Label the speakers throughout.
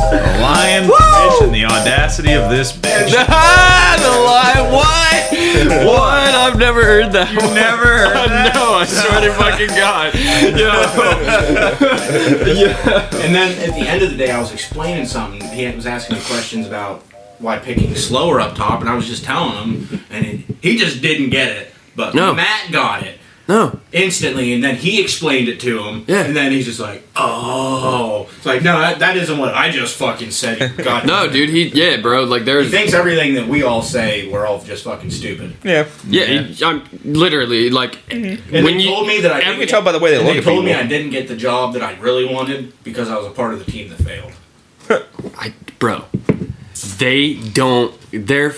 Speaker 1: lion, bitch, and the audacity of this bitch.
Speaker 2: Ah, the lie. What? What? I've never heard that. one.
Speaker 1: Never heard that.
Speaker 2: No, I swear to fucking God. Yo.
Speaker 3: And then at the end of the day, I was explaining something. He was asking me questions about why picking slower up top, and I was just telling him, and it, he just didn't get it. But
Speaker 2: No.
Speaker 3: Matt got it
Speaker 2: No.
Speaker 3: instantly, and then he explained it to him.
Speaker 2: Yeah.
Speaker 3: And then he's just like, "Oh, it's like no, that, that isn't what I just fucking said." God,
Speaker 2: No, Oh, dude. He, yeah, bro. Like,
Speaker 3: He
Speaker 2: there's,
Speaker 3: thinks everything that we all say, we're all just fucking stupid.
Speaker 4: Yeah.
Speaker 2: yeah. he- I'm literally like,
Speaker 3: Mm-hmm. And
Speaker 2: when
Speaker 3: they
Speaker 2: you,
Speaker 3: told me that I
Speaker 4: You
Speaker 3: didn't
Speaker 4: can tell by the way they
Speaker 3: and
Speaker 4: look
Speaker 3: they
Speaker 4: at
Speaker 3: told
Speaker 4: people.
Speaker 3: me I didn't get the job that I really wanted because I was a part of the team that failed.
Speaker 2: I, bro, they don't. They're,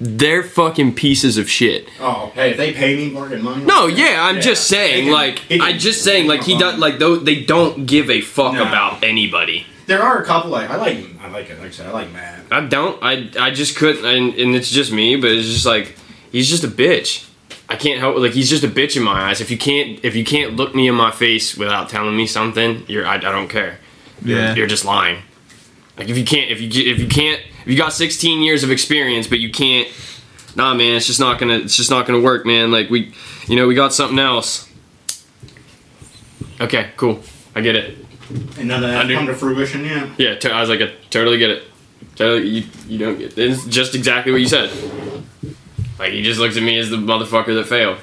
Speaker 2: they're fucking pieces of shit.
Speaker 3: Oh, hey, if they pay me fucking money.
Speaker 2: No, yeah, I'm
Speaker 3: Yeah.
Speaker 2: just saying,
Speaker 3: He can-
Speaker 2: like,
Speaker 3: he can-
Speaker 2: I'm just saying, like, he does, like, though they don't give a fuck
Speaker 3: No.
Speaker 2: about anybody.
Speaker 3: There are a couple like I like I like it like I said I like Matt.
Speaker 2: I don't. I, I just couldn't, and, and it's just me, but it's just like he's just a bitch. I can't help. Like, he's just a bitch in my eyes. If you can't, if you can't look me in my face without telling me something, you're, I, I don't care.
Speaker 1: Yeah.
Speaker 2: You're just lying. Like, if you can't, if you, ge- if you can't, if you got 16 years of experience, but you can't, nah, man, it's just not gonna, it's just not gonna work, man. Like, we, you know, we got something else. Okay, cool. I get it.
Speaker 3: And none of that
Speaker 2: Under-
Speaker 3: come to fruition yet.
Speaker 2: Yeah, to- I was like, I totally get it. Totally, you, you don't get this. is Just exactly what you said. Like he just looks at me as the motherfucker that failed.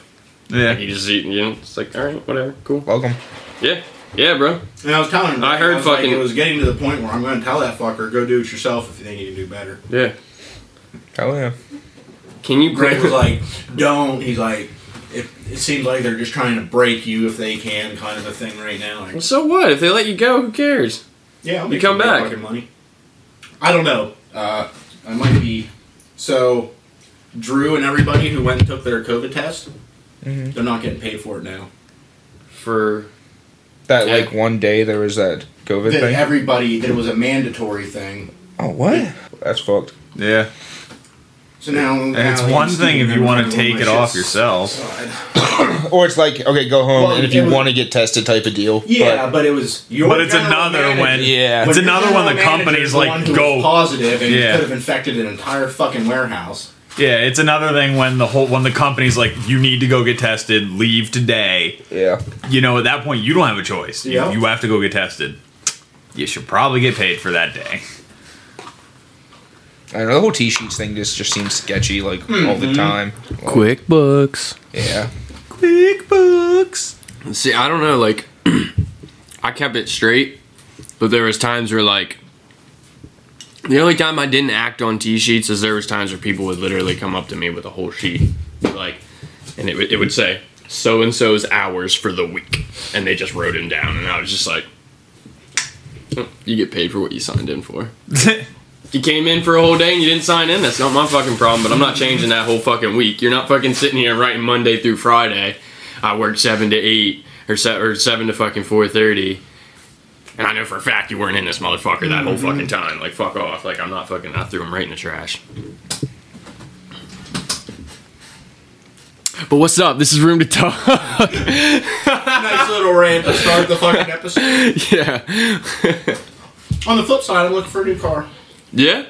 Speaker 2: Like
Speaker 1: Yeah.
Speaker 2: he just, you know, it's like, all right, whatever, cool.
Speaker 4: Welcome.
Speaker 2: Yeah, yeah, bro.
Speaker 3: And I was telling him
Speaker 2: I
Speaker 3: like,
Speaker 2: heard
Speaker 3: was like,
Speaker 2: fucking-
Speaker 3: it was getting to the point where I'm going to tell that fucker go do it yourself if you think you can do better.
Speaker 2: Yeah.
Speaker 4: Hell yeah.
Speaker 2: Can you
Speaker 3: Greg was like, don't. He's like, it, it seems like they're just trying to break you if they can, kind of a thing right now. Like,
Speaker 2: so what? If they let you go, who cares?
Speaker 3: Yeah, I'll
Speaker 2: You
Speaker 3: make
Speaker 2: come
Speaker 3: some
Speaker 2: back.
Speaker 3: Fucking money. I don't know. Uh, I might be. So, Drew and everybody who went and took their COVID test,
Speaker 4: Mhm.
Speaker 3: they're not getting paid for it now.
Speaker 2: For
Speaker 4: That
Speaker 2: Yeah.
Speaker 4: like one day there was that COVID
Speaker 3: That
Speaker 4: thing.
Speaker 3: everybody, that it was a mandatory thing.
Speaker 4: oh what? That's fucked.
Speaker 1: Yeah.
Speaker 3: So now,
Speaker 1: And it's one thing if you want to take it off yourself.
Speaker 4: Or it's like okay, go home,
Speaker 3: Well,
Speaker 4: and if
Speaker 3: it
Speaker 4: you
Speaker 3: was-
Speaker 4: want to get tested, type of deal.
Speaker 3: Yeah, but, it was. Your
Speaker 1: But it's
Speaker 3: general
Speaker 1: another
Speaker 3: manager-
Speaker 1: when-
Speaker 4: Yeah.
Speaker 3: when
Speaker 1: it's
Speaker 3: your
Speaker 1: another
Speaker 3: general
Speaker 1: when the
Speaker 3: manager
Speaker 1: company's
Speaker 3: is the
Speaker 1: like,
Speaker 3: one who was
Speaker 1: go.
Speaker 3: positive and
Speaker 1: Yeah.
Speaker 3: could have infected an entire fucking warehouse.
Speaker 1: Yeah, it's another thing when the whole when the company's like, you need to go get tested, leave today.
Speaker 4: Yeah.
Speaker 1: You know, at that point, you don't have a choice. You-
Speaker 3: Yeah.
Speaker 1: You, have to go get tested. You should probably get paid for that day.
Speaker 4: I don't know the whole T sheets thing just just seems sketchy like all
Speaker 2: Mm-hmm.
Speaker 4: the time. Like,
Speaker 2: QuickBooks.
Speaker 4: Yeah.
Speaker 1: QuickBooks.
Speaker 2: See, I don't know. Like, I kept it straight, but there was times where like. The only time I didn't act on T sheets is there was times where people would literally come up to me with a whole sheet, like, and it, would- it would say so and so's hours for the week, and they just wrote him down, and I was just like, "Oh, you get paid for what you signed in for. You came in for a whole day and you didn't sign in. That's not my fucking problem, but I'm not changing that whole fucking week. You're not fucking sitting here writing Monday through Friday. I work seven to eight or, se- or seven to fucking four thirty, and I know for a fact you weren't in this motherfucker that whole fucking time. Like fuck off. Like I'm not fucking. I threw him right in the trash. But what's up? This is room to talk.
Speaker 3: nice little rant to start the fucking episode.
Speaker 2: yeah.
Speaker 3: On the flip side, I'm looking for a new car.
Speaker 2: Yeah.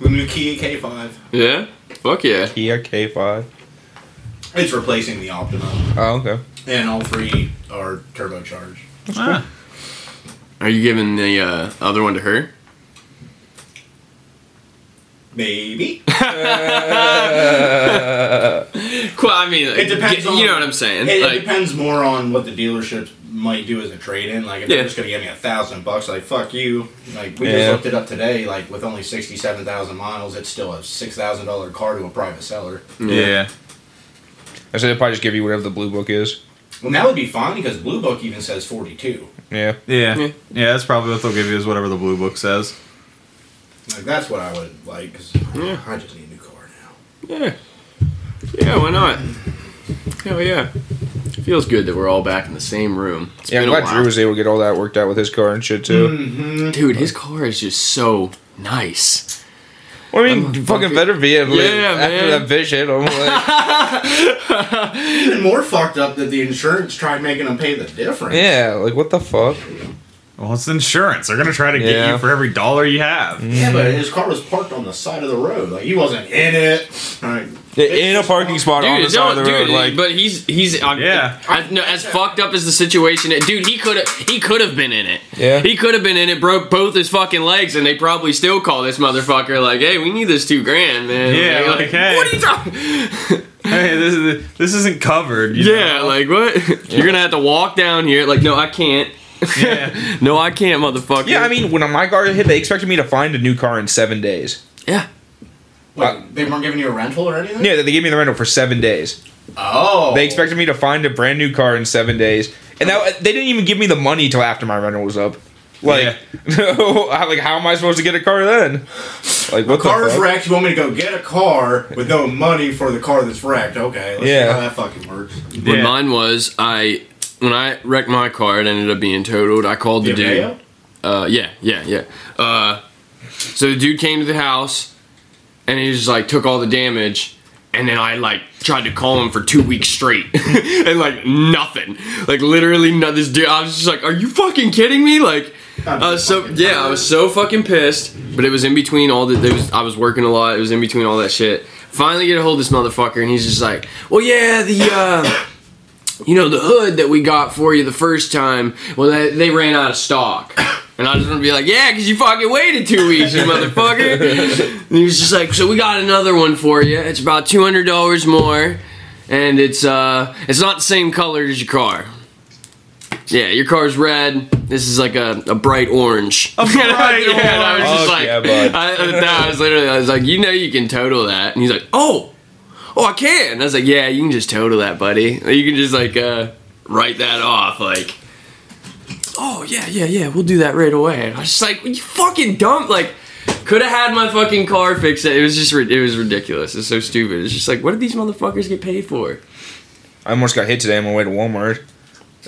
Speaker 3: The new Kia K5.
Speaker 2: Yeah. Fuck yeah.
Speaker 4: Kia E K five.
Speaker 3: It's replacing the Optima,
Speaker 4: Oh okay.
Speaker 3: and all three are turbocharged.
Speaker 1: Ah,
Speaker 2: Are you giving the uh, other one to her?
Speaker 3: Maybe.
Speaker 2: Well, I mean, like,
Speaker 3: It depends.
Speaker 2: You
Speaker 3: on,
Speaker 2: know what I'm saying?
Speaker 3: It, it
Speaker 2: like,
Speaker 3: depends more on what the dealership might do as a trade-in. Like if
Speaker 2: Yeah.
Speaker 3: they're just gonna give me a thousand bucks, like fuck you. Like we
Speaker 4: Yeah.
Speaker 3: just looked it up today. Like with only sixty-seven thousand miles, it's still a six thousand dollar car to a private seller.
Speaker 1: yeah.
Speaker 4: I said they probably just give you whatever the blue book is.
Speaker 3: Well, that would be fine because Blue Book even says forty-two.
Speaker 4: Yeah.
Speaker 1: yeah.
Speaker 2: Yeah.
Speaker 1: Yeah. that's probably what they'll give you is whatever the blue book says.
Speaker 3: Like that's what I would like. Cause I just need a new car now.
Speaker 2: Yeah. Yeah, why not? Hell yeah. Feels good that we're all back in the same room. It's
Speaker 4: Yeah, I'm
Speaker 2: been a
Speaker 4: glad
Speaker 2: while.
Speaker 4: Drew was able to get all that worked out with his car and shit too.
Speaker 2: Mm. Dude, his car is just so nice.
Speaker 4: Well, I mean,
Speaker 2: I'm a
Speaker 4: fucking
Speaker 2: fucking-
Speaker 4: better be able to-
Speaker 2: Yeah,
Speaker 4: after
Speaker 2: man.
Speaker 4: that vision. I'm like,
Speaker 3: Even more fucked up that the insurance tried making them pay the difference.
Speaker 4: yeah, like what the fuck?
Speaker 1: Well, it's insurance. They're gonna try to get
Speaker 2: Yeah.
Speaker 1: you for every dollar you have.
Speaker 3: Yeah, but his car was parked on the side of the road. Like he wasn't in it. Like,
Speaker 5: in a parking spot on the
Speaker 2: Dude,
Speaker 5: side of
Speaker 2: don't,
Speaker 5: the
Speaker 2: dude.
Speaker 5: road. Like,
Speaker 2: but he's he's I-
Speaker 1: Yeah.
Speaker 2: I- no, as fucked up as the situation, is- dude. He could have he could have been in it.
Speaker 5: Yeah.
Speaker 2: he could have been in it. Broke both his fucking legs, and they probably still call this motherfucker like, "Hey, we need this two grand, man."
Speaker 1: Yeah,
Speaker 2: like,
Speaker 1: like, hey.
Speaker 2: what are you talking?
Speaker 1: Hey, this is this isn't covered. you
Speaker 2: yeah,
Speaker 1: know?
Speaker 2: like what? You're gonna have to walk down here. Like, no, I can't.
Speaker 1: Yeah.
Speaker 2: no, I can't, motherfucker.
Speaker 4: Yeah, I mean, when my car hit, they expected me to find a new car in seven days.
Speaker 2: yeah.
Speaker 3: what, they weren't giving you a rental or anything.
Speaker 4: Yeah, they gave me the rental for seven days.
Speaker 3: Oh.
Speaker 4: They expected me to find a brand new car in seven days, and that they didn't even give me the money till after my rental was up. Like, how- like how am I supposed to get a car then? Like, what the
Speaker 3: Car's
Speaker 4: fuck?
Speaker 3: wrecked. You want me to go get a car with no money for the car that's wrecked? Okay. Let's
Speaker 4: Yeah.
Speaker 3: See how that fucking works.
Speaker 2: When
Speaker 1: Yeah.
Speaker 2: mine was, I when I wrecked my car, it ended up being totaled. I called the
Speaker 3: Yeah,
Speaker 2: dude.
Speaker 3: yeah.
Speaker 2: Uh, yeah, yeah, yeah. Uh, so the dude came to the house, and he just like took all the damage, and then I like tried to call him for two weeks straight, and like nothing, like literally nothing. This dude, I was just like, "Are you fucking kidding me?" Like,
Speaker 3: I'm
Speaker 2: uh,
Speaker 3: just
Speaker 2: so
Speaker 3: fucking
Speaker 2: yeah, I
Speaker 3: tired.
Speaker 2: was so fucking pissed, but it was in between all the. It was, I was working a lot. It was in between all that shit. Finally, get a hold of this motherfucker, and he's just like, "Well, yeah, the." Uh, you know the hood that we got for you the first time well they, they ran out of stock and i was gonna be like yeah because you fucking waited two weeks you motherfucker and he was just like so we got another one for you it's about $200 more and it's uh it's not the same color as your car yeah your car's red this is like a, a bright orange a
Speaker 1: bright
Speaker 2: yeah, and i was just
Speaker 4: orange.
Speaker 2: like
Speaker 4: Fuck yeah, bud.
Speaker 2: I, I- no, I was literally i was like you know you can total that and he's like oh oh i can and i was like yeah you can just total that buddy you can just like uh write that off like oh yeah yeah yeah we'll do that right away and i was just like you fucking dump like could have had my fucking car fixed it was just rid- it was ridiculous it's so stupid it's just like what did these motherfuckers get paid for
Speaker 4: I almost got hit today on my way to Walmart.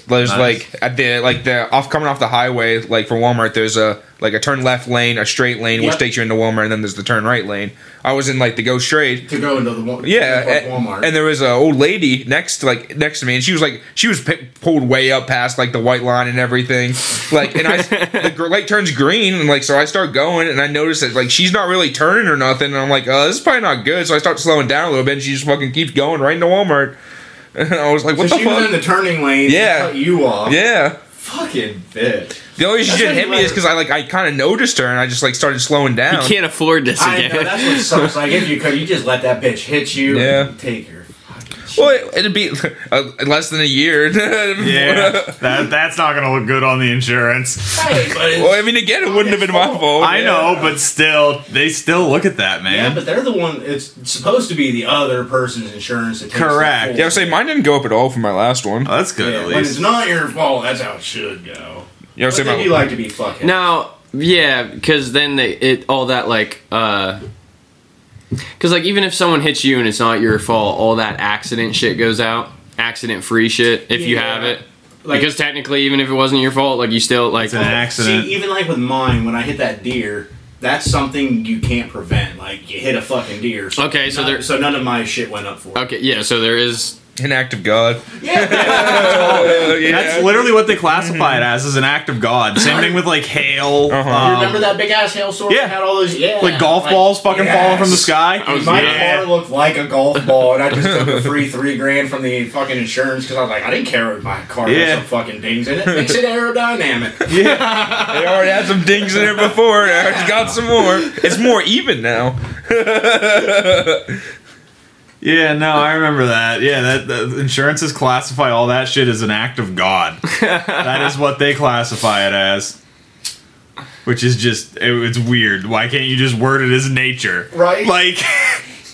Speaker 4: There's
Speaker 1: Nice.
Speaker 4: like at the like the off coming off the highway like for Walmart. There's a like a turn left lane, a straight lane, which
Speaker 3: Yep.
Speaker 4: takes you into Walmart, and then there's the turn right lane. I was in like the go straight,
Speaker 3: to go into the Wal-
Speaker 4: Yeah,
Speaker 3: the
Speaker 4: a-
Speaker 3: Walmart.
Speaker 4: and there was an old lady next, to, like next to me, and she was like, she was p- pulled way up past like the white line and everything, like, and I, the gr- light turns green, and like, so I start going, and I notice that like she's not really turning or nothing, and I'm like, oh, this is probably not good, so I start slowing down a little bit, and she just fucking keeps going right into Walmart, and I was like, what
Speaker 3: so
Speaker 4: the
Speaker 3: she was
Speaker 4: fuck?
Speaker 3: in the turning lane. and
Speaker 4: Yeah.
Speaker 3: Cut you off.
Speaker 4: yeah,
Speaker 3: Fucking bitch.
Speaker 4: the only reason she
Speaker 3: That's how
Speaker 4: didn't hit
Speaker 3: you
Speaker 4: me
Speaker 3: let
Speaker 4: is
Speaker 3: her-
Speaker 4: because I like I kind of noticed her, and I just like started slowing
Speaker 2: you
Speaker 4: down.
Speaker 2: can't afford this
Speaker 3: I know
Speaker 2: again
Speaker 3: that's what sucks. Like if you could, you just let that bitch hit you.
Speaker 4: Yeah.
Speaker 3: And take her. Fucking shit.
Speaker 4: Well, it, it'd be uh, less than a year.
Speaker 1: Yeah, that, that's not gonna look good on the insurance.
Speaker 3: But it's-
Speaker 4: Well, I mean, again, it wouldn't have been my fault.
Speaker 1: I
Speaker 4: Oh, yeah.
Speaker 1: know, but still, they still look at that,
Speaker 3: yeah,
Speaker 1: man.
Speaker 3: but they're the one. It's supposed to be the other person's insurance. That takes the
Speaker 1: Correct.
Speaker 3: full-
Speaker 4: Yeah, I was saying mine didn't go up at all from my last one.
Speaker 1: Oh, that's good,
Speaker 3: Yeah,
Speaker 1: at
Speaker 3: when it's
Speaker 1: least.
Speaker 3: not your fault, that's how it should go.
Speaker 4: You know
Speaker 3: But
Speaker 4: what I'm
Speaker 3: they
Speaker 4: saying?
Speaker 3: do
Speaker 4: My-
Speaker 3: like to be fucking.
Speaker 2: now yeah because then they it all that like uh because like even if someone hits you and it's not your fault all that accident shit goes out accident free shit if you
Speaker 3: Yeah.
Speaker 2: have it
Speaker 3: Like-
Speaker 2: because technically even if it wasn't your fault like you still like
Speaker 1: It's an accident.
Speaker 3: See, even like with mine, when I hit that deer, that's something you can't prevent. Like you hit a fucking deer. So
Speaker 2: Okay, so
Speaker 3: none,
Speaker 2: there-
Speaker 3: so none of my shit went up for. it.
Speaker 2: okay yeah so there is
Speaker 4: An act of God.
Speaker 3: Yeah,
Speaker 4: Uh, yeah.
Speaker 1: That's literally what they classify it as, as an act of God. Same thing with like hail,
Speaker 4: Uh-huh.
Speaker 1: um,
Speaker 4: You
Speaker 3: remember that big ass hailstorm?
Speaker 1: yeah.
Speaker 3: that had all those yeah,
Speaker 1: like golf balls fucking
Speaker 3: yes.
Speaker 1: falling from the sky.
Speaker 2: I was-
Speaker 3: My
Speaker 1: Yeah.
Speaker 3: car looked like a golf ball, and I just took a free three grand from the fucking insurance because I was like, I didn't care if my car
Speaker 1: Yeah.
Speaker 3: had some fucking dings in it. Makes it aerodynamic.
Speaker 4: They already had some dings in there before. I already got some more. It's more even now.
Speaker 1: Yeah, no, I remember that. Yeah, that, that insurances classify all that shit as an act of God. that is what they classify it as. Which is just it, it's weird. Why can't you just word it as nature?
Speaker 3: Right.
Speaker 1: Like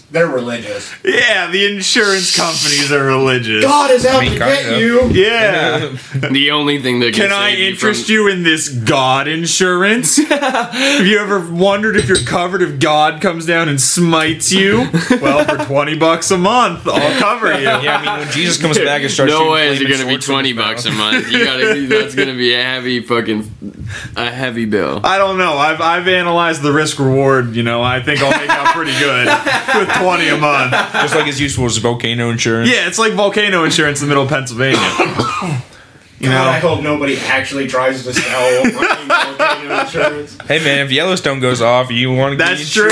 Speaker 3: They're religious.
Speaker 1: yeah, the insurance companies are religious.
Speaker 3: God is out
Speaker 4: mean,
Speaker 3: to
Speaker 4: kind
Speaker 3: get
Speaker 4: of.
Speaker 3: you.
Speaker 1: Yeah.
Speaker 2: the only thing that
Speaker 1: Can I interest you in this God insurance? Have you ever wondered if you're covered if God comes down and smites you? Well, for 20 bucks a month, I'll cover you.
Speaker 4: Yeah, I mean, when Jesus comes back and starts
Speaker 2: No
Speaker 4: shooting
Speaker 2: way is it
Speaker 4: flaming
Speaker 2: gonna be
Speaker 4: swords from
Speaker 2: twenty
Speaker 4: his mouth.
Speaker 2: bucks a month. You gotta, that's gonna be a heavy fucking, a heavy bill.
Speaker 1: I don't know. I've I've analyzed the risk reward. You know, I think I'll make out pretty good with twenty a month.
Speaker 4: Just like as useful as volcano insurance.
Speaker 1: Yeah, it's like volcano insurance in the middle of Pennsylvania. You
Speaker 3: God, I
Speaker 1: know,
Speaker 3: hope nobody actually tries to sell my insurance.
Speaker 4: Hey man, if Yellowstone goes off, you want to
Speaker 1: That's true.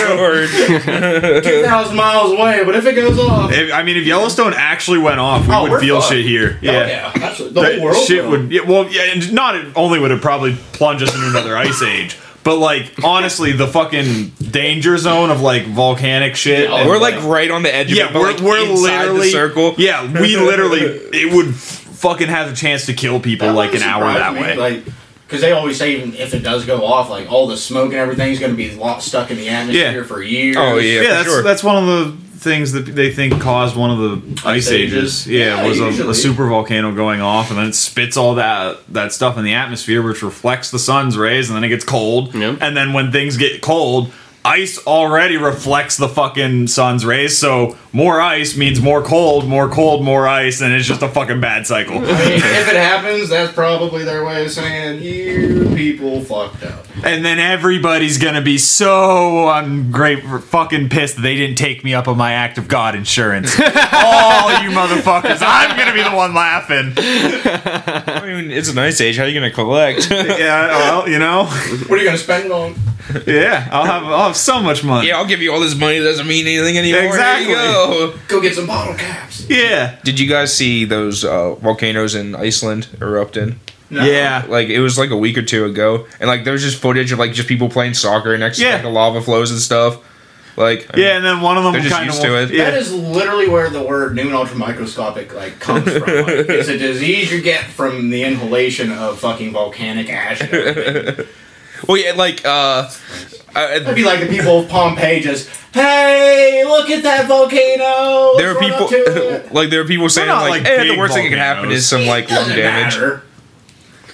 Speaker 3: Two thousand miles away, but if it goes off,
Speaker 1: if, I mean, if Yellowstone actually went off, we
Speaker 3: Oh,
Speaker 1: would
Speaker 3: we're
Speaker 1: feel
Speaker 3: fucked.
Speaker 1: shit here.
Speaker 3: Oh,
Speaker 1: Yeah.
Speaker 3: yeah, absolutely. The
Speaker 1: That
Speaker 3: whole world
Speaker 1: shit
Speaker 3: will.
Speaker 1: would yeah, well yeah and not only would it probably plunge us into another ice age but like honestly the fucking danger zone of like volcanic shit and,
Speaker 4: We're like right on the edge of
Speaker 1: yeah
Speaker 4: it, but
Speaker 1: we're,
Speaker 4: like
Speaker 1: we're
Speaker 4: inside
Speaker 1: literally
Speaker 4: the circle.
Speaker 1: yeah we literally it would f- fucking have a chance to kill people
Speaker 3: That
Speaker 1: like an
Speaker 3: wouldn't
Speaker 1: hour
Speaker 3: surprise
Speaker 1: that
Speaker 3: me,
Speaker 1: way
Speaker 3: Like, because they always say even if it does go off, like all the smoke and everything's going to be lo- stuck in the atmosphere
Speaker 1: Yeah.
Speaker 3: for years.
Speaker 4: Oh
Speaker 1: yeah
Speaker 4: yeah, for
Speaker 1: that's
Speaker 4: sure.
Speaker 1: that's one of the things that they think caused one of the ice ages
Speaker 3: ages.
Speaker 1: yeah,
Speaker 3: Yeah,
Speaker 1: was a, a
Speaker 3: usually.
Speaker 1: super volcano going off and then it spits all that that stuff in the atmosphere which reflects the sun's rays and then it gets cold
Speaker 2: Yep.
Speaker 1: and then when things get cold ice already reflects the fucking sun's rays so more ice means more cold more cold more ice and it's just a fucking bad cycle
Speaker 3: I mean, if it happens, that's probably their way of saying you people fucked up.
Speaker 1: and then everybody's gonna be so ungrateful fucking pissed that they didn't take me up on my act of god insurance all you motherfuckers i'm gonna be the one laughing
Speaker 4: I mean, it's an ice age. How are you gonna collect? yeah,
Speaker 1: yeah well you know
Speaker 3: What are you going to spend it on?
Speaker 1: yeah i'll have i'll have so much money
Speaker 4: I'll give you all this money. That doesn't mean anything anymore. Here you
Speaker 1: Exactly.
Speaker 4: go.
Speaker 3: Go get some bottle caps.
Speaker 1: yeah
Speaker 4: Did you guys see those uh, volcanoes in Iceland erupting?
Speaker 3: No.
Speaker 1: yeah
Speaker 4: Like it was like a week or two ago, and like there was just footage of like just people playing soccer next to
Speaker 1: Yeah.
Speaker 4: like, the lava flows and stuff. Like I
Speaker 1: yeah and then one of them
Speaker 4: They're just
Speaker 1: kind
Speaker 4: used
Speaker 1: of
Speaker 4: to it.
Speaker 1: yeah
Speaker 3: That is literally where the word new and ultramicroscopic like comes from. Like, it's a disease you get from the inhalation of fucking volcanic ash. and everything.
Speaker 4: mean, well, yeah, like uh,
Speaker 3: It'd
Speaker 4: uh,
Speaker 3: be like the people of Pompeii just, hey, look at that volcano. Let's
Speaker 4: there are
Speaker 3: run up
Speaker 4: people
Speaker 3: to it."
Speaker 4: like there are people saying
Speaker 1: not
Speaker 4: like,
Speaker 1: like
Speaker 4: eh, the
Speaker 1: big
Speaker 4: worst thing that can happen
Speaker 1: volcanoes.
Speaker 4: is some like lung
Speaker 3: Doesn't
Speaker 4: damage.
Speaker 3: matter.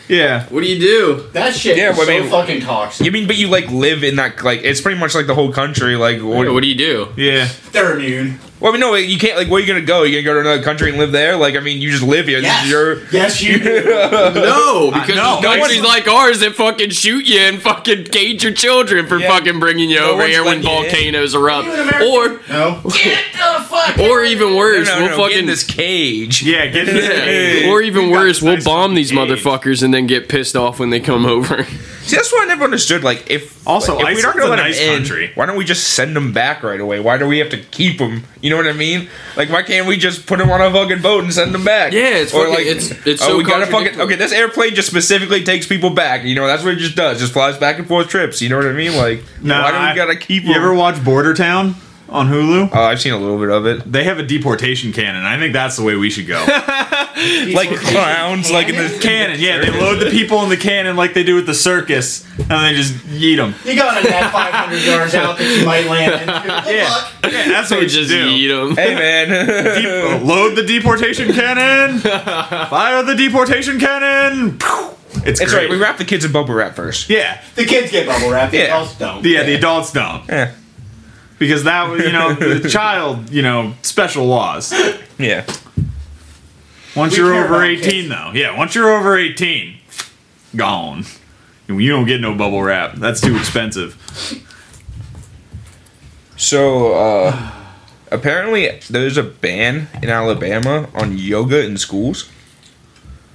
Speaker 1: yeah
Speaker 2: What do you do?
Speaker 3: That shit
Speaker 4: Yeah,
Speaker 3: is
Speaker 4: well, I
Speaker 3: so
Speaker 4: mean-
Speaker 3: fucking toxic.
Speaker 4: You mean, but you like live in that like it's pretty much like the whole country. Like, what,
Speaker 2: What do you do?
Speaker 1: yeah
Speaker 3: They're immune.
Speaker 4: well, I mean, no, you can't. Like, where are you gonna go? You gonna go to another country and live there? Like, I mean, you just live here. This
Speaker 3: Yes.
Speaker 4: is your
Speaker 3: Yes, you do.
Speaker 2: No, because
Speaker 1: no.
Speaker 2: no, countries like ours that fucking shoot you and fucking cage your children for
Speaker 4: Yeah.
Speaker 2: fucking bringing you
Speaker 4: No
Speaker 2: over
Speaker 4: one's
Speaker 2: here when
Speaker 4: letting you in.
Speaker 2: volcanoes erupt,
Speaker 3: You in America-
Speaker 2: or
Speaker 3: no. Get the fuck
Speaker 2: or even worse,
Speaker 4: No, no,
Speaker 2: we'll
Speaker 4: no, get
Speaker 2: fucking
Speaker 4: in this cage.
Speaker 1: yeah get in
Speaker 2: Yeah.
Speaker 1: the
Speaker 2: Or even
Speaker 1: You got
Speaker 2: worse,
Speaker 1: this
Speaker 2: we'll
Speaker 1: nice
Speaker 2: bomb these
Speaker 1: little cage.
Speaker 2: motherfuckers and then get pissed off when they come over.
Speaker 4: See, that's what I never understood. Like, if
Speaker 1: Also,
Speaker 4: like, if
Speaker 1: Iceland's a nice
Speaker 4: 'em
Speaker 1: country.
Speaker 4: why don't we just send them back right away? Why do we have to keep them? You know what I mean? Like, why can't we just put them on a fucking boat and send them back?
Speaker 2: Yeah, it's fucking- it's- it's
Speaker 4: oh,
Speaker 2: so
Speaker 4: we gotta fucking
Speaker 2: contradictory.
Speaker 4: okay. This airplane just specifically takes people back. You know, that's what it just does. Just flies back and forth trips. You know what I mean? Like,
Speaker 1: Nah,
Speaker 4: why do
Speaker 1: I-
Speaker 4: we gotta keep
Speaker 1: you
Speaker 4: them?
Speaker 1: ever watch border town on hulu
Speaker 4: oh, I've seen a little bit of it.
Speaker 1: They have a deportation cannon. I think that's the way we should go.
Speaker 4: Like clowns, like in the
Speaker 1: cannon, yeah. They load the people in the cannon like they do at the circus, and they just yeet them.
Speaker 3: You got a net 500 yards out that you might land into. Good
Speaker 1: Yeah,
Speaker 3: luck.
Speaker 1: yeah that's what we should
Speaker 2: just
Speaker 1: do.
Speaker 2: eat them.
Speaker 4: hey man.
Speaker 1: Dep- load the deportation cannon. Fire the deportation cannon. Pew! It's
Speaker 4: That's
Speaker 1: great.
Speaker 4: right. We wrap the kids in bubble wrap first.
Speaker 1: yeah,
Speaker 3: The kids get bubble wrap. The
Speaker 4: Yeah.
Speaker 3: adults don't.
Speaker 1: yeah. The adults don't
Speaker 4: Yeah.
Speaker 1: because that was you know the child you know special laws.
Speaker 4: Yeah.
Speaker 1: Once
Speaker 3: We
Speaker 1: you're
Speaker 3: care
Speaker 1: over
Speaker 3: about
Speaker 1: 18,
Speaker 3: kids.
Speaker 1: though, yeah. Once you're over 18, gone. You don't get no bubble wrap. That's too expensive.
Speaker 4: So uh, apparently, there's a ban in Alabama on yoga in schools.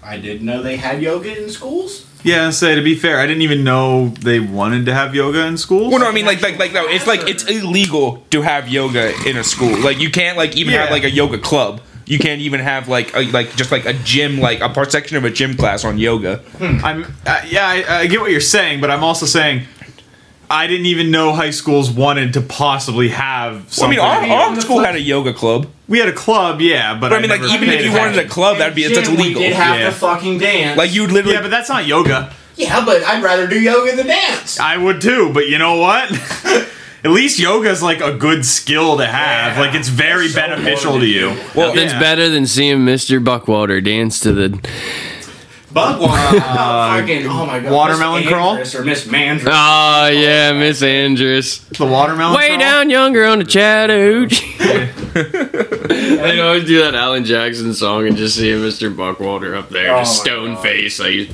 Speaker 3: I didn't know they had yoga in schools.
Speaker 1: Yeah, say to be fair, I didn't even know they wanted to have yoga in schools.
Speaker 4: Well, no, I mean like like like no, it's like it's illegal to have yoga in a school. Like you can't like even have
Speaker 1: Yeah.
Speaker 4: like a yoga club. You can't even have like a, like just like a gym like a part section of a gym class on yoga.
Speaker 1: I'm uh, yeah, I, I get what you're saying, but I'm also saying I didn't even know high schools wanted to possibly have.
Speaker 4: Well, I
Speaker 1: Something.
Speaker 4: mean, our, our school had a yoga club,
Speaker 1: we had a club, yeah, but,
Speaker 4: but I mean like
Speaker 1: never
Speaker 4: even if
Speaker 1: paid
Speaker 4: you
Speaker 1: attention.
Speaker 4: wanted a club, that'd be
Speaker 3: In
Speaker 4: that's
Speaker 3: gym, we did
Speaker 4: illegal.
Speaker 3: have
Speaker 1: Yeah.
Speaker 3: to fucking dance.
Speaker 4: Like you'd literally
Speaker 1: yeah, but that's not yoga.
Speaker 3: yeah, but I'd rather do yoga than dance.
Speaker 1: I would too, but you know what? At least yoga is like a good skill to have.
Speaker 3: Yeah.
Speaker 1: like it's very
Speaker 3: So
Speaker 1: beneficial to
Speaker 3: motivating.
Speaker 1: you.
Speaker 4: well,
Speaker 2: Nothing's
Speaker 1: Yeah.
Speaker 2: better than seeing Mr. Buckwalter dance to the.
Speaker 3: Bug water. fucking, oh my god.
Speaker 1: watermelon
Speaker 3: Miss
Speaker 1: crawl?
Speaker 3: Andress Or Miss Mandra.
Speaker 2: Oh yeah, Miss Andrus.
Speaker 1: The watermelon.
Speaker 2: Way
Speaker 1: crawl?
Speaker 2: down younger on the Chattahoochee. I'd always do that Alan Jackson song and just see Mr. Buckwalter up there,
Speaker 3: Oh
Speaker 2: just
Speaker 3: my
Speaker 2: stone
Speaker 3: God.
Speaker 2: face. Like,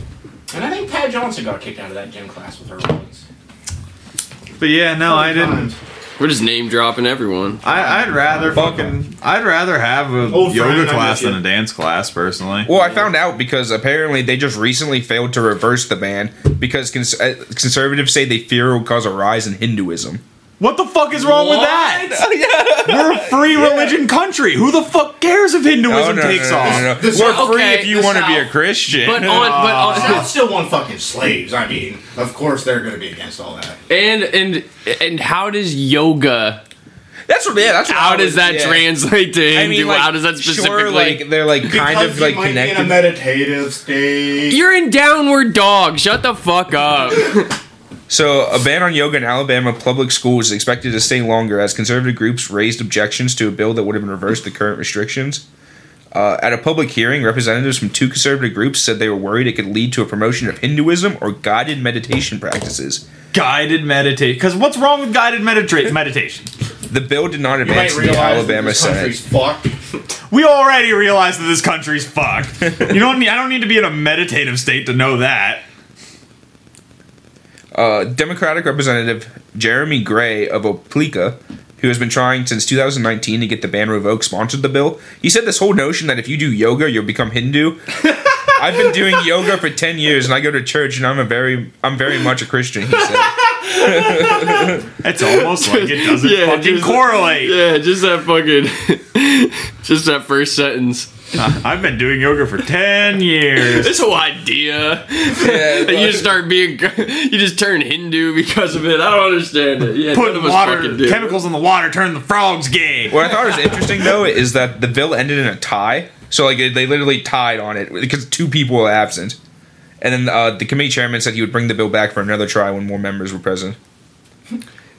Speaker 3: And I think Pat Johnson got kicked out of that gym class with her once. Um,
Speaker 1: But yeah, no, I didn't.
Speaker 2: We're just name dropping everyone.
Speaker 1: I, I'd rather fucking. I'd rather have a
Speaker 3: Old
Speaker 1: yoga
Speaker 3: friend, I
Speaker 1: class
Speaker 3: miss
Speaker 1: than
Speaker 3: you.
Speaker 1: a dance class, personally.
Speaker 4: Well, I found out because apparently they just recently failed to reverse the ban because cons- uh, conservatives say they fear it will cause a rise in Hinduism.
Speaker 1: What the fuck is wrong with that? We're a free religion country. Who the fuck cares if Hinduism takes off?
Speaker 4: We're
Speaker 2: South-
Speaker 4: free
Speaker 2: okay,
Speaker 4: if you
Speaker 2: the
Speaker 4: want to be a
Speaker 2: South.
Speaker 4: Christian.
Speaker 2: But on, but
Speaker 3: The
Speaker 2: on,
Speaker 3: South still want fucking slaves. I mean, of course they're going to be against all that.
Speaker 2: and and and how does yoga?
Speaker 4: that's what. Yeah, that's what
Speaker 2: How
Speaker 4: I
Speaker 2: does
Speaker 4: was-
Speaker 2: that
Speaker 4: yeah.
Speaker 2: translate to Hindu? how does that specifically?
Speaker 4: Sure, like they're like kind
Speaker 3: Because
Speaker 4: of
Speaker 3: you
Speaker 4: like
Speaker 3: might be in a
Speaker 4: connected.
Speaker 3: meditative state.
Speaker 2: You're in downward dog. Shut the fuck up.
Speaker 4: So, a ban on yoga in Alabama public schools is expected to stay longer as conservative groups raised objections to a bill that would have reversed the current restrictions. Uh, at a public hearing, representatives from two conservative groups said they were worried it could lead to a promotion of Hinduism or guided meditation practices.
Speaker 1: guided meditation. Because what's wrong with guided medita- meditation?
Speaker 4: The bill did not
Speaker 3: You might
Speaker 4: advance in the
Speaker 3: realize Alabama
Speaker 4: Alabama
Speaker 3: this
Speaker 4: Senate.
Speaker 3: country's fucked.
Speaker 1: We already realize that this country's fucked. You don't need. I don't need to be in a meditative state to know that.
Speaker 4: Uh, Democratic Representative Jeremy Gray of Oplica, who has been trying since 2019 to get the ban revoked, sponsored the bill. He said this whole notion that if you do yoga, you'll become Hindu. I've been doing yoga for 10 years, and I go to church, and I'm a very, I'm very much a Christian. He said.
Speaker 1: It's almost like it doesn't
Speaker 2: Yeah,
Speaker 1: fucking
Speaker 2: just-
Speaker 1: correlate.
Speaker 2: Yeah, just that fucking, just that first sentence.
Speaker 1: I've been doing yoga for ten years.
Speaker 2: This whole idea
Speaker 4: Yeah,
Speaker 2: that you just start being, you just turn Hindu because of it. I don't understand it. Yeah, none
Speaker 1: Putting
Speaker 2: of us
Speaker 1: water
Speaker 2: fucking do.
Speaker 1: chemicals in the water turn the frogs gay.
Speaker 4: What I thought was interesting though is that the bill ended in a tie. So like they literally tied on it because two people were absent, and then uh, the committee chairman said he would bring the bill back for another try when more members were present.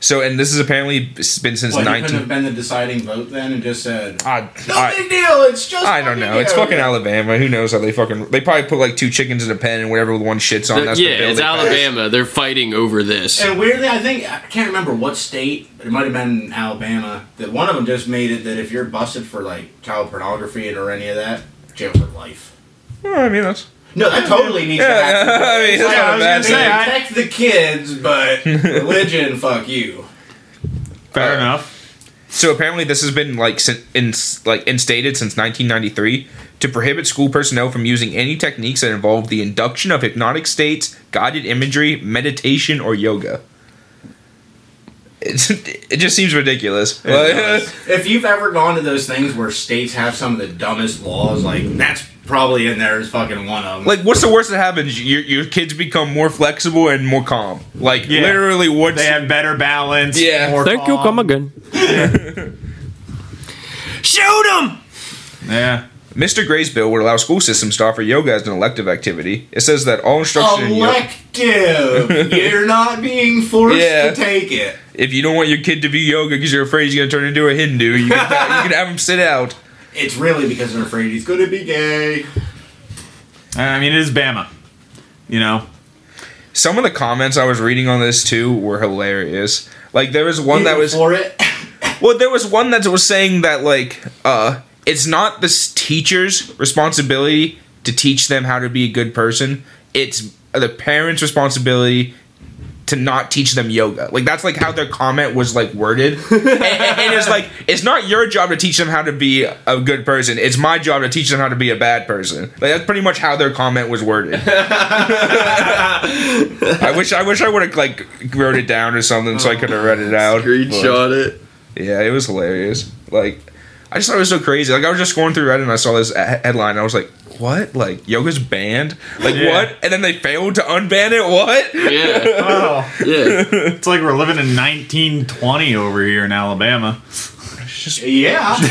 Speaker 4: So and this has apparently been since
Speaker 3: Well, you couldn't have
Speaker 4: nineteen.
Speaker 3: been the deciding vote then and just said,
Speaker 4: I,
Speaker 3: "No
Speaker 4: I,
Speaker 3: big deal. It's just."
Speaker 4: I don't know. It's fucking Alabama. Who knows how they fucking? They probably put like two chickens in a pen and whatever one shits on. That's
Speaker 2: yeah,
Speaker 4: the bill
Speaker 2: it's
Speaker 4: they passed.
Speaker 2: Alabama. They're fighting over this.
Speaker 3: And weirdly, I think I can't remember what state, but it might have been Alabama. That one of them just made it that if you're busted for like child pornography and or any of that, jail for life.
Speaker 4: Well, I mean that's.
Speaker 3: No, that totally needs to
Speaker 4: Yeah,
Speaker 3: happen.
Speaker 4: I mean, that's
Speaker 1: Yeah, I
Speaker 4: not a
Speaker 1: was
Speaker 4: bad
Speaker 1: gonna say,
Speaker 4: thing.
Speaker 1: I-
Speaker 3: protect the kids, but religion, fuck you.
Speaker 1: Fair
Speaker 4: Uh,
Speaker 1: enough.
Speaker 4: So apparently, this has been like sin- in, like instated since 1993 to prohibit school personnel from using any techniques that involve the induction of hypnotic states, guided imagery, meditation, or yoga. It's, it just seems ridiculous. Like,
Speaker 3: If you've ever gone to those things where states have some of the dumbest laws, like that's probably in there is fucking one of them.
Speaker 4: like, what's the worst that happens? Your, your kids become more flexible and more calm. Like,
Speaker 1: Yeah.
Speaker 4: literally, what's
Speaker 1: They have better balance.
Speaker 4: Yeah.
Speaker 1: more calm.
Speaker 2: again. Shoot him!
Speaker 1: Yeah.
Speaker 4: Mr. Gray's bill would allow school systems to offer yoga as an elective activity. It says that all instruction in yoga.
Speaker 3: elective. You're not being forced
Speaker 4: Yeah.
Speaker 3: to take it.
Speaker 4: if you don't want your kid to do yoga because you're afraid he's going to turn into a Hindu, you can, you can have him sit out.
Speaker 3: It's really because they're afraid he's gonna be gay.
Speaker 1: Uh, I mean, it is Bama. You know.
Speaker 4: Some of the comments I was reading on this too were hilarious. Like there was one that was
Speaker 3: for it.
Speaker 4: well, there was one that was saying that like uh, it's not this teacher's responsibility to teach them how to be a good person. It's the parents' responsibility to not teach them yoga. Like that's like how their comment was like worded, and, and- and it's like it's not your job to teach them how to be a good person. It's my job to teach them how to be a bad person. Like that's pretty much how their comment was worded. I wish I wish I would have like wrote it down or something so I could have read it out.
Speaker 2: Screenshot it.
Speaker 4: But, yeah, it was hilarious. Like. I just thought it was so crazy. Like I was just scrolling through Reddit and I saw this he- headline. And I was like, "What? Like yoga's banned? Like
Speaker 1: Yeah.
Speaker 4: what?" And then they failed to unban it. What?
Speaker 2: Yeah,
Speaker 1: Oh,
Speaker 2: yeah.
Speaker 1: it's like we're living in 1920 over here in Alabama.
Speaker 3: Yeah.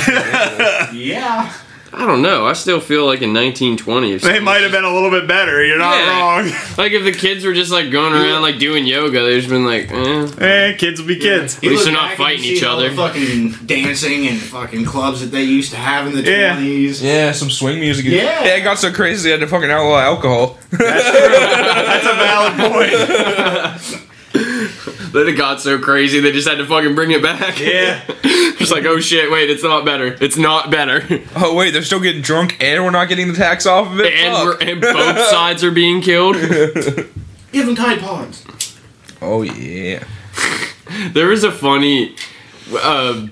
Speaker 3: yeah.
Speaker 2: I don't know. I still feel like in 1920 or
Speaker 1: They
Speaker 2: something.
Speaker 1: might have been a little bit better. You're not
Speaker 2: Yeah.
Speaker 1: wrong.
Speaker 2: Like if the kids were just like going around like doing yoga, they'd just been like, eh.
Speaker 1: Eh, kids will be kids.
Speaker 2: least
Speaker 3: You
Speaker 2: they're
Speaker 3: look
Speaker 2: not
Speaker 3: back and
Speaker 2: fighting
Speaker 3: you
Speaker 2: each
Speaker 3: see all the
Speaker 2: other.
Speaker 3: Fucking dancing and fucking clubs that they used to have in the
Speaker 1: Yeah.
Speaker 3: twenties.
Speaker 4: Yeah, some swing music.
Speaker 3: Yeah.
Speaker 4: it got so crazy they had to fucking outlaw alcohol.
Speaker 1: That's a valid point.
Speaker 2: Then it got so crazy they just had to fucking bring it back.
Speaker 1: Yeah.
Speaker 2: it's like, oh shit, wait, it's not better. It's not better. and
Speaker 4: oh wait, they're still getting drunk and we're not getting the tax off of it. Fuck.
Speaker 2: we're, and both sides are being killed.
Speaker 3: Give them Tide Pods.
Speaker 4: oh yeah.
Speaker 2: There was a funny uh,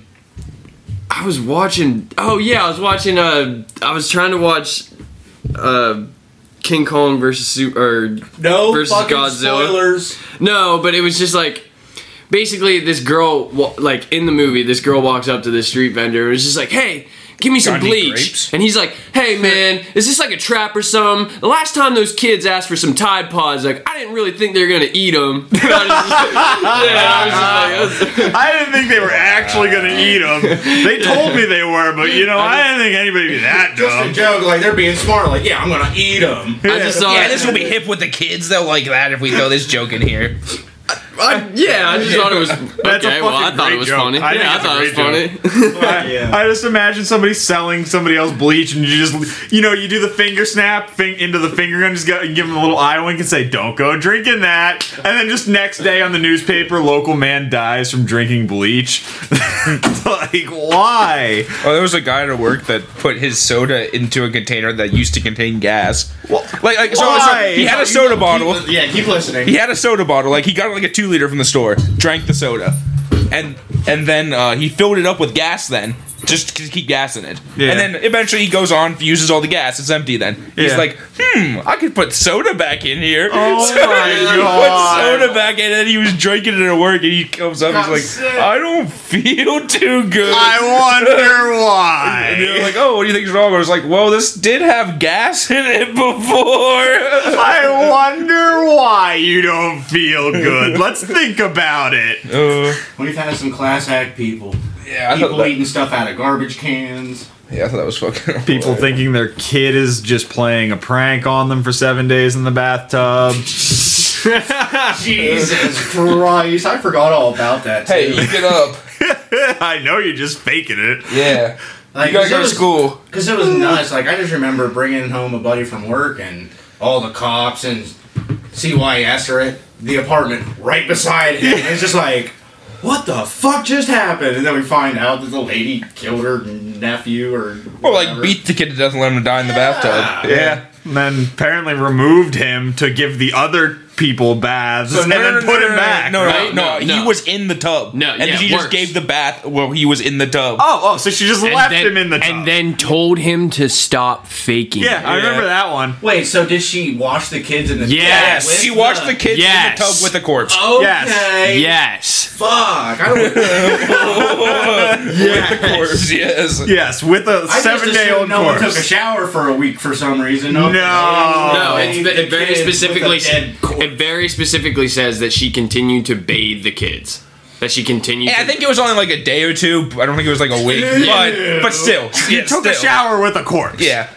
Speaker 2: I was watching. Oh yeah, I was watching. Uh, I was trying to watch uh, King Kong versus Super. Or,
Speaker 3: No
Speaker 2: Versus
Speaker 3: fucking
Speaker 2: Godzilla.
Speaker 3: spoilers.
Speaker 2: no, but it was just like basically this girl, wa- like in the movie, this girl walks up to this street vendor and is just like, "Hey." Give me some
Speaker 4: Got any
Speaker 2: bleach,
Speaker 4: grapes?
Speaker 2: and he's like, "Hey man, is this like a trap or something?" The last time those kids asked for some Tide Pods, like I didn't really think they were gonna eat them.
Speaker 1: I didn't think they were actually going to eat them. They told me they were, but you know, I didn't think anybody would be that
Speaker 3: Just a
Speaker 1: dumb.
Speaker 3: joke, like they're being smart. Like, yeah, I'm gonna eat them.
Speaker 2: I just saw
Speaker 4: Yeah,
Speaker 2: it.
Speaker 4: this will be hip with the kids. They'll like that if we throw this joke in here.
Speaker 2: I, yeah, I just thought it was
Speaker 1: That's a
Speaker 2: okay. Well, I
Speaker 1: fucking
Speaker 2: thought
Speaker 1: great
Speaker 2: it was
Speaker 1: joke.
Speaker 2: funny.
Speaker 1: I think
Speaker 2: yeah, I
Speaker 1: it's a
Speaker 2: thought it was funny.
Speaker 1: great I just imagine somebody selling somebody else bleach, and you just, you know, you do the finger snap thing into the finger gun, just go, give them a little eye wink and say, "Don't go drinking that." And then just next day on the newspaper, local man dies from drinking bleach. like, why?
Speaker 4: Oh, there was a guy at work that put his soda into a container that used to contain gas.
Speaker 1: Well,
Speaker 4: Like, like so, so
Speaker 1: Why?
Speaker 4: he had a soda bottle.
Speaker 3: Keep li- yeah, keep listening.
Speaker 4: He had a soda bottle. Like he got like a two liter from the store, drank the soda, and and then uh, he filled it up with gas. Then just to keep gas in it,
Speaker 1: Yeah.
Speaker 4: and then eventually he goes on uses all the gas. It's empty. Then he's
Speaker 1: Yeah.
Speaker 4: like, hmm, I could put soda back in here.
Speaker 1: Oh
Speaker 4: so
Speaker 1: my
Speaker 4: he
Speaker 1: God.
Speaker 4: Put soda back in, and he was drinking it at work. And he comes up,
Speaker 3: I'm
Speaker 4: he's like,
Speaker 3: sick.
Speaker 4: I don't feel too good.
Speaker 1: I wonder why.
Speaker 4: and they're like, oh, what do you think's wrong? I was like, well, this did have gas in it before.
Speaker 1: I wonder why you don't feel good. Let's think about it.
Speaker 4: Uh,
Speaker 3: We've had some class act people.
Speaker 4: yeah, I thought
Speaker 3: People
Speaker 4: that,
Speaker 3: eating stuff out of garbage cans.
Speaker 4: yeah, I thought that was fucking
Speaker 1: People thinking their kid is just playing a prank on them for seven days in the bathtub.
Speaker 3: Jesus Christ, I forgot all about that. Too.
Speaker 4: Hey, look it up.
Speaker 1: I know you're just faking it.
Speaker 4: Yeah.
Speaker 3: like,
Speaker 4: You gotta go to
Speaker 3: was-
Speaker 4: school.
Speaker 3: Because it was nuts. Like I just remember bringing home a buddy from work and all the cops and CYS are at the apartment right beside him. And it's just like, what the fuck just happened? And then we find out that the lady killed her nephew or
Speaker 4: Or
Speaker 3: whatever.
Speaker 4: like beat the kid to death and let him die in the bathtub.
Speaker 1: Yeah. And then apparently removed him to give the other people baths and then put him back.
Speaker 4: No, no,
Speaker 2: right?
Speaker 4: no,
Speaker 2: No, no.
Speaker 4: He was in the tub.
Speaker 2: No,
Speaker 4: and
Speaker 2: yeah,
Speaker 4: she
Speaker 2: worse.
Speaker 4: just gave the bath while he was in the tub.
Speaker 1: Oh, oh, so she just left
Speaker 2: then,
Speaker 1: him in the tub.
Speaker 2: and then told him to stop faking.
Speaker 1: yeah, I
Speaker 4: Yeah.
Speaker 1: remember that one.
Speaker 3: Wait, so did she wash the kids in the
Speaker 2: Yes.
Speaker 3: with
Speaker 4: she washed the kids
Speaker 2: Yes.
Speaker 4: in the tub with the corpse.
Speaker 1: Oh.
Speaker 3: Okay.
Speaker 1: Yes.
Speaker 2: it. Yes.
Speaker 3: Fuck. I don't.
Speaker 4: With the corpse, yes.
Speaker 1: Yes, with a
Speaker 3: I just
Speaker 1: seven day
Speaker 3: assumed
Speaker 1: old
Speaker 3: No one took a
Speaker 1: corpse.
Speaker 3: shower for a week for some reason.
Speaker 1: No.
Speaker 2: No,
Speaker 1: No,
Speaker 2: it's,
Speaker 3: The
Speaker 2: it very
Speaker 3: kids with
Speaker 2: specifically.
Speaker 3: the dead corpse.
Speaker 2: It very specifically says that she continued to bathe the kids. That she continued.
Speaker 4: Yeah, I
Speaker 2: to,
Speaker 4: think it was only like a day or two. but I don't think it was like a week. But but still, yeah,
Speaker 1: He took
Speaker 4: still.
Speaker 1: a shower with a corpse.
Speaker 4: Yeah.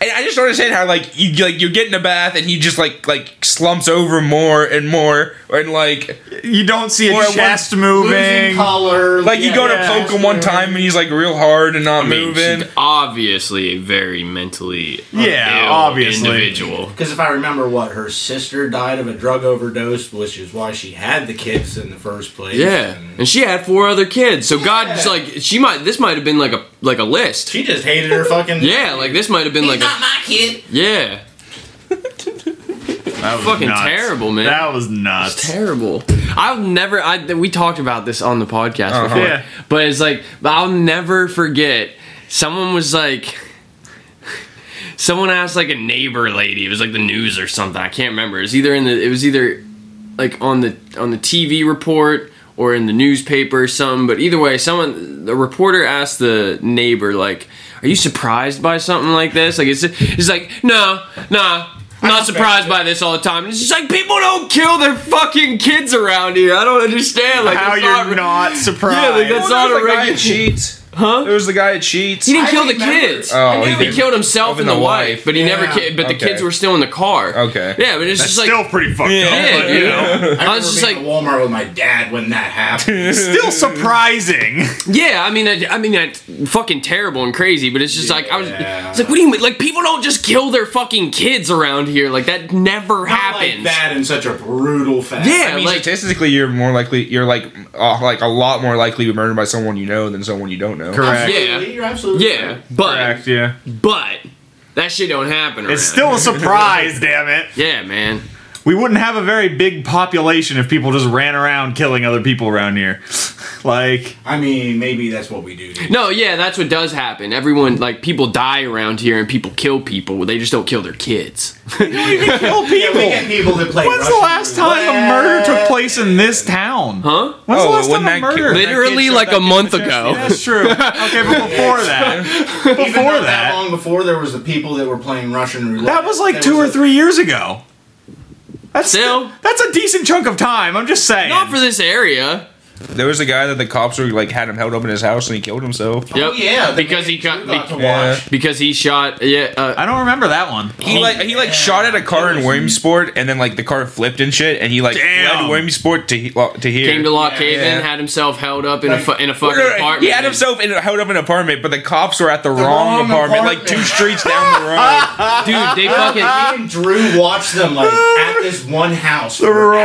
Speaker 4: And I just don't understand how like you like you're getting a bath and he just like like slumps over more and more and like
Speaker 1: You don't see
Speaker 4: Or
Speaker 1: a
Speaker 4: at one-
Speaker 1: chest
Speaker 3: Losing
Speaker 1: moving.
Speaker 3: color.
Speaker 4: like you go to
Speaker 1: yeah,
Speaker 4: poke him one time and he's like real hard and not
Speaker 2: I mean,
Speaker 4: moving.
Speaker 2: she's obviously a very mentally
Speaker 1: Yeah,
Speaker 2: ill
Speaker 1: obviously.
Speaker 2: individual.
Speaker 3: Because if I remember what, her sister died of a drug overdose, which is why she had the kids in the first place.
Speaker 2: Yeah,
Speaker 3: And
Speaker 2: and she had four other kids. So God's like she might. This might have been like a like a list.
Speaker 3: She just hated her fucking.
Speaker 2: Yeah, like this might have been like a,
Speaker 3: my kid.
Speaker 2: yeah.
Speaker 1: That was
Speaker 2: Fucking
Speaker 1: nuts.
Speaker 2: terrible, man.
Speaker 1: That was nuts.
Speaker 2: terrible. I've never. I we talked about this on the podcast before,
Speaker 1: Yeah.
Speaker 2: but it's like I'll never forget. Someone was like, someone asked like a neighbor lady. It was like the news or something. I can't remember. It was either in the. It was either like on the on the TV report or in the newspaper or something. But either way, someone the reporter asked the neighbor like. Are you surprised by something like this? Like it's, it's like no, nah, not surprised by this all the time. It's just like people don't kill their fucking kids around here. I don't understand. Like
Speaker 1: How
Speaker 2: it's
Speaker 1: you're not surprised?
Speaker 2: Yeah, like that's not
Speaker 4: Well, there
Speaker 2: a
Speaker 4: was the guy
Speaker 2: regular.
Speaker 4: at Sheets.
Speaker 2: Huh?
Speaker 4: It was the guy at Sheets.
Speaker 2: He didn't
Speaker 3: I
Speaker 2: kill the
Speaker 3: remember.
Speaker 2: kids.
Speaker 4: Oh, he
Speaker 2: he
Speaker 4: did.
Speaker 2: killed himself and the, wife, but he never.
Speaker 3: Yeah.
Speaker 2: Ki- but the
Speaker 4: Okay.
Speaker 2: kids were still in the car.
Speaker 4: Okay.
Speaker 2: Yeah, but it's
Speaker 1: That's
Speaker 2: just like
Speaker 1: still pretty fucked up.
Speaker 2: yeah,
Speaker 1: but, you
Speaker 2: dude.
Speaker 1: know.
Speaker 3: I,
Speaker 2: I
Speaker 3: was
Speaker 2: was just
Speaker 3: being
Speaker 2: like,
Speaker 3: at Walmart with my dad when that happened.
Speaker 1: Still surprising.
Speaker 2: yeah. I mean, I, I mean, that's fucking terrible and crazy. But it's just like I was.
Speaker 3: Yeah.
Speaker 2: It's like, what do you mean? Like people don't just kill their fucking kids around here. Like that never
Speaker 3: Not
Speaker 2: happens.
Speaker 3: like that in such a brutal fashion.
Speaker 2: Yeah,
Speaker 4: I mean,
Speaker 2: like
Speaker 4: statistically, you're more likely, you're like, uh, like a lot more likely to be murdered by someone you know than someone you don't know.
Speaker 1: Correct.
Speaker 2: yeah,
Speaker 3: Absolutely, You're absolutely
Speaker 2: yeah.
Speaker 3: right.
Speaker 2: But
Speaker 1: Correct, yeah.
Speaker 2: but that shit don't happen. Around
Speaker 1: It's still a surprise, damn it.
Speaker 2: Yeah, man.
Speaker 1: We wouldn't have a very big population if people just ran around killing other people around here. Like,
Speaker 3: I mean, maybe that's what we do.
Speaker 2: No, yeah, that's what does happen. Everyone, like, people die around here and people kill people. They just don't kill their kids.
Speaker 1: kill
Speaker 3: Yeah, we
Speaker 1: people.
Speaker 3: get people that play.
Speaker 1: When's the
Speaker 3: Russian
Speaker 1: last time a murder took place in this town?
Speaker 2: Huh?
Speaker 1: When's
Speaker 4: Oh,
Speaker 1: the last
Speaker 4: when
Speaker 1: time a
Speaker 4: that kid-
Speaker 1: murder?
Speaker 4: when
Speaker 2: Literally, like, a month ago.
Speaker 1: That's true. Okay, but before that,
Speaker 3: roulette. Even
Speaker 1: before
Speaker 3: not that
Speaker 1: that,
Speaker 3: long before there was the people that were playing Russian roulette.
Speaker 1: that was like
Speaker 3: There
Speaker 1: two or
Speaker 3: a-
Speaker 1: three years ago. That's
Speaker 2: Still.
Speaker 1: that's a decent chunk of time. I'm just saying.
Speaker 2: Not for this area.
Speaker 4: There was a guy that the cops were like had him held up in his house and he killed himself.
Speaker 2: Yep.
Speaker 3: Oh, yeah,
Speaker 2: Because he cut.
Speaker 3: got
Speaker 2: Be-
Speaker 3: to watch.
Speaker 4: Yeah.
Speaker 2: because he shot. Yeah. Uh,
Speaker 1: I don't remember that one.
Speaker 4: He like he like shot at a car in Williamsport and then like the car flipped and shit and he like
Speaker 1: Damn.
Speaker 4: fled Williamsport to he- lo- to here.
Speaker 2: came to Lock
Speaker 3: Yeah.
Speaker 2: Haven,
Speaker 4: Yeah.
Speaker 2: had himself held up in a fu- in a fucking
Speaker 4: No, no, no,
Speaker 2: apartment.
Speaker 4: He had himself in, held up in an apartment, but the cops were at the, wrong,
Speaker 3: wrong
Speaker 4: apartment, like
Speaker 3: apartment.
Speaker 4: two streets down the road.
Speaker 2: dude. They fucking.
Speaker 3: Me and Drew watched them like at this one house.
Speaker 1: The
Speaker 3: for
Speaker 1: wrong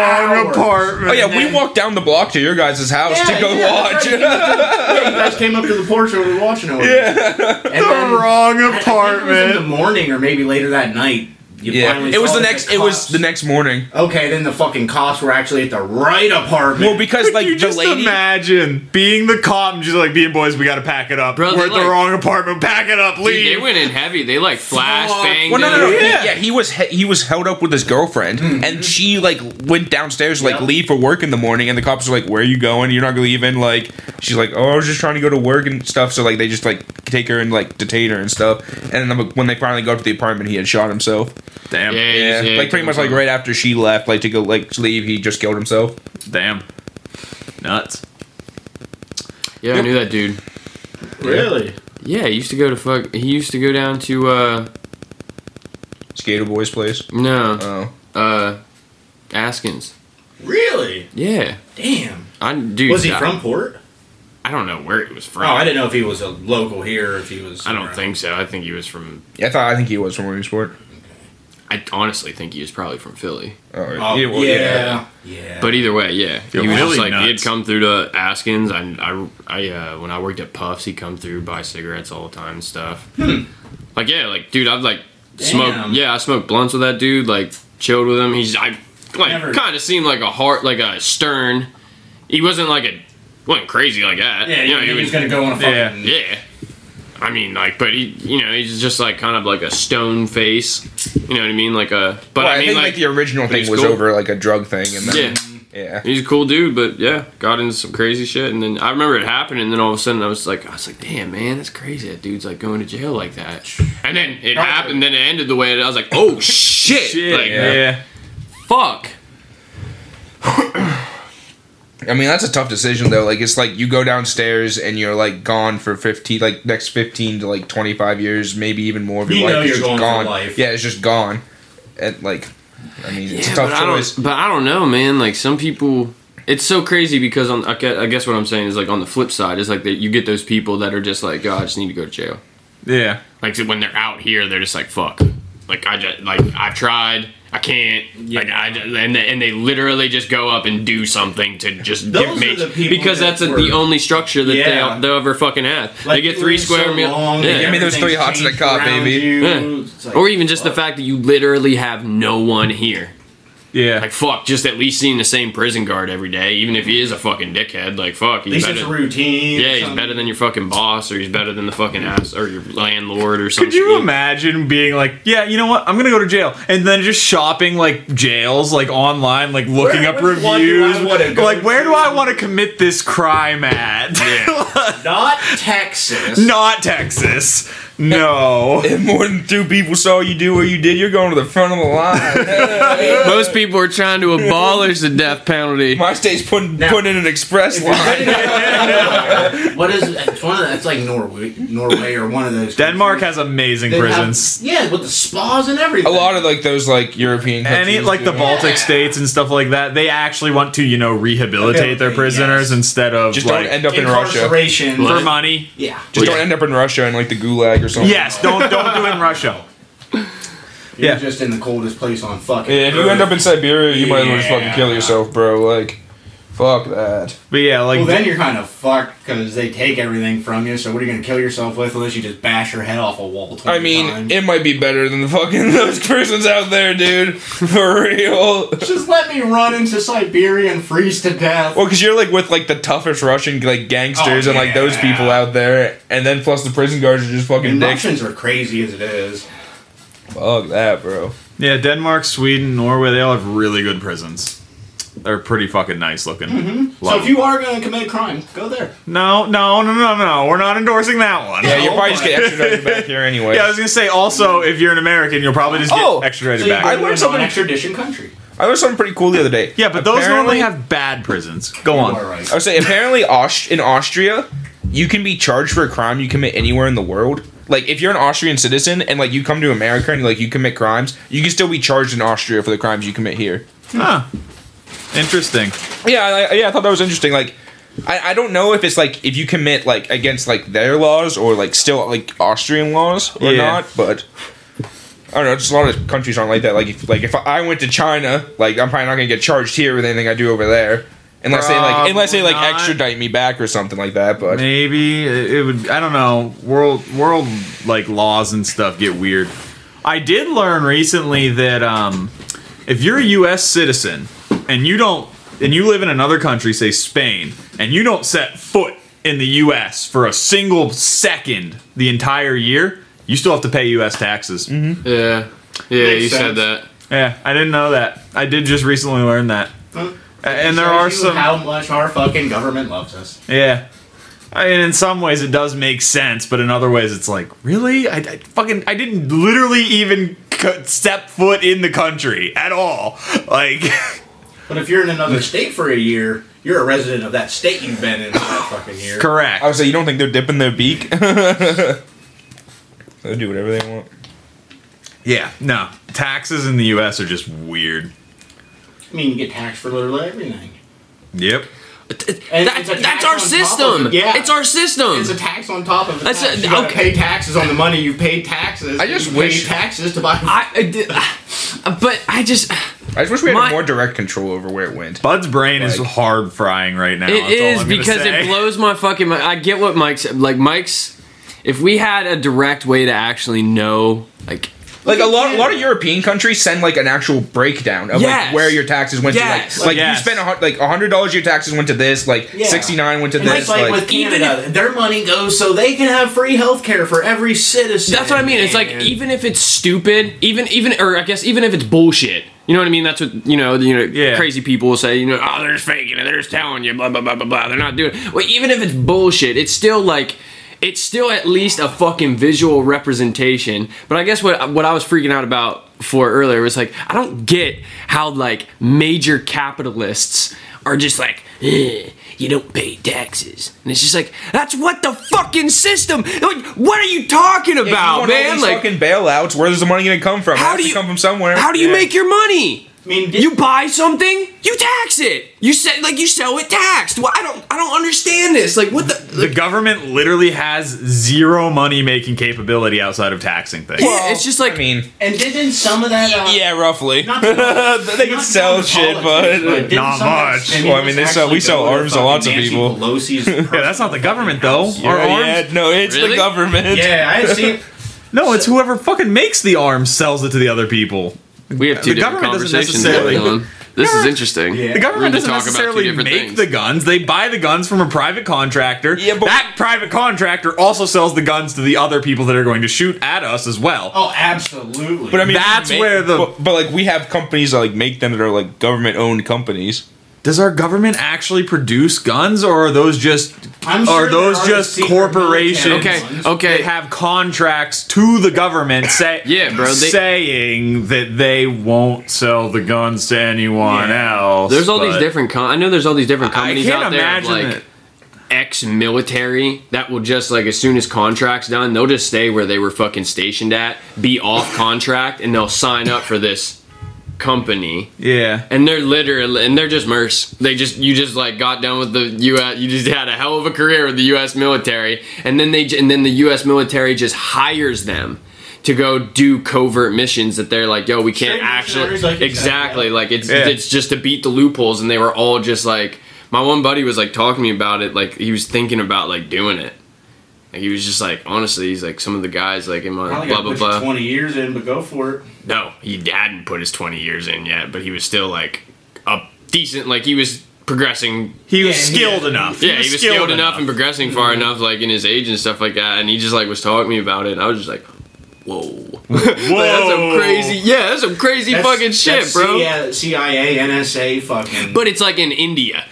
Speaker 3: hours.
Speaker 1: apartment.
Speaker 4: oh yeah, we
Speaker 3: then-
Speaker 4: walked down the block to your guys' house
Speaker 3: Yeah,
Speaker 4: to go
Speaker 3: yeah,
Speaker 4: watch.
Speaker 3: that's right. Yeah, you guys came up to the porch and we were watching over. Yeah, and then,
Speaker 1: The wrong
Speaker 3: I think it was in the
Speaker 1: apartment.
Speaker 3: morning or maybe later that night. You
Speaker 4: yeah,
Speaker 3: finally
Speaker 4: it was
Speaker 3: saw
Speaker 4: the
Speaker 3: that
Speaker 4: next. It was
Speaker 3: cops-
Speaker 4: the next morning.
Speaker 3: Okay, then the fucking cops were actually at the right apartment.
Speaker 4: Well, because
Speaker 1: Could
Speaker 4: like
Speaker 1: you
Speaker 4: the
Speaker 1: just
Speaker 4: lady,
Speaker 1: imagine being the cop and just like being boys, we gotta pack it up.
Speaker 2: Bro, they
Speaker 1: We're at the
Speaker 2: like-
Speaker 1: wrong apartment. Pack it up.
Speaker 2: Dude,
Speaker 1: Leave.
Speaker 2: they went in heavy. They like flash
Speaker 3: Fuck.
Speaker 2: banged.
Speaker 4: Well, no, no, no.
Speaker 2: him.
Speaker 4: He-
Speaker 1: Yeah.
Speaker 4: Yeah, he was he, he was held up with his girlfriend, and she like went downstairs to, like
Speaker 3: Yep.
Speaker 4: leave for work in the morning, and the cops were like, "Where are you going? You're not leaving." Like she's like, "Oh, I was just trying to go to work and stuff." So like they just like take her and like detain her and stuff. And then when they finally go up to the apartment, he had shot himself.
Speaker 1: Damn.
Speaker 2: Yeah, he
Speaker 4: Yeah,
Speaker 2: just- yeah,
Speaker 4: like pretty
Speaker 2: he
Speaker 4: much
Speaker 2: killed
Speaker 4: like right after she left, like to go like to leave, he just killed himself.
Speaker 1: Damn. Nuts.
Speaker 2: Yeah, I knew that dude.
Speaker 3: really?
Speaker 2: Yeah, he used to go to fuck. He used to go down to uh
Speaker 4: Skater boy's place.
Speaker 2: no
Speaker 4: Oh,
Speaker 2: uh Askins.
Speaker 3: Really?
Speaker 2: Yeah,
Speaker 3: Damn.
Speaker 2: I dude.
Speaker 3: Was he
Speaker 2: I,
Speaker 3: from Port?
Speaker 2: I don't know where he was
Speaker 3: Oh,
Speaker 2: from.
Speaker 3: I didn't know if he was a local here or if he was.
Speaker 2: I don't think so. I think he was from.
Speaker 4: yeah, I thought I think he was from Williamsport.
Speaker 2: I honestly think he was probably from Philly.
Speaker 4: Oh,
Speaker 3: Oh,
Speaker 4: either way,
Speaker 3: yeah. Yeah.
Speaker 2: But either way, yeah, he
Speaker 1: Yeah, really
Speaker 2: was just like he had
Speaker 1: nuts.
Speaker 2: come through to Askins. I, I, I uh, when I worked at Puffs, he'd come through buy cigarettes all the time and stuff. Like yeah, like dude, I've like smoked.
Speaker 3: Damn.
Speaker 2: Yeah, I smoked blunts with that dude. Like chilled with him. He's I
Speaker 3: Never-
Speaker 2: like kind of seemed like a heart, like a stern. He wasn't like a wasn't crazy like that.
Speaker 3: yeah, you know,
Speaker 2: he
Speaker 3: he was
Speaker 2: was-
Speaker 3: gonna go on a
Speaker 1: Yeah.
Speaker 3: fucking.
Speaker 2: yeah. I mean, like, but he, you know, he's just like kind of like a stone face. You know what I mean? Like a, but
Speaker 4: Well, I,
Speaker 2: I mean,
Speaker 4: think like,
Speaker 2: like,
Speaker 4: the original
Speaker 2: he's
Speaker 4: thing was
Speaker 2: cool.
Speaker 4: over like a drug thing, and then,
Speaker 2: yeah.
Speaker 4: yeah.
Speaker 2: He's a cool dude, but yeah, got into some crazy shit, and then I remember it happened, and then all of a sudden I was like, I was like, damn man, that's crazy. That dude's like going to jail like that, and then it happened, then it ended the way that I was like, oh shit, like
Speaker 1: yeah.
Speaker 2: fuck.
Speaker 4: I mean, that's a tough decision though. Like, it's like you go downstairs and you're like gone for fifteen, like next fifteen to like twenty five years, maybe even more. Of your
Speaker 3: You
Speaker 4: life.
Speaker 3: know
Speaker 4: It's
Speaker 3: you're
Speaker 4: just
Speaker 3: going for
Speaker 4: gone.
Speaker 3: life.
Speaker 4: Yeah, it's just gone. And like, I mean, it's a
Speaker 2: but
Speaker 4: tough
Speaker 2: I
Speaker 4: choice.
Speaker 2: don't, but I don't know, man. Like some people, it's so crazy because on I gue- I guess what I'm saying is like on the flip side is like that you get those people that are just like, oh, I just need to go to jail.
Speaker 1: Yeah.
Speaker 2: Like so when they're out here, they're just like fuck. Like I just like I've tried, I can't. Like I ju- and they, and they literally just go up and do something to just
Speaker 3: Those
Speaker 2: give,
Speaker 3: are
Speaker 2: make
Speaker 3: the people
Speaker 2: because
Speaker 3: that
Speaker 2: that's a, the
Speaker 3: were-
Speaker 2: only structure that
Speaker 3: Yeah.
Speaker 2: they they ever fucking have. they
Speaker 3: Like,
Speaker 2: get
Speaker 3: you
Speaker 2: three
Speaker 3: live
Speaker 2: square
Speaker 3: so
Speaker 2: meal.
Speaker 3: long,
Speaker 2: yeah.
Speaker 3: like,
Speaker 4: I mean, there's three
Speaker 3: everything's
Speaker 4: hots in a
Speaker 3: changed
Speaker 4: cop,
Speaker 3: around
Speaker 4: baby.
Speaker 3: you.
Speaker 2: Yeah.
Speaker 3: It's like,
Speaker 2: or even just the
Speaker 3: fuck.
Speaker 2: fact that you literally have no one here.
Speaker 1: Yeah.
Speaker 2: Like fuck, just at least seeing the same prison guard every day, even if he is a fucking dickhead. Like fuck,
Speaker 3: At
Speaker 2: he's
Speaker 3: least it's
Speaker 2: better.
Speaker 3: a routine. or
Speaker 2: Yeah, he's
Speaker 3: something.
Speaker 2: better than your fucking boss, or he's better than the fucking ass, or your landlord, or something.
Speaker 1: Could you imagine being like, yeah, you know what? I'm gonna go to jail, and then just shopping like jails, like online, like looking
Speaker 3: Where-
Speaker 1: up
Speaker 3: which one do I
Speaker 1: reviews,
Speaker 3: wanna go
Speaker 1: like where do
Speaker 3: to?
Speaker 1: I want to commit this crime at?
Speaker 3: Not Texas.
Speaker 1: Not Texas. No.
Speaker 4: If more than two people saw you do what you did, you're going to the front of the line.
Speaker 2: Most people are trying to abolish the death penalty.
Speaker 4: My state's putting
Speaker 3: Now-
Speaker 4: putting in an express line.
Speaker 3: what is it's one of the, it's like Norway, Norway or one of those.
Speaker 1: Denmark
Speaker 3: countries.
Speaker 1: has amazing
Speaker 3: They have-
Speaker 1: prisons.
Speaker 3: yeah, with the spas and everything.
Speaker 4: A lot of like those like European countries,
Speaker 1: Any like the
Speaker 4: do.
Speaker 1: Baltic states and stuff like that, they actually want to, you know, rehabilitate their
Speaker 3: Yes.
Speaker 1: prisoners instead of
Speaker 4: just
Speaker 1: like
Speaker 4: don't end up in Russia.
Speaker 3: incarceration.
Speaker 1: for money.
Speaker 3: Yeah.
Speaker 4: Just
Speaker 2: Yeah.
Speaker 4: don't end up in Russia and like the Gulag or something.
Speaker 1: Yes, don't don't do it in Russia.
Speaker 3: You're
Speaker 1: Yeah.
Speaker 3: just in the coldest place on fucking.
Speaker 4: Yeah, if you end up in Siberia, you might as well just
Speaker 3: Yeah.
Speaker 4: fucking kill yourself, bro. Like, Fuck that.
Speaker 1: But yeah, like
Speaker 3: Well, then you're kind of fucked because they take everything from you. So what are you gonna kill yourself with unless you just bash your head off a wall? 20
Speaker 4: I mean,
Speaker 3: times?
Speaker 4: it might be better than the fucking those persons out there, dude. For real.
Speaker 3: just let me run into Siberia and freeze to death.
Speaker 4: Well, because you're like with like the toughest Russian like gangsters
Speaker 3: Oh,
Speaker 4: and like those
Speaker 3: yeah.
Speaker 4: people out there, and then plus the prison guards are just fucking
Speaker 3: and
Speaker 4: dicks.
Speaker 3: Russians are crazy as it is.
Speaker 4: Fuck that, bro.
Speaker 1: yeah, Denmark, Sweden, Norway, they all have really good prisons. They're pretty fucking nice looking.
Speaker 3: So
Speaker 1: Love
Speaker 3: if you are gonna commit a crime, go there.
Speaker 1: them. no, no, no, no, no, we're not endorsing that one.
Speaker 4: Yeah,
Speaker 1: Yeah,
Speaker 4: you're
Speaker 3: Oh
Speaker 4: probably just
Speaker 3: my.
Speaker 4: get extradited back here anyway.
Speaker 1: I was gonna say. Also, if you're an American, you'll probably just get
Speaker 4: Oh,
Speaker 1: extradited
Speaker 3: So you
Speaker 1: back.
Speaker 4: I
Speaker 3: I
Speaker 4: learned
Speaker 3: learned
Speaker 4: something-
Speaker 3: something extradition country.
Speaker 4: I learned something pretty cool the other day.
Speaker 1: yeah, but those normally
Speaker 4: Apparently-
Speaker 1: have bad prisons. Go
Speaker 3: All
Speaker 1: on.
Speaker 3: right.
Speaker 4: I would say apparently Aust- in Austria, you can be charged for a crime you commit anywhere in the world. Like if you're an Austrian citizen and like you come to America and like you commit crimes, you can still be charged in Austria for the crimes you commit here.
Speaker 1: Huh. Interesting.
Speaker 4: Yeah, I, yeah, I thought that was interesting. Like, I, I don't know if it's like if you commit like against like their laws or like still like Austrian laws or
Speaker 1: Yeah.
Speaker 4: not, but. I don't know. Just a lot of countries aren't like that. Like, if, like if I went to China, like I'm probably not gonna get charged here with anything I do over there, unless they like unless they like
Speaker 1: Probably not.
Speaker 4: extradite me back or something like that. But
Speaker 1: Maybe it it would. I don't know. World world like laws and stuff get weird. I did learn recently that um, if you're a U.S. citizen and you don't and you live in another country, say Spain, and you don't set foot in the U.S. for a single second the entire year, you still have to pay U.S. taxes.
Speaker 3: Mm-hmm.
Speaker 2: Yeah. Yeah,
Speaker 3: Makes
Speaker 2: you said
Speaker 3: sense.
Speaker 2: that.
Speaker 1: Yeah, I didn't know that. I did just recently learn that.
Speaker 3: Huh?
Speaker 1: A- And
Speaker 3: Shows
Speaker 1: there are
Speaker 3: you
Speaker 1: some.
Speaker 3: How much our fucking government loves us.
Speaker 1: Yeah. I mean, in some ways it does make sense, but in other ways it's like, really? I, I fucking, I didn't literally even c- step foot in the country at all. Like,
Speaker 3: But if you're in another state for a year, you're a resident of that state you've been in for that fucking year.
Speaker 1: correct.
Speaker 4: I would say you don't think they're dipping their beak. they do whatever they want.
Speaker 1: yeah, no. Taxes in the U.S. are just weird.
Speaker 3: I mean, you get taxed for literally everything.
Speaker 1: Yep.
Speaker 3: And
Speaker 2: That-
Speaker 3: it's a
Speaker 2: that's
Speaker 3: tax
Speaker 2: our
Speaker 3: on top of
Speaker 2: system.
Speaker 3: it. Yeah.
Speaker 2: It's our system.
Speaker 3: It's a tax on top of the
Speaker 2: That's
Speaker 3: tax.
Speaker 2: a-
Speaker 3: you gotta
Speaker 2: okay.
Speaker 3: pay taxes on the money you paid taxes.
Speaker 4: I just
Speaker 3: you
Speaker 4: wish-
Speaker 3: paid taxes to buy.
Speaker 2: I, I did, but I just
Speaker 4: I just wish we had
Speaker 2: My-
Speaker 4: more direct control over where it went.
Speaker 1: Bud's brain is
Speaker 4: Like-
Speaker 1: hard frying right now.
Speaker 2: it
Speaker 1: that's all
Speaker 2: is
Speaker 1: I'm gonna
Speaker 2: because
Speaker 1: say.
Speaker 2: it blows my fucking mind. I get what Mike's like. Mike's if we had a direct way to actually know, like
Speaker 4: Like a lot, a lot of European countries send like an actual breakdown of
Speaker 2: Yes.
Speaker 4: like where your taxes went
Speaker 2: Yes.
Speaker 4: to. Like, like
Speaker 1: Yes.
Speaker 4: you spent a, hun- like hundred dollars, your taxes went to this. Like
Speaker 3: Yeah.
Speaker 4: sixty nine went to
Speaker 3: And
Speaker 4: this.
Speaker 3: that's like,
Speaker 4: Like,
Speaker 3: with
Speaker 2: even
Speaker 3: Canada, their money goes so they can have free health care for every citizen.
Speaker 2: that's what I mean. It's like
Speaker 3: man.
Speaker 2: even if it's stupid, even even or I guess even if it's bullshit. You know what I mean? That's what you know. the- You know,
Speaker 1: Yeah.
Speaker 2: crazy people will say. You know, oh, they're just faking it. They're just telling you, blah blah blah blah blah. They're not doing. It. Well, even if it's bullshit, it's still like, it's still at least a fucking visual representation. But I guess what what I was freaking out about for earlier was like, I don't get how like major capitalists are just like. "Eh, You don't pay taxes, and it's just like that's what the fucking system. Like, what are you talking about,
Speaker 4: you want all
Speaker 2: man?
Speaker 4: these
Speaker 2: like,
Speaker 4: fucking bailouts. Where's the money going to come from?
Speaker 2: How
Speaker 4: it has
Speaker 2: do
Speaker 4: to
Speaker 2: you-
Speaker 4: come from somewhere?
Speaker 2: how do you
Speaker 4: Yeah.
Speaker 2: make your money?
Speaker 3: I mean,
Speaker 2: You buy something, you tax it. You say like you sell it taxed. Well, I don't I don't understand this. Like what the
Speaker 1: The government literally has zero money making capability outside of taxing things.
Speaker 2: Yeah, it's just like
Speaker 4: I mean,
Speaker 3: and didn't some of that? Uh,
Speaker 4: yeah, roughly.
Speaker 3: Not so-
Speaker 4: they can
Speaker 3: not
Speaker 4: sell
Speaker 3: down to
Speaker 4: shit,
Speaker 3: politics,
Speaker 4: but.
Speaker 3: didn't
Speaker 1: Not
Speaker 3: some of that
Speaker 1: much.
Speaker 3: stimulus
Speaker 4: Well, I mean, they sell- we
Speaker 3: actually
Speaker 4: sell
Speaker 3: go to
Speaker 4: arms to
Speaker 3: fucking
Speaker 4: lots of
Speaker 3: Nancy
Speaker 4: people.
Speaker 3: Pelosi's
Speaker 1: Yeah, that's not the government though.
Speaker 4: Yeah,
Speaker 1: Our arms-
Speaker 4: yeah, no, it's
Speaker 2: Really?
Speaker 4: the government.
Speaker 3: Yeah, I see.
Speaker 1: No, it's whoever fucking makes the arms sells it to the other people.
Speaker 2: we have two
Speaker 1: The
Speaker 2: different
Speaker 1: government doesn't
Speaker 2: conversations
Speaker 1: necessarily-
Speaker 2: going on. This is
Speaker 1: Yeah.
Speaker 2: interesting.
Speaker 3: Yeah.
Speaker 1: The government
Speaker 2: We're gonna
Speaker 1: doesn't
Speaker 2: talk about two
Speaker 1: necessarily
Speaker 2: different
Speaker 1: make
Speaker 2: things.
Speaker 1: the guns. They buy the guns from a private contractor.
Speaker 4: Yeah, but-
Speaker 1: that private contractor also sells the guns to the other people that are going to shoot at us as well.
Speaker 3: Oh, absolutely.
Speaker 4: But I mean,
Speaker 1: That's
Speaker 4: we make-
Speaker 1: where the-
Speaker 4: But, but, like, we have companies that like make them that are like government-owned companies.
Speaker 1: Does our government actually produce guns, or are those just
Speaker 3: I'm sure
Speaker 1: are those
Speaker 3: there are
Speaker 1: just
Speaker 3: secret
Speaker 1: corporations?
Speaker 2: Okay,
Speaker 3: military ones.
Speaker 1: They
Speaker 2: okay.
Speaker 1: have contracts to the government say,
Speaker 2: Yeah, bro, they-
Speaker 1: saying that they won't sell the guns to anyone else.
Speaker 2: There's all these
Speaker 1: but-
Speaker 2: different com- I know there's all these different companies
Speaker 1: can't
Speaker 2: out there of,
Speaker 1: imagine
Speaker 2: like
Speaker 1: it.
Speaker 2: ex-military that will just like as soon as contracts done, they'll just stay where they were fucking stationed at, be off contract and they'll sign up for this company
Speaker 1: Yeah.
Speaker 2: and they're literally and they're just mercs. They just you just like got done with the U.S. You just had a hell of a career with the U.S. military, and then they j- and then the U.S. military just hires them to go do covert missions that they're like, yo, we can't
Speaker 3: Straight
Speaker 2: actually
Speaker 3: missionaries, like you said,
Speaker 2: exactly
Speaker 3: yeah.
Speaker 2: like it's
Speaker 1: Yeah.
Speaker 2: it's just to beat the loopholes, and they were all just like. my one buddy was like talking to me about it. Like he was thinking about like doing it. Like he was just like honestly, he's like some of the guys like in my
Speaker 3: Probably
Speaker 2: blah
Speaker 3: got
Speaker 2: blah
Speaker 3: put you
Speaker 2: blah.
Speaker 3: twenty years in, but go for it.
Speaker 2: No, he hadn't put his 20 years in yet, but he was still like a decent, like he was progressing.
Speaker 1: He was
Speaker 3: Yeah, he-
Speaker 1: skilled enough.
Speaker 2: Yeah, he was skilled, enough, and progressing far
Speaker 3: Mm-hmm.
Speaker 2: enough, like in his age and stuff like that. And he just like was talking to me about it, and I was just like, "Whoa,
Speaker 1: Whoa.
Speaker 2: that's some crazy, yeah, that's some crazy
Speaker 3: That's-
Speaker 2: fucking shit,
Speaker 3: that's
Speaker 2: bro."
Speaker 3: CIA, CIA, NSA, fucking.
Speaker 2: But it's like in India,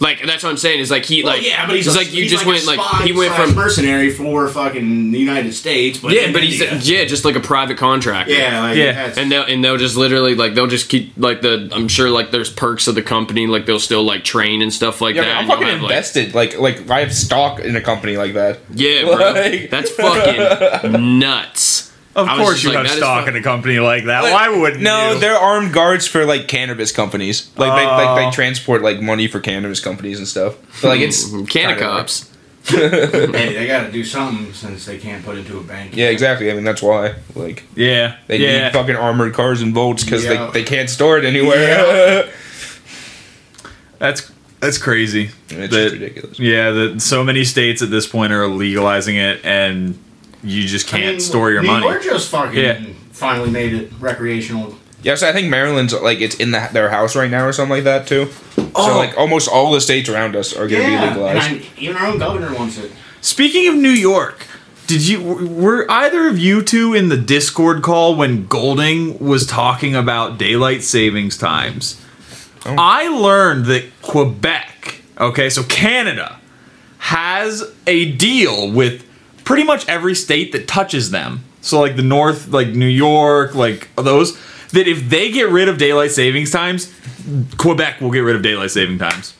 Speaker 2: like that's what I'm saying. Is like he
Speaker 3: Well,
Speaker 2: like
Speaker 3: Oh, yeah, but he's
Speaker 2: it's
Speaker 3: a-
Speaker 2: like you
Speaker 3: he's
Speaker 2: just
Speaker 3: a
Speaker 2: went like
Speaker 3: spy
Speaker 2: he went
Speaker 3: slash
Speaker 2: from
Speaker 3: mercenary for fucking the United States. But
Speaker 2: yeah,
Speaker 3: in
Speaker 2: but he's
Speaker 3: India.
Speaker 2: yeah, just like a private contractor.
Speaker 3: yeah, like,
Speaker 1: Yeah.
Speaker 3: that's-
Speaker 2: and they'll and they'll just literally like they'll just keep like the I'm sure like there's perks of the company like they'll still like train and stuff like
Speaker 4: Yeah,
Speaker 2: that.
Speaker 4: I'm
Speaker 2: and you'll
Speaker 4: fucking
Speaker 2: have, like-
Speaker 4: invested. Like, like I have stock in a company like that.
Speaker 2: yeah, bro,
Speaker 4: Like-
Speaker 2: that's fucking nuts.
Speaker 1: Of
Speaker 2: I was
Speaker 1: course,
Speaker 2: just
Speaker 1: you
Speaker 2: like,
Speaker 1: have
Speaker 2: that is
Speaker 1: stock
Speaker 2: fuck-
Speaker 1: in a company like that. Why wouldn't
Speaker 4: No,
Speaker 1: you?
Speaker 4: they're armed guards for like cannabis companies. Like they like
Speaker 1: Oh.
Speaker 4: they transport like money for cannabis companies and stuff. So, like it's
Speaker 1: Mm-hmm.
Speaker 2: Canna
Speaker 4: kinda
Speaker 2: cops.
Speaker 3: hey, they got to do something since they can't put into a bank.
Speaker 4: Yeah, exactly. I mean that's why. Like
Speaker 1: yeah,
Speaker 4: they
Speaker 1: yeah.
Speaker 4: need fucking armored cars and bolts because
Speaker 3: Yeah.
Speaker 4: they, they can't store it anywhere.
Speaker 3: Yeah.
Speaker 1: that's that's crazy.
Speaker 4: it's
Speaker 1: That-
Speaker 4: just ridiculous.
Speaker 1: Yeah, that so many states at this point are legalizing it, and you just
Speaker 3: I
Speaker 1: can't
Speaker 3: mean,
Speaker 1: store your
Speaker 3: New
Speaker 1: money.
Speaker 3: York just fucking
Speaker 1: Yeah.
Speaker 3: finally made it recreational.
Speaker 4: Yeah, so I think Maryland's like it's in the, their house right now or something like that too. So
Speaker 2: Oh.
Speaker 4: like almost all the states around us are gonna be legalized.
Speaker 3: and I- even our own governor wants it.
Speaker 1: Speaking of New York, did you were either of you two in the Discord call when Golding was talking about daylight savings times? I learned that Quebec, okay, so Canada has a deal with pretty much every state that touches them. So like the north, like New York, like those that if they get rid of daylight savings times, Quebec will get rid of daylight saving times.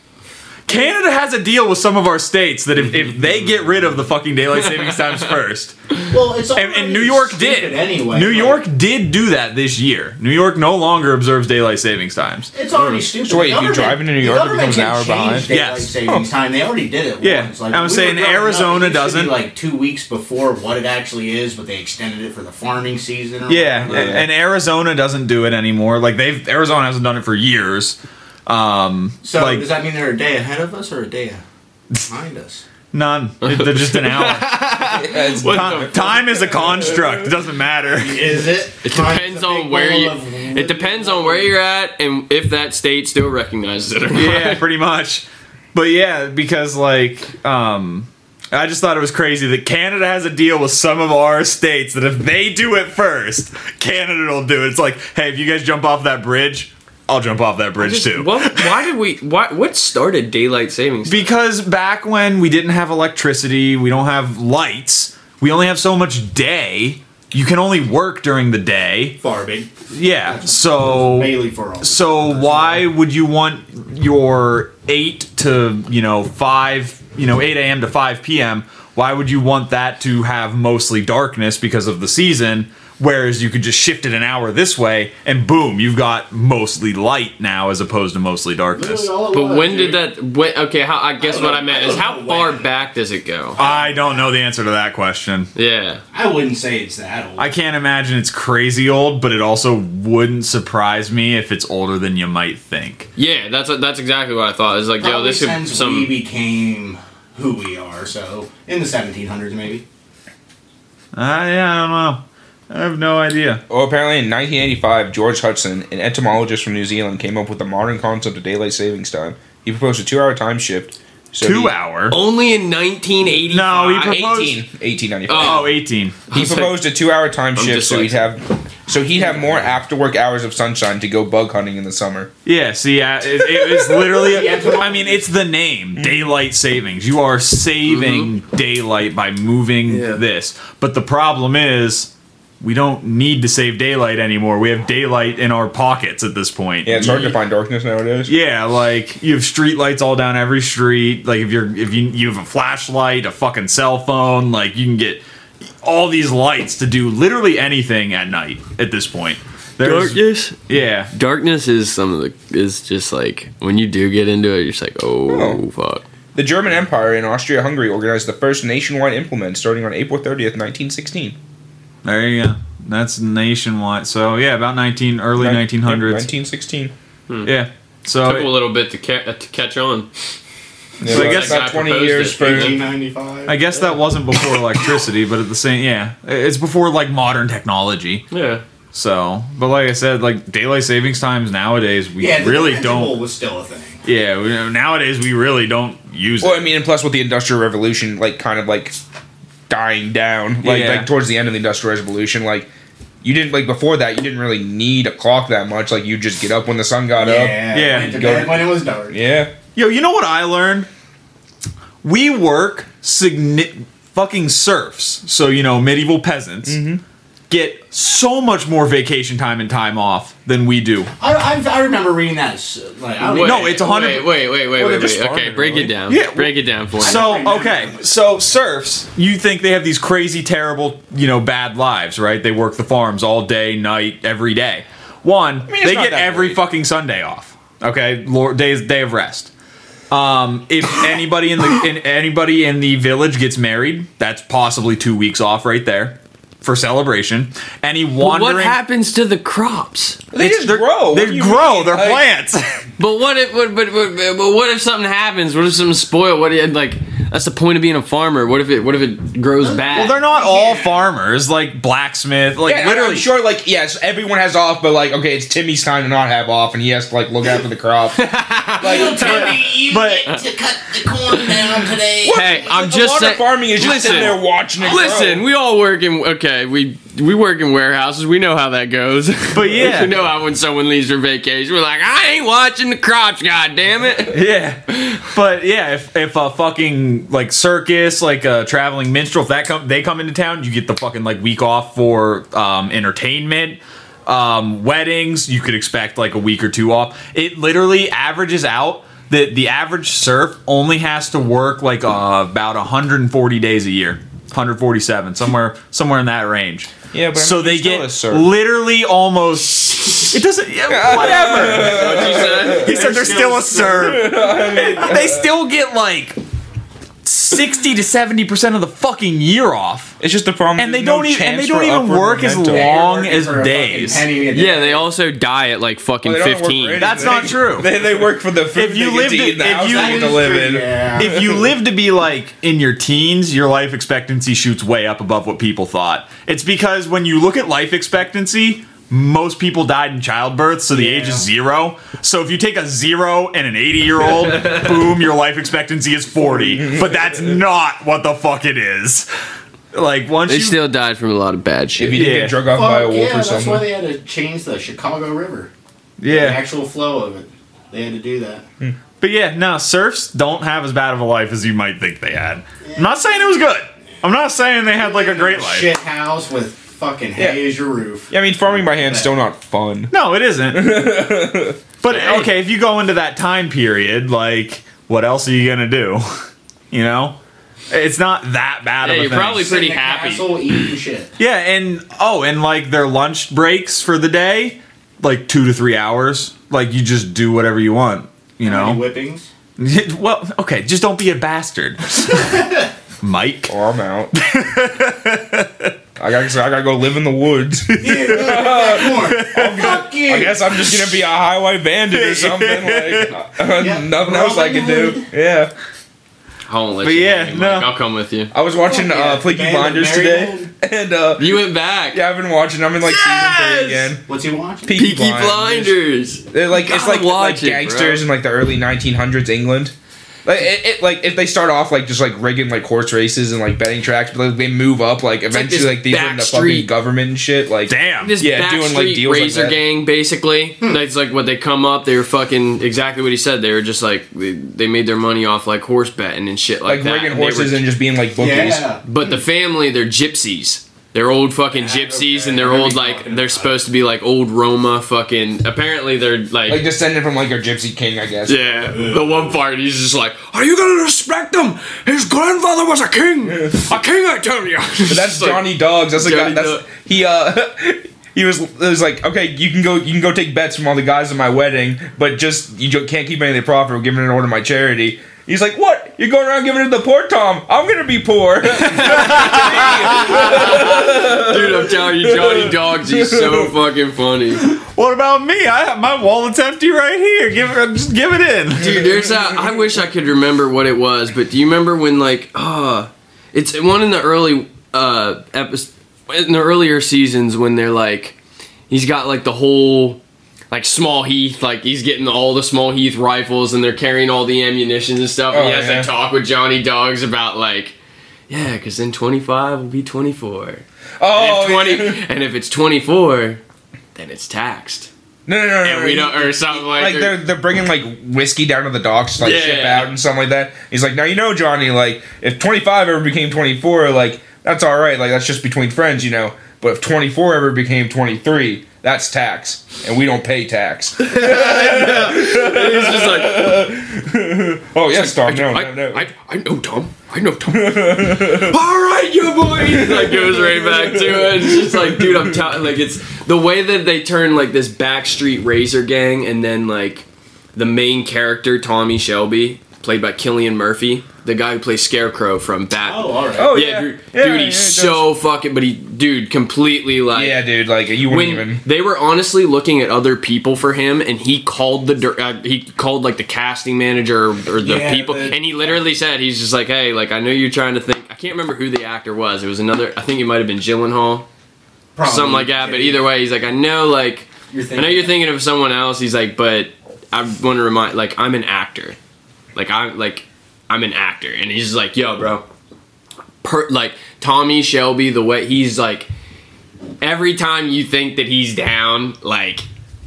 Speaker 1: Canada has a deal with some of our states that if, if they get rid of the fucking daylight savings times first,
Speaker 3: Well, it's
Speaker 1: and, and
Speaker 3: already
Speaker 1: New York
Speaker 3: stupid
Speaker 1: did
Speaker 3: anyway.
Speaker 1: New
Speaker 3: like,
Speaker 1: York did do that this year. New York no longer observes daylight savings times.
Speaker 3: It's already
Speaker 2: Mm.
Speaker 3: stupid.
Speaker 4: So wait, if you
Speaker 3: Government-
Speaker 4: drive into New
Speaker 3: the
Speaker 4: York, it
Speaker 3: government
Speaker 4: becomes an
Speaker 3: can
Speaker 4: hour
Speaker 3: change
Speaker 4: behind?
Speaker 3: daylight
Speaker 1: Yes.
Speaker 3: savings time. They already did it.
Speaker 1: Yeah.
Speaker 3: once. Like,
Speaker 1: I was saying
Speaker 3: growing up, it
Speaker 1: Arizona
Speaker 3: used to be,
Speaker 1: doesn't.
Speaker 3: like two weeks before what it actually is, but they extended it for the farming season. Or
Speaker 1: Yeah,
Speaker 3: whatever.
Speaker 1: and- and Arizona doesn't do it anymore. Like they've Arizona hasn't done it for years. Um,
Speaker 3: So
Speaker 1: like
Speaker 3: does that mean they're a day ahead of us or a day behind us?
Speaker 1: none. They're just an hour.
Speaker 2: What the
Speaker 1: time,
Speaker 2: fuck?
Speaker 1: time is a construct. It doesn't matter.
Speaker 3: Is it?
Speaker 2: It depends on where you. It depends on where you're at and if that state still recognizes it or not.
Speaker 1: yeah, pretty much. But yeah, because like um I just thought it was crazy that Canada has a deal with some of our states that if they do it first, Canada will do it. It's like, hey, if you guys jump off that bridge, I'll jump off that bridge
Speaker 2: Just-
Speaker 1: too.
Speaker 2: what- why did we? Why, what started daylight savings?
Speaker 1: Because back when we didn't have electricity, we don't have lights, we only have so much day. You can only work during the day.
Speaker 3: Farming,
Speaker 1: Yeah. So
Speaker 3: mainly for all.
Speaker 1: So why would you want your eight to you know five you know eight a.m. to five p.m. Why would you want that to have mostly darkness because of the season? Whereas you could just shift it an hour this way, and boom, you've got mostly light now as opposed to mostly darkness.
Speaker 2: But when did that? When, okay, how, I guess what I meant is
Speaker 3: I
Speaker 2: how
Speaker 3: don't know
Speaker 2: far
Speaker 3: when.
Speaker 2: back does it go?
Speaker 1: I don't know the answer to that question.
Speaker 2: Yeah,
Speaker 3: I wouldn't say it's that old.
Speaker 1: I can't imagine it's crazy old, but it also wouldn't surprise me if it's older than you might think.
Speaker 2: yeah, that's that's exactly what I thought. It's like,
Speaker 3: Probably
Speaker 2: yo, this could
Speaker 3: since
Speaker 2: some.
Speaker 3: we became who we are, so in the 1700s maybe.
Speaker 1: Uh, yeah, I don't know. I have no idea.
Speaker 4: Well, apparently in 1985, George Hudson, an entomologist from New Zealand, came up with the modern concept of daylight savings time. He proposed a two-hour time shift. So
Speaker 1: Two
Speaker 4: he-
Speaker 1: hour.
Speaker 2: Only in 1985.
Speaker 1: No,
Speaker 3: Uh,
Speaker 1: he proposed-
Speaker 4: 18, 1895.
Speaker 1: Oh, 18.
Speaker 4: he proposed a two-hour time shift,
Speaker 2: just
Speaker 4: so
Speaker 2: like-
Speaker 4: he'd have, so he'd have more after-work hours of sunshine to go bug hunting in the summer.
Speaker 1: Yeah, see, I, it, it was literally.
Speaker 3: Yeah, come Mm. on.
Speaker 1: I mean, it's the name, daylight savings. You are saving daylight by moving
Speaker 3: Mm-hmm. Yeah.
Speaker 1: this, but the problem is, we don't need to save daylight anymore. We have daylight in our pockets at this point.
Speaker 4: Yeah, it's hard to find darkness nowadays.
Speaker 1: Yeah, like you have street lights all down every street. Like if you're if you you have a flashlight, a fucking cell phone, like you can get all these lights to do literally anything at night at this point. There's,
Speaker 2: darkness.
Speaker 1: yeah,
Speaker 2: Darkness is some of the is just like when you do get into it, you're just like, oh,
Speaker 4: Oh.
Speaker 2: fuck.
Speaker 4: The German Empire in Austria-Hungary organized the first nationwide implement starting on April 30th, 1916.
Speaker 1: There you go. That's nationwide. So yeah, about nineteen early nineteen hundreds.
Speaker 4: 1916.
Speaker 1: Yeah. So
Speaker 2: Took a little bit to, ca- uh, to catch on.
Speaker 4: Yeah,
Speaker 1: So I
Speaker 4: but
Speaker 1: guess-
Speaker 4: about twenty
Speaker 2: proposed
Speaker 4: years
Speaker 2: it.
Speaker 4: for.
Speaker 2: Yeah.
Speaker 3: 1895.
Speaker 1: I guess that wasn't before electricity, but at the same, yeah, it's before like modern technology.
Speaker 2: Yeah.
Speaker 1: So, but like I said, like daylight savings times nowadays, we
Speaker 3: yeah, the
Speaker 1: really
Speaker 3: dirigible
Speaker 1: don't.
Speaker 3: was still a thing.
Speaker 1: Yeah, we, nowadays we really don't use
Speaker 4: Well, I
Speaker 1: it.
Speaker 4: mean, and plus with the Industrial Revolution, like kind of like dying down, like
Speaker 1: Yeah.
Speaker 4: like towards the end of the Industrial Revolution, like you didn't like before that, you didn't really need a clock that much. Like you just get up when the sun got up.
Speaker 3: Yeah,
Speaker 1: Yeah.
Speaker 3: went to
Speaker 4: Go-
Speaker 3: bed when it was dark.
Speaker 4: Yeah,
Speaker 1: Yo, you know what I learned? We work signi- fucking serfs, so you know medieval peasants get so much more vacation time and time off than we do.
Speaker 3: I, I, I remember reading that. as, Like, I don't
Speaker 2: Wait,
Speaker 3: know.
Speaker 1: No, it's a hundred-
Speaker 2: Wait, wait, wait, wait,
Speaker 4: Well, they're
Speaker 2: wait.
Speaker 4: just
Speaker 2: wait. Okay,
Speaker 4: farming,
Speaker 2: break
Speaker 4: really.
Speaker 2: it down.
Speaker 1: Yeah,
Speaker 2: break it down for me.
Speaker 1: So okay, so serfs, you think they have these crazy, terrible, you know, bad lives, right? They work the farms all day, night, every day. One,
Speaker 4: it's
Speaker 1: they
Speaker 4: not
Speaker 1: get
Speaker 4: that
Speaker 1: every
Speaker 4: great.
Speaker 1: fucking Sunday off. Okay, Lord, day day of rest. Um, if anybody in the in, anybody in the village gets married, that's possibly two weeks off right there for celebration. Any
Speaker 2: But
Speaker 1: wandering,
Speaker 2: what happens to the crops?
Speaker 4: they
Speaker 1: It's-
Speaker 4: just
Speaker 1: they're-
Speaker 4: grow. What do
Speaker 1: They
Speaker 4: you
Speaker 1: grow.
Speaker 4: mean?
Speaker 1: They're
Speaker 4: Like,
Speaker 1: plants.
Speaker 2: But what if but, but, but, but what if something happens? What if something spoiled? What if, like that's the point of being a farmer. What if it what if it grows bad?
Speaker 1: well, they're not all
Speaker 3: Yeah.
Speaker 1: farmers. Like blacksmith, like
Speaker 4: Yeah, and
Speaker 1: literally.
Speaker 4: I'm sure, like yes, everyone has off, but like okay, it's Timmy's time to not have off, and he has to like look after the crop. like
Speaker 1: but
Speaker 2: Hey, I'm
Speaker 4: a
Speaker 2: just
Speaker 4: lot
Speaker 2: saying.
Speaker 4: of farming is just sitting there watching it. grow.
Speaker 2: Listen, we all work in okay. We we work in warehouses. We know how that goes.
Speaker 1: But yeah.
Speaker 2: we know how when someone leaves for vacation, we're like, I ain't watching the crops. God damn it!
Speaker 1: Yeah, but yeah, if if a fucking like circus, like a traveling minstrel, if that come they come into town, you get the fucking like week off for um, entertainment, um, weddings. You could expect like a week or two off. It literally averages out that the average serf only has to work like uh, about 140 days a year, 147 somewhere somewhere in that range.
Speaker 4: Yeah, but I
Speaker 1: so
Speaker 4: mean,
Speaker 1: they
Speaker 4: you're still
Speaker 1: get
Speaker 4: a serf.
Speaker 1: literally almost. It doesn't. yeah, whatever.
Speaker 2: What you said?
Speaker 1: He said they're still a serve. they still get like sixty to seventy percent of the fucking year off,
Speaker 4: it's just the problem,
Speaker 1: and they
Speaker 4: there's no
Speaker 1: don't even
Speaker 4: chance
Speaker 1: and they
Speaker 4: for
Speaker 1: don't even
Speaker 4: upward
Speaker 1: work as
Speaker 4: momentum.
Speaker 1: long
Speaker 3: Working
Speaker 1: as
Speaker 3: for a fucking
Speaker 1: days.
Speaker 3: penny a day.
Speaker 2: Yeah, they also die at like fucking
Speaker 4: They don't work for
Speaker 2: fifteen.
Speaker 4: anything.
Speaker 1: That's not true.
Speaker 4: They, they work for the food
Speaker 1: If you
Speaker 4: they get
Speaker 1: lived
Speaker 4: to
Speaker 1: it-
Speaker 4: eat in the
Speaker 1: if
Speaker 4: house
Speaker 1: you-
Speaker 4: they get to live in.
Speaker 3: Yeah.
Speaker 1: If you live to be like in your teens, your life expectancy shoots way up above what people thought. It's because when you look at life expectancy, most people died in childbirth, so the age is zero. So if you take a zero and an 80 year old, boom, your life expectancy is 40. But that's not what the fuck it is. Like, once
Speaker 2: They
Speaker 1: you.
Speaker 2: still died from a lot of bad shit.
Speaker 4: If you didn't
Speaker 1: Yeah.
Speaker 4: get drug off
Speaker 3: Fuck
Speaker 4: by a wolf
Speaker 3: yeah,
Speaker 4: or
Speaker 3: that's why
Speaker 4: something.
Speaker 3: they had to change the Chicago River, the
Speaker 1: yeah.
Speaker 3: actual flow of it. They had to do that.
Speaker 1: But yeah, no, serfs don't have as bad of a life as you might think they had. I'm not saying it was good. I'm not saying they had like a great life.
Speaker 3: Shit house with fucking hay
Speaker 4: Yeah.
Speaker 3: as your roof.
Speaker 4: yeah, I mean, farming by hand's still not fun.
Speaker 1: No, it isn't. but okay, if you go into that time period, like, what else are you gonna do? You know, it's not that bad
Speaker 2: Yeah,
Speaker 1: of a
Speaker 2: you're
Speaker 1: thing.
Speaker 2: probably
Speaker 3: Sit in
Speaker 2: pretty
Speaker 3: a
Speaker 2: happy.
Speaker 3: Castle eating shit.
Speaker 1: yeah, and oh, and like their lunch breaks for the day, like two to three hours. Like you just do whatever you want. You
Speaker 3: Any
Speaker 1: know.
Speaker 3: whippings.
Speaker 1: well, okay, just don't be a bastard, Mike.
Speaker 4: Or I'm out. I gotta, I gotta go live in the woods.
Speaker 3: Yeah, look at that corn. Fuck you.
Speaker 4: I guess I'm just gonna be a highway bandit or something. Like, uh, nothing else I can do. Yeah,
Speaker 2: I won't let
Speaker 1: But
Speaker 2: you
Speaker 1: yeah,
Speaker 2: hang, Mike.
Speaker 1: no.
Speaker 2: I'll come with you.
Speaker 4: I was watching
Speaker 3: Fuck yeah,
Speaker 4: uh, Peaky
Speaker 3: Band of
Speaker 4: Blinders today,
Speaker 3: Marigolds.
Speaker 4: and uh,
Speaker 2: You went back.
Speaker 4: yeah, I've been watching. I'm in like season three
Speaker 2: Yes!
Speaker 4: again.
Speaker 3: What's he watching?
Speaker 4: Peaky,
Speaker 2: Peaky blinders.
Speaker 4: They're like it's
Speaker 2: gotta
Speaker 4: like like
Speaker 2: watch it,
Speaker 4: gangsters
Speaker 2: bro.
Speaker 4: in like the early 1900s England. Like it, it, like if they start off like just like rigging like horse races and like betting tracks, but like, they move up
Speaker 2: like
Speaker 4: like eventually
Speaker 2: this
Speaker 4: like, these are in the
Speaker 2: backstreet-
Speaker 4: fucking government and shit. Like
Speaker 1: Damn.
Speaker 2: This
Speaker 4: Yeah,
Speaker 2: backstreet
Speaker 4: doing, like, deals like
Speaker 2: razor
Speaker 4: that.
Speaker 2: gang, basically. That's like what they come up. They were fucking exactly what he said. They were just like they, they made their money off like horse betting and shit like,
Speaker 4: like
Speaker 2: that.
Speaker 4: rigging
Speaker 2: and they were-
Speaker 4: horses and just being like bookies.
Speaker 3: Yeah.
Speaker 2: But the family, they're gypsies. They're old fucking
Speaker 3: Yeah,
Speaker 2: gypsies,
Speaker 3: okay.
Speaker 2: and they're
Speaker 3: I remember
Speaker 2: old
Speaker 3: you
Speaker 2: like
Speaker 3: talking
Speaker 2: they're
Speaker 3: about
Speaker 2: supposed to be like old Roma fucking. Apparently, they're like,
Speaker 4: Like descended from like a gypsy king, I guess.
Speaker 2: yeah. The one part, he's just like, "Are you gonna respect him? His grandfather was a king, a king, I tell you."
Speaker 4: But that's Johnny Dogs. That's the guy.
Speaker 2: Johnny
Speaker 4: That's
Speaker 2: Dog.
Speaker 4: he. uh He was, it was like, okay, you can go, you can go take bets from all the guys at my wedding, but just you ju- can't keep any of the profit. We're giving it all to my charity. He's like, "What? You're going around giving it to the poor Tom? I'm gonna be poor."
Speaker 2: "Oh, Dude, I'm telling you, Johnny Dogs, he's so fucking funny.
Speaker 1: What about me? I have my wallet's empty right here. Give it, just give it in.
Speaker 2: Dude, there's a. I wish I could remember what it was, but do you remember when like uh it's one in the early uh episodes in the earlier seasons when they're like he's got like the whole like small heath like he's getting all the small heath rifles and they're carrying all the ammunition and stuff and he
Speaker 4: Oh,
Speaker 2: has
Speaker 4: yeah.
Speaker 2: to talk with johnny dogs about like yeah because then 25 will be 24
Speaker 4: oh,
Speaker 2: and, 20, and if it's 24 then it's taxed
Speaker 4: no, no, no, no,
Speaker 2: and we don't or something like,
Speaker 4: like
Speaker 2: that.
Speaker 4: they're they're bringing like whiskey down to the docks to, like
Speaker 2: Yeah.
Speaker 4: ship out and something like that. He's like, now you know, Johnny, like if twenty five ever became twenty four, like that's all right, like that's just between friends, you know. But if twenty four ever became twenty three, that's tax, and we don't pay tax.
Speaker 2: it's just like
Speaker 4: oh yes, Tom, no,
Speaker 2: I,
Speaker 4: no, no.
Speaker 2: I, I know Tom. I know Tom. All right, you boys. Like goes right back to it. It's just like, dude, I'm telling. Like it's the way that they turn like this backstreet razor gang, and then like the main character Tommy Shelby, played by Killian Murphy, the guy who plays Scarecrow from Bat.
Speaker 3: Oh, all right.
Speaker 4: oh
Speaker 2: yeah,
Speaker 4: yeah,
Speaker 2: dude,
Speaker 4: Yeah,
Speaker 2: dude,
Speaker 4: yeah,
Speaker 2: he's
Speaker 4: it does.
Speaker 2: so fucking. But he, dude, completely like
Speaker 4: yeah, dude. Like you wouldn't
Speaker 2: when
Speaker 4: even.
Speaker 2: they were honestly looking at other people for him, and he called the dir- uh, he called like the casting manager or, or the
Speaker 3: Yeah,
Speaker 2: people,
Speaker 3: the-
Speaker 2: and he literally said he's just like, hey, like I know you're trying to think. I can't remember who the actor was. It was another. I think it might have been Gyllenhaal,
Speaker 3: Probably.
Speaker 2: something like that. But either way, he's like, I know, like
Speaker 3: You're
Speaker 2: I know you're thinking of someone else. He's like, but I want to remind, like I'm an actor, like I'm like I'm an actor, and he's just like, yo, bro, per like Tommy Shelby, the way he's like, every time you think that he's down, like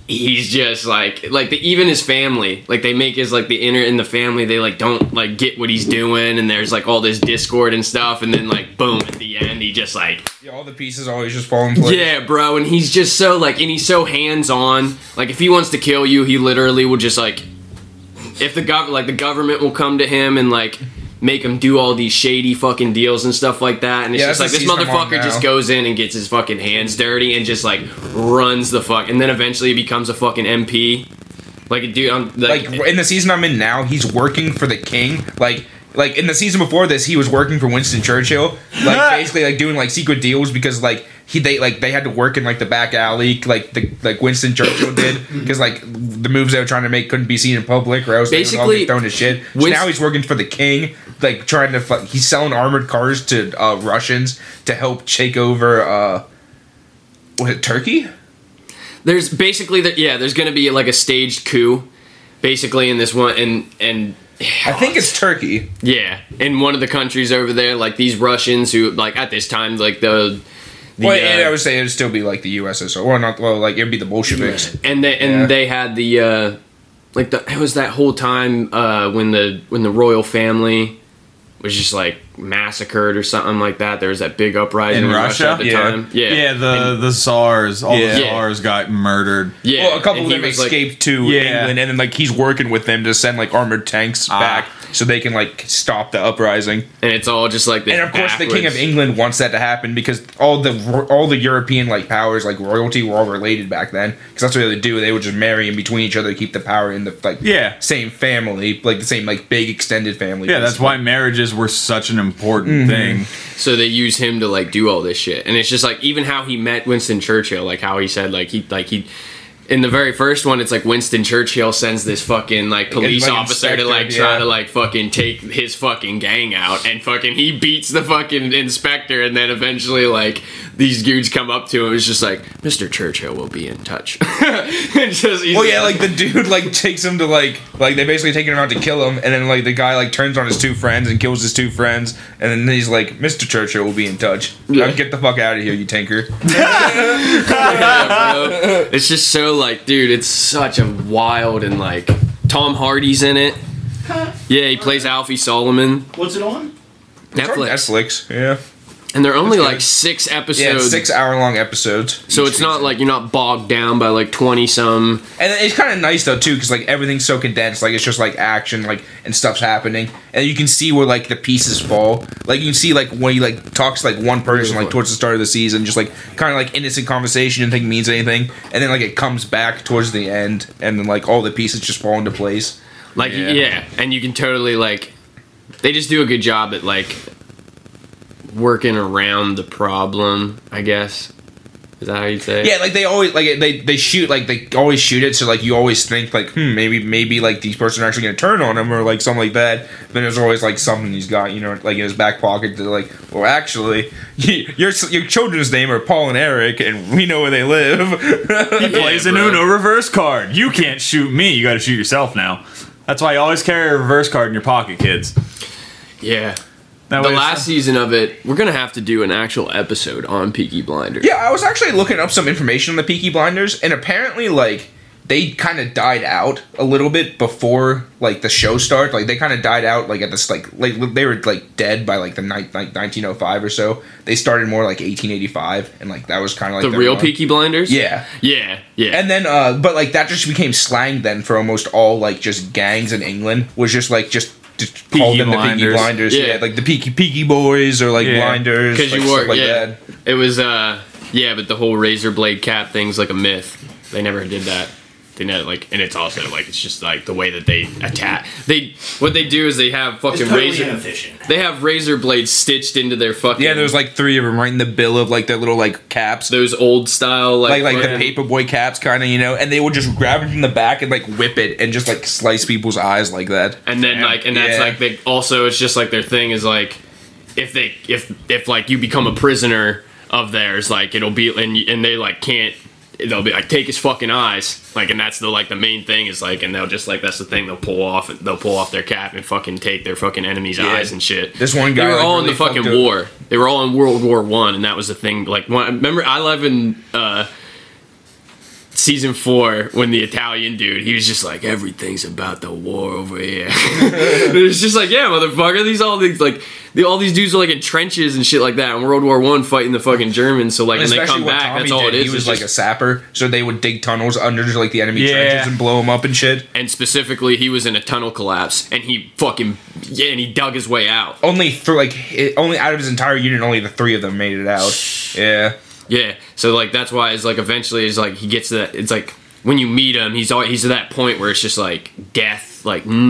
Speaker 2: he's just like like the, even his family like they make his like the inner in the family they like don't like get what he's doing and there's like all this discord and stuff and then like boom at the end he just like
Speaker 4: Yeah, all the pieces always just fall in place.
Speaker 2: yeah, bro, and he's just so like, and he's so hands on. Like, if he wants to kill you, he literally will just like, if the gov, like the government will come to him and like make him do all these shady fucking deals and stuff like that. And it's
Speaker 4: Yeah,
Speaker 2: just like
Speaker 4: that's
Speaker 2: this
Speaker 4: the season I'm on
Speaker 2: motherfucker just
Speaker 4: now.
Speaker 2: goes in and gets his fucking hands dirty and just like runs the fuck, and then eventually he becomes a fucking MP. Like, dude, I'm
Speaker 4: Like in the season I'm in now, he's working for the king. Like. Like in the season before this, he was working for Winston Churchill, like basically like doing like secret deals because like he they like they had to work in like the back alley, like the like Winston Churchill did, because like the moves they were trying to make couldn't be seen in public, or else they would all
Speaker 2: Basically,
Speaker 4: get thrown to shit. So
Speaker 2: Winst-
Speaker 4: now he's working for the king, like trying to fu- he's selling armored cars to uh, Russians to help take over. uh Was it Turkey?
Speaker 2: there's basically that yeah there's gonna be like a staged coup basically in this one and and
Speaker 4: I think it's Turkey.
Speaker 2: Yeah, in one of the countries over there, like these Russians who, like at this time, like the, the
Speaker 4: Well,
Speaker 2: uh,
Speaker 4: and I would say it'd still be like the USSR, or not. Well, like it'd be the Bolsheviks.
Speaker 2: and they and
Speaker 4: Yeah.
Speaker 2: they had the uh, like the it was that whole time uh, when the when the royal family was just like massacred or something like that. There was that big uprising
Speaker 1: In
Speaker 2: in
Speaker 1: Russia?
Speaker 2: Russia, at the
Speaker 4: Yeah.
Speaker 2: time. Yeah,
Speaker 1: Yeah, the the czars, all
Speaker 4: Yeah.
Speaker 1: the czars got murdered.
Speaker 2: yeah.
Speaker 4: Well, a couple
Speaker 2: and
Speaker 4: of
Speaker 2: he
Speaker 4: them
Speaker 2: was, like-
Speaker 4: escaped to
Speaker 1: Yeah.
Speaker 4: England, and then like he's working with them to send like armored tanks back so they can like stop the uprising.
Speaker 2: and Ah. it's all just like this
Speaker 4: And of course, the King of
Speaker 2: backwards-
Speaker 4: England wants that to happen because all the all the European like powers, like royalty, were all related back then. Because that's what they would do; they would just marry in between each other to keep the power in the like
Speaker 1: Yeah.
Speaker 4: same family, like the same like big extended family.
Speaker 1: Yeah, that's why marriages were such an important thing.
Speaker 2: so they use him to like do all this shit and it's just like even how he met winston churchill like how he said like he like he in the very first one it's like winston churchill sends this fucking like police
Speaker 4: like,
Speaker 2: officer to
Speaker 4: inspector,
Speaker 2: like try
Speaker 4: yeah.
Speaker 2: to like fucking take his fucking gang out and fucking he beats the fucking inspector and then eventually like these dudes come up to him it's just like mr churchill will be in touch and just he's
Speaker 4: Well, Oh, yeah, like the dude like takes him to like like they basically take him out to kill him, and then like the guy like turns on his two friends and kills his two friends, and then he's like, "Mr. Churchill will be in touch.
Speaker 2: Yeah.
Speaker 4: Now get the fuck out of here, you tinker."
Speaker 2: bro. It's just so like, dude, it's such a wild and like Tom Hardy's in it. Yeah, he plays Alfie Solomon.
Speaker 3: What's it on?
Speaker 4: It's on
Speaker 2: Netflix.
Speaker 4: Netflix. Yeah,
Speaker 2: And they're only
Speaker 4: That's
Speaker 2: like
Speaker 4: good.
Speaker 2: six
Speaker 4: yeah,
Speaker 2: episodes.
Speaker 4: it's six hour long episodes.
Speaker 2: so it's not like you're not bogged down by like 20 some.
Speaker 4: And it's kind of nice though too, because like everything's so condensed. Like it's just like action, like and stuff's happening, and you can see where like the pieces fall. Like you can see like when he like talks to, like one person like towards the start of the season, just like kind of like innocent conversation, didn't think it means anything, and then like it comes back towards the end, and then like all the pieces just fall into place.
Speaker 2: Like, yeah.
Speaker 4: Yeah.
Speaker 2: And you can totally like. they just do a good job at like working around the problem. I guess is that how you say? it?
Speaker 4: Yeah, like they always like they they shoot like they always shoot it, so like you always think like hmm maybe maybe like these person are actually gonna turn on him or like something like that. But there's always like something he's got you know like in his back pocket that like well actually y- your s- your children's name are Paul and Eric and we know where they live.
Speaker 1: He plays an
Speaker 2: bro.
Speaker 1: Uno reverse card. You can't shoot me. You got to shoot yourself now. That's why you always carry a reverse card in your pocket, kids.
Speaker 2: yeah.
Speaker 4: Oh,
Speaker 1: That
Speaker 2: The
Speaker 1: way it's-
Speaker 2: last season of it, we're gonna have to do an actual episode on Peaky Blinders.
Speaker 4: yeah, I was actually looking up some information on the Peaky Blinders, and apparently like they kind of died out a little bit before like the show started. Like they kind of died out like at this like like they were like dead by like the night like 1905 or so. They started more like 1885, and like that was kind of like
Speaker 2: the
Speaker 4: their
Speaker 2: real
Speaker 4: run.
Speaker 2: Peaky Blinders.
Speaker 4: Yeah.
Speaker 2: yeah, yeah.
Speaker 4: And then, uh, but like that just became slang then for almost all like just gangs in England was just like just, just called them the Peaky
Speaker 1: Blinders.
Speaker 4: Blinders.
Speaker 2: Yeah.
Speaker 4: Yeah. like the Peaky Peaky Boys or like
Speaker 1: Yeah.
Speaker 4: Blinders.
Speaker 2: because
Speaker 4: like,
Speaker 2: you
Speaker 4: stuff
Speaker 2: were
Speaker 4: like
Speaker 2: yeah.
Speaker 4: that.
Speaker 2: It was uh yeah, but the whole razor blade cap thing's like a myth. They never did that. They never like, and it's also like it's just like the way that they attack. They what they do is they have
Speaker 3: It's
Speaker 2: fucking
Speaker 3: totally
Speaker 2: razor.
Speaker 3: inefficient.
Speaker 2: They have razor blades stitched into their fucking
Speaker 4: Yeah, there was like three of them right in the bill of like their little like caps.
Speaker 2: those old style like
Speaker 4: like, like the
Speaker 2: fucking-
Speaker 4: paperboy caps, kind of you know, and they would just grab it from the back and like whip it and just like slice people's eyes like that.
Speaker 2: and then like and that's
Speaker 4: Yeah.
Speaker 2: like they also it's just like their thing is like if they if if like you become a prisoner of theirs like it'll be and and they like can't they'll be like take his fucking eyes like and that's the like the main thing is like and they'll just like that's the thing they'll pull off they'll pull off their cap and fucking take their fucking enemy's eyes and shit
Speaker 4: This one guy,
Speaker 2: they were
Speaker 4: like,
Speaker 2: all in
Speaker 4: really
Speaker 2: the fucking
Speaker 4: fucked up.
Speaker 2: war they were all in world war one and that was the thing like one, remember i live in uh season four when the Italian dude he was just like everything's about the war over here. it was just like yeah, motherfucker. These all these like the, all these dudes are like in trenches and shit like that in World War One fighting the fucking Germans. So like when they
Speaker 4: Especially
Speaker 2: come
Speaker 4: what
Speaker 2: back,
Speaker 4: Tommy
Speaker 2: that's all
Speaker 4: did.
Speaker 2: it is.
Speaker 4: He was
Speaker 2: It's
Speaker 4: like a
Speaker 2: just-
Speaker 4: sapper, so they would dig tunnels under just like the enemy
Speaker 1: Yeah.
Speaker 4: trenches and blow them up and shit.
Speaker 2: and specifically, he was in a tunnel collapse and he fucking yeah, and he dug his way out.
Speaker 4: only through like it, only out of his entire unit, only the three of them made it out. Yeah,
Speaker 2: Yeah. So like that's why it's like eventually it's like he gets to that it's like when you meet him he's always he's at that point where it's just like death like nothing,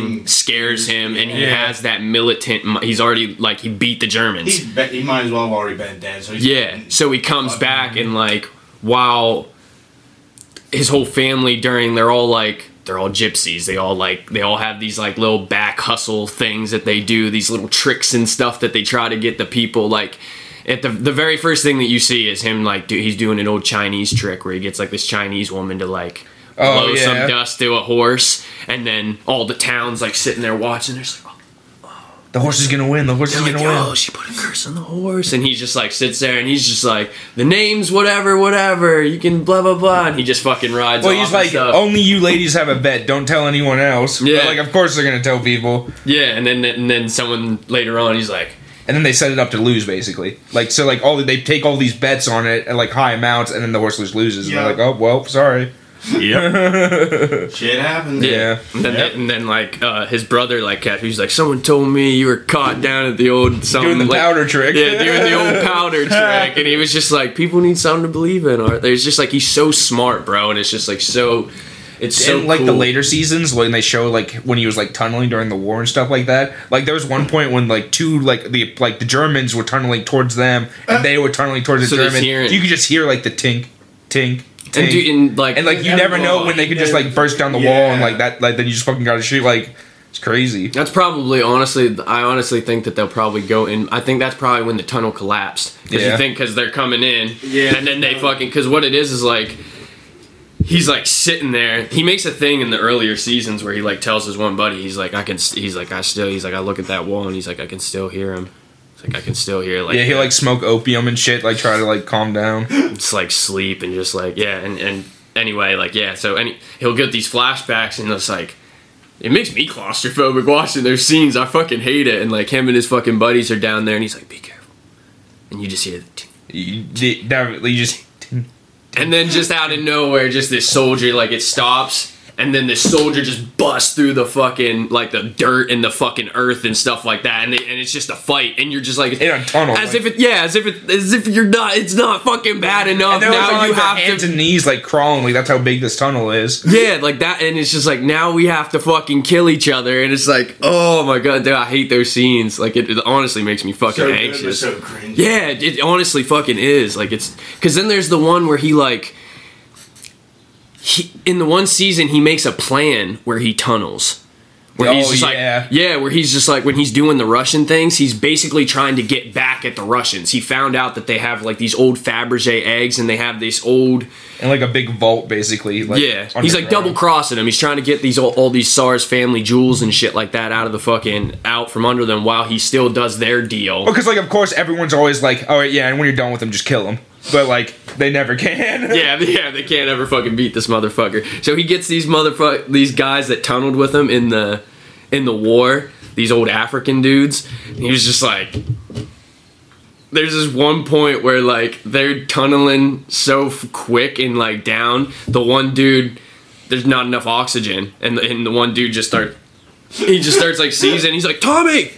Speaker 3: Nothing.
Speaker 2: scares him and he
Speaker 1: Yeah.
Speaker 2: has that militant mi- he's already like he beat the Germans.
Speaker 3: He's be- he might as well have already been dead. So he's
Speaker 2: yeah. So he comes back and like while his whole family during they're all like they're all gypsies. They all like they all have these like little back hustle things that they do, these little tricks and stuff that they try to get the people like at the the very first thing that you see is him like do, he's doing an old Chinese trick where he gets like this Chinese woman to like
Speaker 4: Oh,
Speaker 2: blow some
Speaker 4: yeah.
Speaker 2: dust to a horse and then all the town's like sitting there watching there's like
Speaker 4: the horse is gonna win. The horse is
Speaker 2: they're
Speaker 4: gonna
Speaker 2: like,
Speaker 4: win.
Speaker 2: oh, she put a curse on the horse, and he just like sits there, and he's just like, the name's whatever, whatever. You can blah blah blah, and he just fucking rides.
Speaker 4: Well,
Speaker 2: off
Speaker 4: he's
Speaker 2: and
Speaker 4: like, oh.
Speaker 2: stuff.
Speaker 4: only you ladies have a bet. Don't tell anyone else. But,
Speaker 2: Yeah.
Speaker 4: like of course they're gonna tell people,
Speaker 2: yeah, and then and then someone later on, he's like,
Speaker 4: and then they set it up to lose basically. Like so, like all they take all these bets on it at like high amounts, and then the horse loses.
Speaker 3: Yeah.
Speaker 4: And they're like, oh well, sorry.
Speaker 1: Yep.
Speaker 3: shit happens.
Speaker 4: Yeah.
Speaker 2: and then, and then like uh, his brother like catch, he's like, someone told me you were caught down at the old some
Speaker 4: Doing the
Speaker 2: like-
Speaker 4: powder trick.
Speaker 2: Yeah, doing the old powder trick, and he was just like, people need something to believe in. Or there's just like he's so smart, bro, and it's just like so. It's so
Speaker 4: and like the
Speaker 2: cool.
Speaker 4: later seasons when they show like when he was like tunneling during the war and stuff like that like there was one point when like two like the like the germans were tunneling towards them and they were tunneling towards
Speaker 2: So
Speaker 4: the
Speaker 2: they
Speaker 4: germans
Speaker 2: hear it.
Speaker 4: you could just hear like the tink tink tink
Speaker 2: and,
Speaker 4: and,
Speaker 2: dude, and like
Speaker 4: like you never know when they could just like burst down the wall and like that like then you just fucking gotta shoot like it's crazy
Speaker 2: That's probably honestly. I honestly think that they'll probably go in. I think that's probably when the tunnel collapsed. Because you
Speaker 4: Yeah.
Speaker 2: think because they're coming in,
Speaker 3: Yeah.
Speaker 2: and then they fucking because what it is is like he's like sitting there. He makes a thing in the earlier seasons where he like tells his one buddy, he's like, I can. st- He's like, I still. He's like, I look at that wall and he's like, I can still hear him. It's like I can still hear like
Speaker 4: yeah he like smoke opium and shit like try to like calm down
Speaker 2: just like sleep and just like yeah and and anyway like yeah so any he'll get these flashbacks and it's like it makes me claustrophobic watching those scenes i fucking hate it and like him and his fucking buddies are down there and he's like be careful and you just hear the ting.
Speaker 4: you, you you just
Speaker 2: and then just out of nowhere just this soldier like it stops and then the soldier just busts through the fucking like the dirt and the fucking earth and stuff like that, and, it, and it's just a fight, and you're just like
Speaker 4: In a tunnel,
Speaker 2: as
Speaker 4: like-
Speaker 2: if it yeah, as if it as if you're not, it's not fucking bad enough.
Speaker 4: And they're
Speaker 2: Now
Speaker 4: like, on,
Speaker 2: you
Speaker 4: like, their
Speaker 2: have
Speaker 4: hands
Speaker 2: to
Speaker 4: and knees like crawling. Like that's how big this tunnel is.
Speaker 2: yeah, like that, and it's just like now we have to fucking kill each other, and it's like, oh my god, dude, I hate those scenes. Like it, it honestly makes me fucking
Speaker 3: So good,
Speaker 2: anxious.
Speaker 3: but so cringe.
Speaker 2: Yeah, it, it honestly fucking is. Like it's because then there's the one where he like he, in the one season he makes a plan where he tunnels. Where he's
Speaker 4: Oh,
Speaker 2: just
Speaker 4: yeah.
Speaker 2: like yeah, where he's just like when he's doing the Russian things, he's basically trying to get back at the Russians. He found out that they have like these old Fabergé eggs and they have this old
Speaker 4: And like a big vault basically. Like,
Speaker 2: yeah, he's like double
Speaker 4: underground.
Speaker 2: crossing him. He's trying to get these all, all these SARS family jewels and shit like that out of the fucking out from under them while he still does their deal.
Speaker 4: Because like of course everyone's always like, oh yeah, and when you're done with them, just kill them. But like they never can.
Speaker 2: yeah, yeah, they can't ever fucking beat this motherfucker. So he gets these motherfuck these guys that tunneled with him in the in the war, these old African dudes. And he was just like there's this one point where like they're tunneling so f- quick and like down the one dude there's not enough oxygen and the, and the one dude just start he just starts like seizing he's like Tommy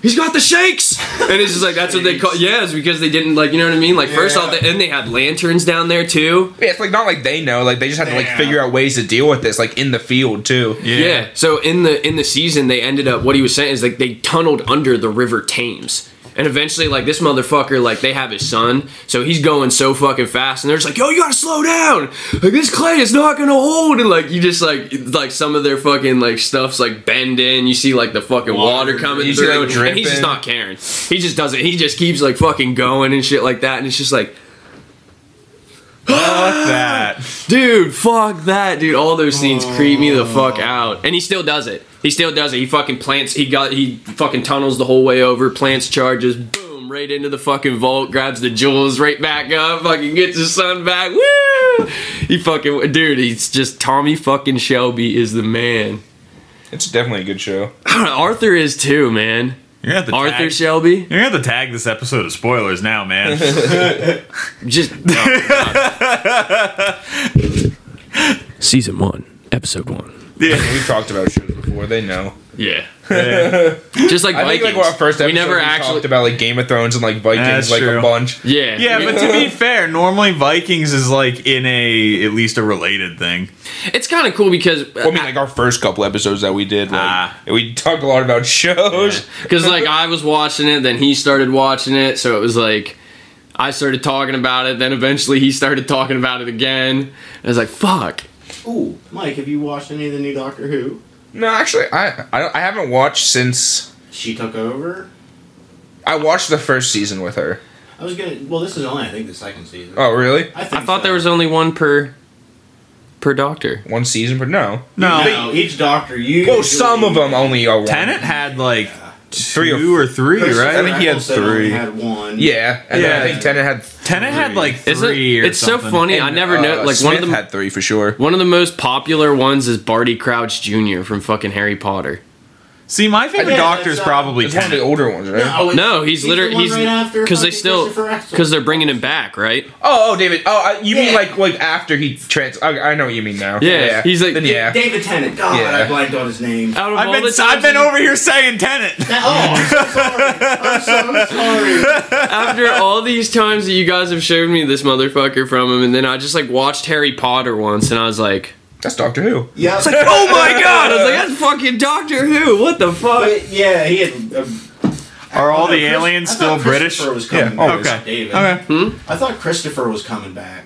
Speaker 2: he's got the shakes and it's just like that's what they call yeah it's because they didn't like you know what I mean like first off
Speaker 3: Yeah.
Speaker 2: they, and they had lanterns down there too
Speaker 4: Yeah, it's like not like they know. Like they just had to like
Speaker 3: Yeah.
Speaker 4: figure out ways to deal with this, like in the field too.
Speaker 2: Yeah. So in the in the season, they ended up. What he was saying is like they tunneled under the River Thames, and eventually, like this motherfucker, like they have his son, so he's going so fucking fast, and they're just like, "Yo, you gotta slow down! Like this clay is not gonna hold!" And like you just like like some of their fucking like stuffs like bend in. You see like the fucking water,
Speaker 1: Water.
Speaker 2: coming
Speaker 4: You see,
Speaker 2: through,
Speaker 4: like,
Speaker 2: and he's just
Speaker 4: dripping.
Speaker 2: not caring. He just doesn't. He just keeps like fucking going and shit like that, and it's just like.
Speaker 1: Fuck that.
Speaker 2: Dude, fuck that, dude. All those scenes creep me the fuck out. And he still does it. He still does it. He fucking plants, he got, he fucking tunnels the whole way over, plants charges, boom, right into the fucking vault, grabs the jewels right back up, fucking gets his son back. Woo! He fucking, dude, he's just, Tommy fucking Shelby is the man.
Speaker 4: It's definitely a good show.
Speaker 2: Arthur is too, man.
Speaker 1: You're gonna have to
Speaker 2: Arthur
Speaker 1: tag.
Speaker 2: Shelby?
Speaker 1: You're gonna have to tag this episode of spoilers now, man.
Speaker 2: Just. oh, God. Season one, episode one.
Speaker 1: yeah.
Speaker 4: We've talked about shows before. They know.
Speaker 2: Yeah.
Speaker 1: yeah.
Speaker 2: Just like
Speaker 4: I
Speaker 2: Vikings.
Speaker 4: think like our first episode
Speaker 2: we never
Speaker 4: talked
Speaker 2: actually
Speaker 4: about like Game of Thrones and like Vikings
Speaker 1: That's
Speaker 4: like
Speaker 1: true.
Speaker 4: a bunch.
Speaker 2: Yeah.
Speaker 1: Yeah,
Speaker 2: We-
Speaker 1: but to be fair, normally Vikings is like in a at least a related thing.
Speaker 2: it's kind of cool because
Speaker 4: Well, I mean, like our first couple episodes that we did, like
Speaker 1: Ah.
Speaker 4: we talked a lot about shows.
Speaker 2: because like I was watching it, then he started watching it, so it was like I started talking about it, then eventually he started talking about it again. And I was like, "Fuck."
Speaker 6: Ooh, Mike, have you watched any of the new Doctor Who?
Speaker 4: No, actually, I I, don't, I haven't watched since
Speaker 6: She took over.
Speaker 4: I watched the first season with her.
Speaker 6: I was gonna. Well, this is only I think
Speaker 3: The second season.
Speaker 4: Oh, really?
Speaker 6: think
Speaker 2: Uh, I thought
Speaker 6: so.
Speaker 2: there was only one per per doctor.
Speaker 4: One season, but no.
Speaker 1: No,
Speaker 6: No, each doctor you.
Speaker 4: Well, some of them only are one.
Speaker 1: Tennant had like
Speaker 4: Three or
Speaker 1: two or three, right?
Speaker 4: I think he had three.
Speaker 6: Had one.
Speaker 4: Yeah, and then
Speaker 1: Yeah.
Speaker 4: I think Tennant had
Speaker 1: Tennant had like
Speaker 2: Is
Speaker 1: three. or
Speaker 2: it's so
Speaker 1: something.
Speaker 2: funny. I never know.
Speaker 4: uh,
Speaker 2: Like one
Speaker 4: Smith
Speaker 2: of the
Speaker 4: had three for sure.
Speaker 2: one of the most popular ones is Barty Crouch Jr. from fucking Harry Potter.
Speaker 1: See, my favorite
Speaker 6: Yeah,
Speaker 1: doctor is
Speaker 6: that's, uh,
Speaker 1: probably
Speaker 4: It's one of the
Speaker 1: Tennant.
Speaker 4: older ones, right?
Speaker 3: Oh,
Speaker 6: No, it's-
Speaker 2: No, he's
Speaker 6: Oh, the
Speaker 2: literally
Speaker 6: one
Speaker 2: he's
Speaker 6: right after
Speaker 2: because they
Speaker 6: fucking
Speaker 2: still
Speaker 6: Christopher Eccleston.
Speaker 2: because they're bringing him back, right?
Speaker 4: Oh, oh, David. Oh, I, you mean
Speaker 6: Yeah.
Speaker 4: like like after he trans? I, I know what you mean now.
Speaker 2: Yeah, he's like-
Speaker 4: then, yeah.
Speaker 6: David Tennant. God,
Speaker 4: Yeah.
Speaker 6: I blanked on his name.
Speaker 2: Out of
Speaker 1: I've
Speaker 2: all
Speaker 1: been
Speaker 2: the
Speaker 1: I've
Speaker 2: times
Speaker 1: been
Speaker 2: he-
Speaker 1: over here saying Tennant.
Speaker 6: I'm so sorry.
Speaker 2: after all these times that you guys have showed me this motherfucker from him, and then I just like watched Harry Potter once, and I was like,
Speaker 4: That's Doctor Who.
Speaker 6: Yeah,
Speaker 2: "Oh my god!" I was like, "That's fucking Doctor Who. What the fuck?"
Speaker 6: but yeah, he had. Uh,
Speaker 1: Are all
Speaker 6: I
Speaker 1: the
Speaker 6: thought
Speaker 1: aliens
Speaker 6: Oh, Chris- I
Speaker 1: still
Speaker 6: thought
Speaker 1: British?
Speaker 6: Christopher was coming
Speaker 4: Yeah,
Speaker 6: back.
Speaker 4: always.
Speaker 1: Okay.
Speaker 6: David.
Speaker 1: Okay.
Speaker 6: I thought Christopher was coming back.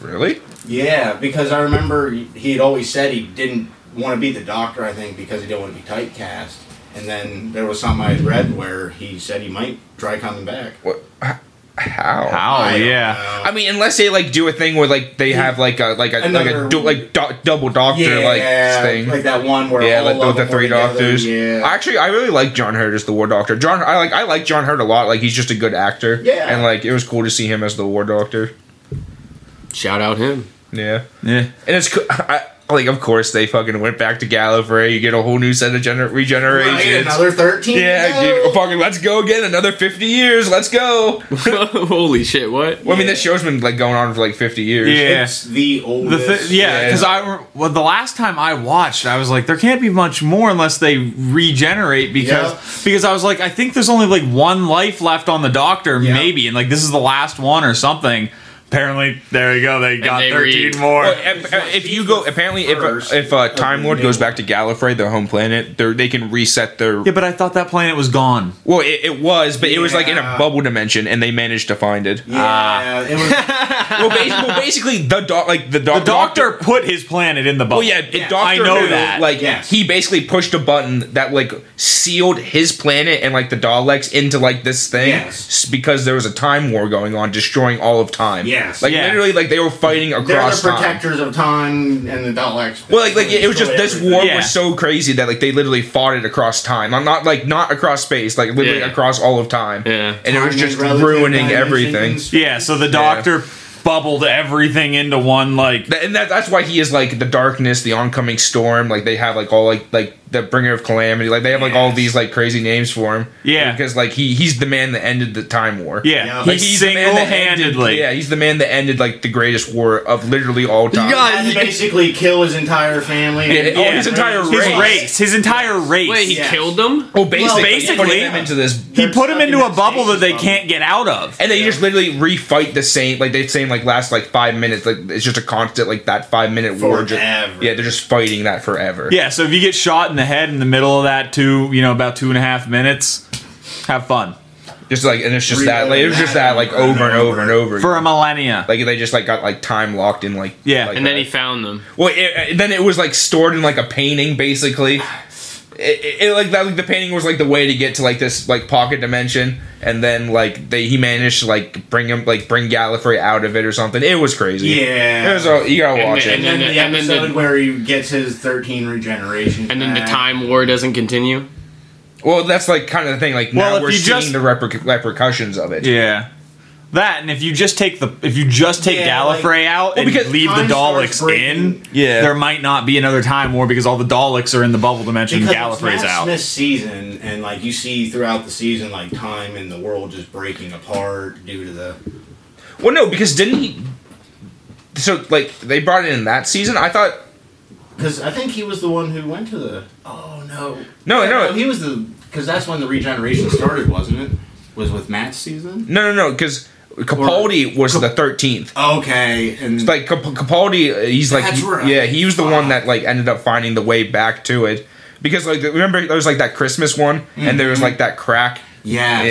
Speaker 4: Really?
Speaker 6: Yeah, because I remember he had always said he didn't want to be the doctor, I think, because he didn't want to be typecast. And then there was something I had read where he said he might try coming back.
Speaker 4: What? h- How?
Speaker 1: How?
Speaker 6: I don't
Speaker 1: Oh, yeah.
Speaker 6: know.
Speaker 4: I mean, unless they like do a thing where like they have like a like a like
Speaker 6: Another-
Speaker 4: a du- like do- double doctor
Speaker 6: yeah,
Speaker 4: like thing.
Speaker 6: like that one where
Speaker 4: yeah,
Speaker 6: all
Speaker 4: like
Speaker 6: of
Speaker 4: with the
Speaker 6: them
Speaker 4: three
Speaker 6: were together.
Speaker 4: doctors.
Speaker 6: Yeah,
Speaker 4: Actually, I really like John Hurt as the War Doctor. John, I like I like John Hurt a lot. Like he's just a good actor.
Speaker 6: Yeah.
Speaker 4: And like it was cool to see him as the War Doctor.
Speaker 2: Shout out him.
Speaker 4: Yeah.
Speaker 1: Yeah.
Speaker 4: And it's co- I, like of course they fucking went back to Gallo for You get a whole new set of gener- regenerations.
Speaker 6: Right, another 13?
Speaker 4: yeah, dude, fucking let's go again. Another fifty years. Let's go.
Speaker 2: Holy shit! What?
Speaker 4: Well, I mean, this show's been like going on for like fifty years.
Speaker 1: Yeah.
Speaker 6: It's the
Speaker 1: The
Speaker 6: oldest.
Speaker 1: thi- yeah,
Speaker 4: Yeah.
Speaker 1: because I re- well, the last time I watched, I was like, there can't be much more unless they regenerate because
Speaker 6: Yeah.
Speaker 1: because I was like, I think there's only like one life left on the Doctor,
Speaker 6: Yeah.
Speaker 1: maybe, and like this is the last one or something. Apparently, there you go. They got
Speaker 2: they
Speaker 1: 13
Speaker 2: re-
Speaker 1: more.
Speaker 4: Well, ap- ap- uh, if you go, apparently, if
Speaker 6: first
Speaker 4: if uh, Time
Speaker 6: the
Speaker 4: Lord
Speaker 6: new
Speaker 4: goes back to Gallifrey, their home planet, they're- they can reset their.
Speaker 1: yeah, but I thought that planet was gone.
Speaker 4: Well, it, it was, but it was like in a
Speaker 6: Yeah.
Speaker 4: bubble dimension, and they managed to find it.
Speaker 6: Yeah, it was,
Speaker 4: well, basically, well, basically the doc, like the, doc-
Speaker 1: The Doctor put his planet in the bubble.
Speaker 4: Well, yeah, it,
Speaker 6: Yeah.
Speaker 4: Doctor
Speaker 1: I know
Speaker 4: Who,
Speaker 1: that.
Speaker 4: Like,
Speaker 6: Yes.
Speaker 4: he basically pushed a button that like sealed his planet and like the Daleks into like this thing
Speaker 6: Yes.
Speaker 4: s- because there was a time war going on, destroying all of time.
Speaker 6: Yes.
Speaker 4: like
Speaker 1: Yeah.
Speaker 4: literally, like they were fighting
Speaker 6: they're
Speaker 4: across
Speaker 6: the
Speaker 4: time.
Speaker 6: protectors of time and the Daleks.
Speaker 4: Well, like, like it was just
Speaker 6: Destroy
Speaker 4: this
Speaker 6: everything.
Speaker 4: war
Speaker 1: Yeah.
Speaker 4: was so crazy that like they literally fought it across time. I'm not like not across space, like literally
Speaker 2: Yeah.
Speaker 4: across all of time.
Speaker 2: Yeah.
Speaker 4: and it was
Speaker 6: Time
Speaker 4: just
Speaker 6: is relative,
Speaker 4: ruining
Speaker 6: dimension
Speaker 4: everything.
Speaker 6: is-
Speaker 1: yeah. So the Doctor bubbled everything into one. Like
Speaker 4: Th- and that, that's why he is like the darkness, the oncoming storm. Like they have like all like like the bringer of calamity. Like they have like all these like crazy names for him.
Speaker 1: Yeah.
Speaker 4: because like he he's the man that ended the time war.
Speaker 1: yeah,
Speaker 6: Yeah.
Speaker 1: he
Speaker 4: Like, he's the man that
Speaker 1: single-handedly.
Speaker 4: ended- Yeah, he's the man that ended like the greatest war of literally all time.
Speaker 2: got-
Speaker 6: Had to basically kill his entire family.
Speaker 4: Yeah,
Speaker 6: and-
Speaker 4: yeah. Oh, his entire
Speaker 1: his
Speaker 4: race.
Speaker 1: race. his entire race.
Speaker 2: Wait, he
Speaker 6: Yes.
Speaker 2: killed them?
Speaker 4: well, basically,
Speaker 6: Well,
Speaker 4: basically
Speaker 1: basically-
Speaker 4: him into this
Speaker 1: he
Speaker 6: They're
Speaker 1: put him
Speaker 6: stuck
Speaker 1: into
Speaker 6: in
Speaker 1: a
Speaker 6: that
Speaker 1: bubble that
Speaker 6: stasis
Speaker 1: they
Speaker 6: bubble.
Speaker 1: can't get out of.
Speaker 4: And they just literally refight the same, like they same like last like five minutes, like it's just a constant like that five minute war. Just,
Speaker 6: Forever.
Speaker 4: yeah, they're just fighting that forever.
Speaker 1: Yeah, so if you get shot in the head in the middle of that two, you know, about two and a half minutes, have fun
Speaker 4: just like and it's just that, like it was just that, like
Speaker 6: Reloading
Speaker 4: over and over and over.
Speaker 1: for a
Speaker 4: again.
Speaker 1: millennia.
Speaker 4: like they just like got like time locked in, like
Speaker 1: Yeah.
Speaker 4: like,
Speaker 2: And then he
Speaker 4: uh,
Speaker 2: found them.
Speaker 4: well, it, uh, then it was like stored in like a painting, basically. It, it, it, like that, like the painting was like the way to get to like this like pocket dimension, and then like they he managed to like bring him like bring Gallifrey out of it or something. It was crazy.
Speaker 6: Yeah.
Speaker 4: it was. all you gotta
Speaker 2: And
Speaker 4: watch
Speaker 2: then-
Speaker 4: it.
Speaker 6: And then the
Speaker 2: And then the-
Speaker 6: episode where he gets his 13 regeneration.
Speaker 2: And then the
Speaker 6: back.
Speaker 2: time war doesn't continue.
Speaker 4: Well, that's like kind of the thing. Like
Speaker 1: Well, if
Speaker 4: now we're
Speaker 1: you
Speaker 4: seeing
Speaker 1: just-
Speaker 4: the reper- repercussions of it.
Speaker 1: yeah. That and if you just take the if you just take
Speaker 6: Yeah,
Speaker 1: Gallifrey
Speaker 6: like-
Speaker 1: out
Speaker 4: Well,
Speaker 1: and
Speaker 4: because
Speaker 1: leave the
Speaker 6: time starts
Speaker 1: Daleks
Speaker 6: breaking.
Speaker 1: in,
Speaker 5: Yeah.
Speaker 1: there might not be another time war because all the Daleks are in the bubble dimension and
Speaker 6: Because
Speaker 1: Gallifrey's
Speaker 6: it's Matt
Speaker 1: out.
Speaker 6: Smith's season, and like you see throughout the season, like time and the world just breaking apart due to the.
Speaker 4: Well, no, because didn't he? So like they brought it in that season. I thought
Speaker 6: Because I think he was the one who went to the. Oh no.
Speaker 4: no,
Speaker 6: No,
Speaker 4: no,
Speaker 6: he was the because that's when the regeneration started, wasn't it? Was with Matt's season.
Speaker 4: no, no, no, because Capaldi was the thirteenth.
Speaker 6: Okay, and
Speaker 4: Like Cap- Capaldi, uh, he's like
Speaker 6: That's right.
Speaker 4: yeah, he was the one that like ended up finding the way back to it. Because like remember there was like that Christmas one, and there was
Speaker 1: Mm-hmm.
Speaker 4: like that crack.
Speaker 6: yes.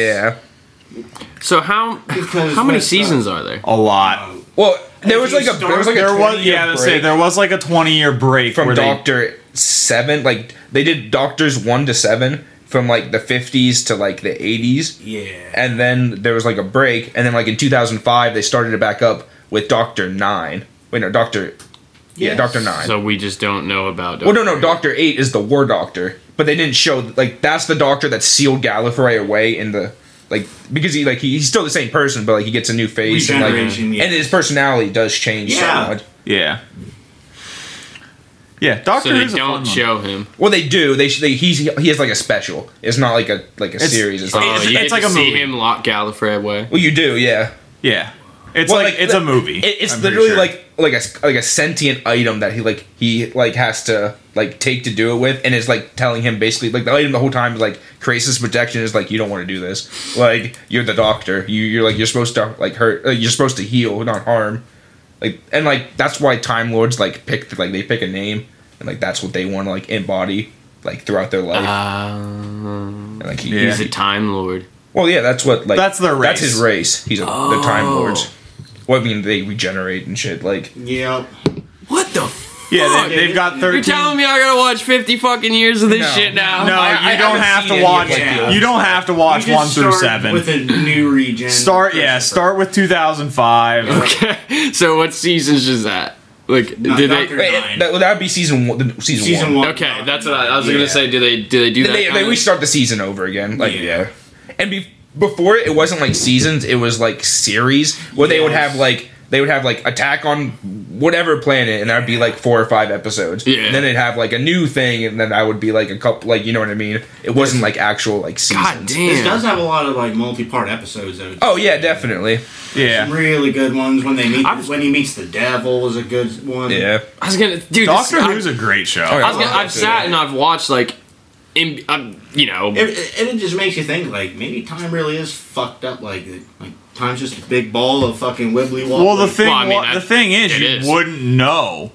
Speaker 4: Yeah.
Speaker 2: So how
Speaker 6: Because
Speaker 2: how many
Speaker 6: with, uh,
Speaker 2: seasons are there?
Speaker 1: A lot.
Speaker 6: Um,
Speaker 4: Well, there was
Speaker 6: you
Speaker 4: like a there
Speaker 6: start-
Speaker 4: was like a
Speaker 1: There was
Speaker 4: 20-year
Speaker 1: yeah, I was say
Speaker 4: break.
Speaker 1: there was like a twenty year break
Speaker 4: from
Speaker 1: where they-
Speaker 4: Doctor Seven. Like they did Doctors One to Seven from like the fifties to like the eighties,
Speaker 6: yeah.
Speaker 4: and then there was like a break, and then like in two thousand five they started it back up with Doctor Nine. Wait, no, Doctor. Yeah,
Speaker 6: Yes.
Speaker 4: Doctor Nine.
Speaker 2: So we just don't know about.
Speaker 4: well, no, no, Doctor Eight is the War Doctor, but they didn't show like that's the Doctor that sealed Gallifrey away in the. Like because he like he, he's still the same person, but like he gets a new face and like
Speaker 6: Regeneration, yeah.
Speaker 4: and his personality does change
Speaker 6: Yeah.
Speaker 4: so much.
Speaker 1: Yeah. Yeah,
Speaker 2: So
Speaker 1: Doctor
Speaker 2: they
Speaker 1: Who's a fun
Speaker 2: don't
Speaker 1: one.
Speaker 2: show him.
Speaker 4: Well, they do. They, they he's he has like a special. It's not like a like a
Speaker 1: It's-
Speaker 4: series. It's
Speaker 2: Oh,
Speaker 4: like,
Speaker 1: It's-
Speaker 2: you
Speaker 1: it's like
Speaker 2: get to
Speaker 1: a
Speaker 2: see
Speaker 1: movie.
Speaker 2: him lock Gallifrey away.
Speaker 4: well, you do, yeah.
Speaker 1: Yeah. It's
Speaker 4: Well,
Speaker 1: like, it's a movie.
Speaker 4: It, it's
Speaker 1: I'm pretty
Speaker 4: literally
Speaker 1: sure.
Speaker 4: like like a s- like a sentient item that he like he like has to like take to do it with, and it's like telling him basically like the item the whole time is like crisis protection is like you don't want to do this. Like you're the doctor. You you're like you're supposed to like hurt. Uh, you're supposed to heal, not harm. Like and like that's why Time Lords like pick like they pick a name and like that's what they want to like embody like throughout their life.
Speaker 2: Um,
Speaker 4: and, like he,
Speaker 1: Yeah.
Speaker 2: He's a time lord.
Speaker 4: Well, yeah, that's what like
Speaker 1: That's their race.
Speaker 4: That's his race. He's a, the Time
Speaker 2: Oh.
Speaker 4: Lords. Well, I mean, they regenerate and shit. Like,
Speaker 6: Yep.
Speaker 2: What the?
Speaker 1: Yeah,
Speaker 2: Fuck.
Speaker 1: they, they've got 13
Speaker 2: You're telling me I gotta watch fifty fucking years of this
Speaker 4: No.
Speaker 2: shit now?
Speaker 1: No,
Speaker 4: I-
Speaker 1: you
Speaker 4: I
Speaker 1: don't
Speaker 4: haven't
Speaker 1: have
Speaker 4: seen
Speaker 1: to
Speaker 4: it
Speaker 1: watch.
Speaker 4: yet, like, the-
Speaker 1: you don't have to watch
Speaker 6: You
Speaker 1: one
Speaker 6: just
Speaker 1: through
Speaker 6: start
Speaker 1: seven.
Speaker 6: with a new regen.
Speaker 1: start yeah, start with 2005.
Speaker 2: Okay. So what seasons is that? Like,
Speaker 6: No,
Speaker 2: did
Speaker 6: Doctor-
Speaker 2: they?
Speaker 4: Wait,
Speaker 6: Nine.
Speaker 4: that that would be season one. The, season,
Speaker 6: season
Speaker 4: one.
Speaker 6: one.
Speaker 2: Okay, that's what I, I was gonna say. Do they? Do they do that?
Speaker 4: They,
Speaker 2: kind
Speaker 4: they
Speaker 2: of-
Speaker 4: restart the season over again. Like,
Speaker 6: Yeah.
Speaker 4: yeah. And be, before it wasn't like seasons; it was like series where they would
Speaker 6: Yes.
Speaker 4: have like they would have like Attack on whatever planet, and that'd be like four or five episodes.
Speaker 2: Yeah.
Speaker 4: And then it'd have like a new thing, and then I would be like a couple, like you know what I mean. It wasn't like actual like seasons.
Speaker 2: God
Speaker 3: This does
Speaker 2: damn.
Speaker 3: have a lot of like multi-part episodes though.
Speaker 4: Oh yeah, definitely.
Speaker 1: Yeah.
Speaker 3: Some really good ones when they meet
Speaker 2: I've-
Speaker 3: when he meets the devil is a good one.
Speaker 4: Yeah.
Speaker 2: I was gonna, dude. this-
Speaker 1: Doctor
Speaker 2: I-
Speaker 1: Who's a great show.
Speaker 4: yeah.
Speaker 2: I was gonna, I've sat and I've watched like, in, I'm, you know,
Speaker 3: It, it, and it just makes you think like maybe time really is fucked up like that. like time's just a big ball of fucking wibbly wobbly.
Speaker 1: Well, the thing
Speaker 2: Well, I mean,
Speaker 1: wa-
Speaker 2: that-
Speaker 1: the thing is,
Speaker 2: it
Speaker 1: you
Speaker 2: is.
Speaker 1: wouldn't know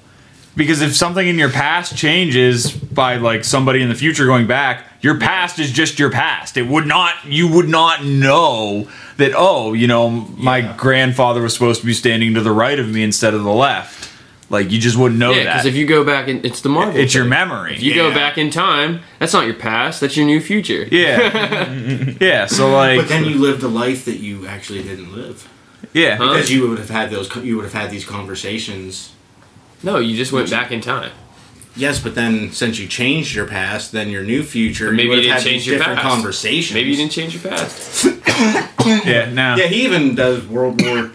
Speaker 1: because if something in your past changes by like somebody in the future going back, your past is just your past. It would not you would not know that oh, you know, my grandfather was supposed to be standing to the right of me instead of the left. Like you just wouldn't know
Speaker 2: yeah.
Speaker 1: that.
Speaker 2: Because if you go back and it's the Marvel,
Speaker 1: it's your
Speaker 2: thing.
Speaker 1: memory.
Speaker 2: If you go back in time, that's not your past. That's your new future.
Speaker 1: yeah. yeah, so like
Speaker 3: but then you lived a life that you actually didn't live
Speaker 1: yeah.
Speaker 2: Huh?
Speaker 3: because you would have had those co- you would have had these conversations.
Speaker 2: No, you just went back in time.
Speaker 3: Yes, but then since you changed your past, then your new future.
Speaker 2: Maybe
Speaker 3: you, would
Speaker 2: you
Speaker 3: have
Speaker 2: didn't
Speaker 3: had
Speaker 2: change
Speaker 3: these
Speaker 2: your
Speaker 3: different
Speaker 2: past.
Speaker 3: conversations.
Speaker 2: Maybe you didn't change your past.
Speaker 1: Yeah, now.
Speaker 3: Yeah, he even does World War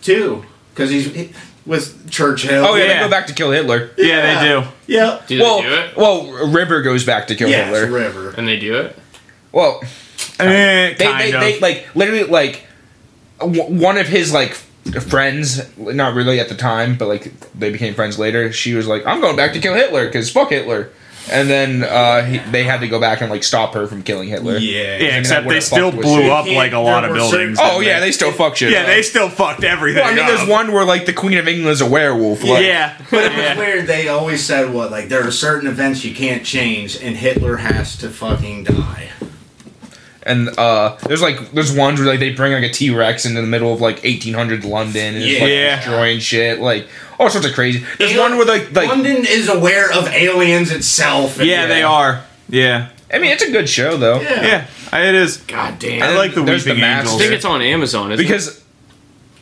Speaker 3: Two because he's he- with Churchill.
Speaker 4: Oh yeah,
Speaker 1: Yeah.
Speaker 4: they go back to kill Hitler.
Speaker 1: yeah, they do.
Speaker 3: Yep.
Speaker 2: Do
Speaker 4: well,
Speaker 2: they do it?
Speaker 4: well, River goes back to kill
Speaker 3: Yes,
Speaker 4: Hitler.
Speaker 3: River.
Speaker 2: And they do it.
Speaker 4: Well,
Speaker 1: Eh,
Speaker 4: they,
Speaker 1: kind
Speaker 4: they,
Speaker 1: of.
Speaker 4: they like literally like w- one of his like f- friends not really at the time but like they became friends later she was like i'm going back to kill hitler because fuck hitler and then uh, he, they had to go back and like stop her from killing hitler
Speaker 3: Yeah.
Speaker 1: yeah, except
Speaker 4: would've
Speaker 1: they still
Speaker 4: fucked with
Speaker 1: blew
Speaker 4: you.
Speaker 1: up
Speaker 3: You
Speaker 1: like a
Speaker 3: can't-
Speaker 1: lot
Speaker 3: there
Speaker 1: of
Speaker 3: were certain-
Speaker 1: buildings.
Speaker 4: oh yeah they still fuck shit
Speaker 1: Yeah,
Speaker 4: up.
Speaker 1: they still fucked everything.
Speaker 4: well, i mean there's
Speaker 1: up.
Speaker 4: one where like the queen of england's a werewolf like,
Speaker 1: yeah,
Speaker 3: But it was weird. They always said what like there are certain events you can't change, and Hitler has to fucking die.
Speaker 4: and uh there's like there's ones where like they bring like a t-rex into the middle of like 1800 london and
Speaker 1: Yeah.
Speaker 4: it's like destroying shit like all sorts of crazy there's
Speaker 3: Alien-
Speaker 4: one where like like
Speaker 3: London is aware of aliens itself. and-
Speaker 1: yeah, they are. Yeah,
Speaker 4: i mean it's a good show though
Speaker 3: Yeah.
Speaker 1: yeah, it is.
Speaker 2: God damn.
Speaker 1: I
Speaker 4: And
Speaker 1: like the
Speaker 4: there's the
Speaker 1: Weeping
Speaker 4: mask.
Speaker 2: I
Speaker 1: Angels.
Speaker 2: think it's on Amazon. Isn't it?
Speaker 4: because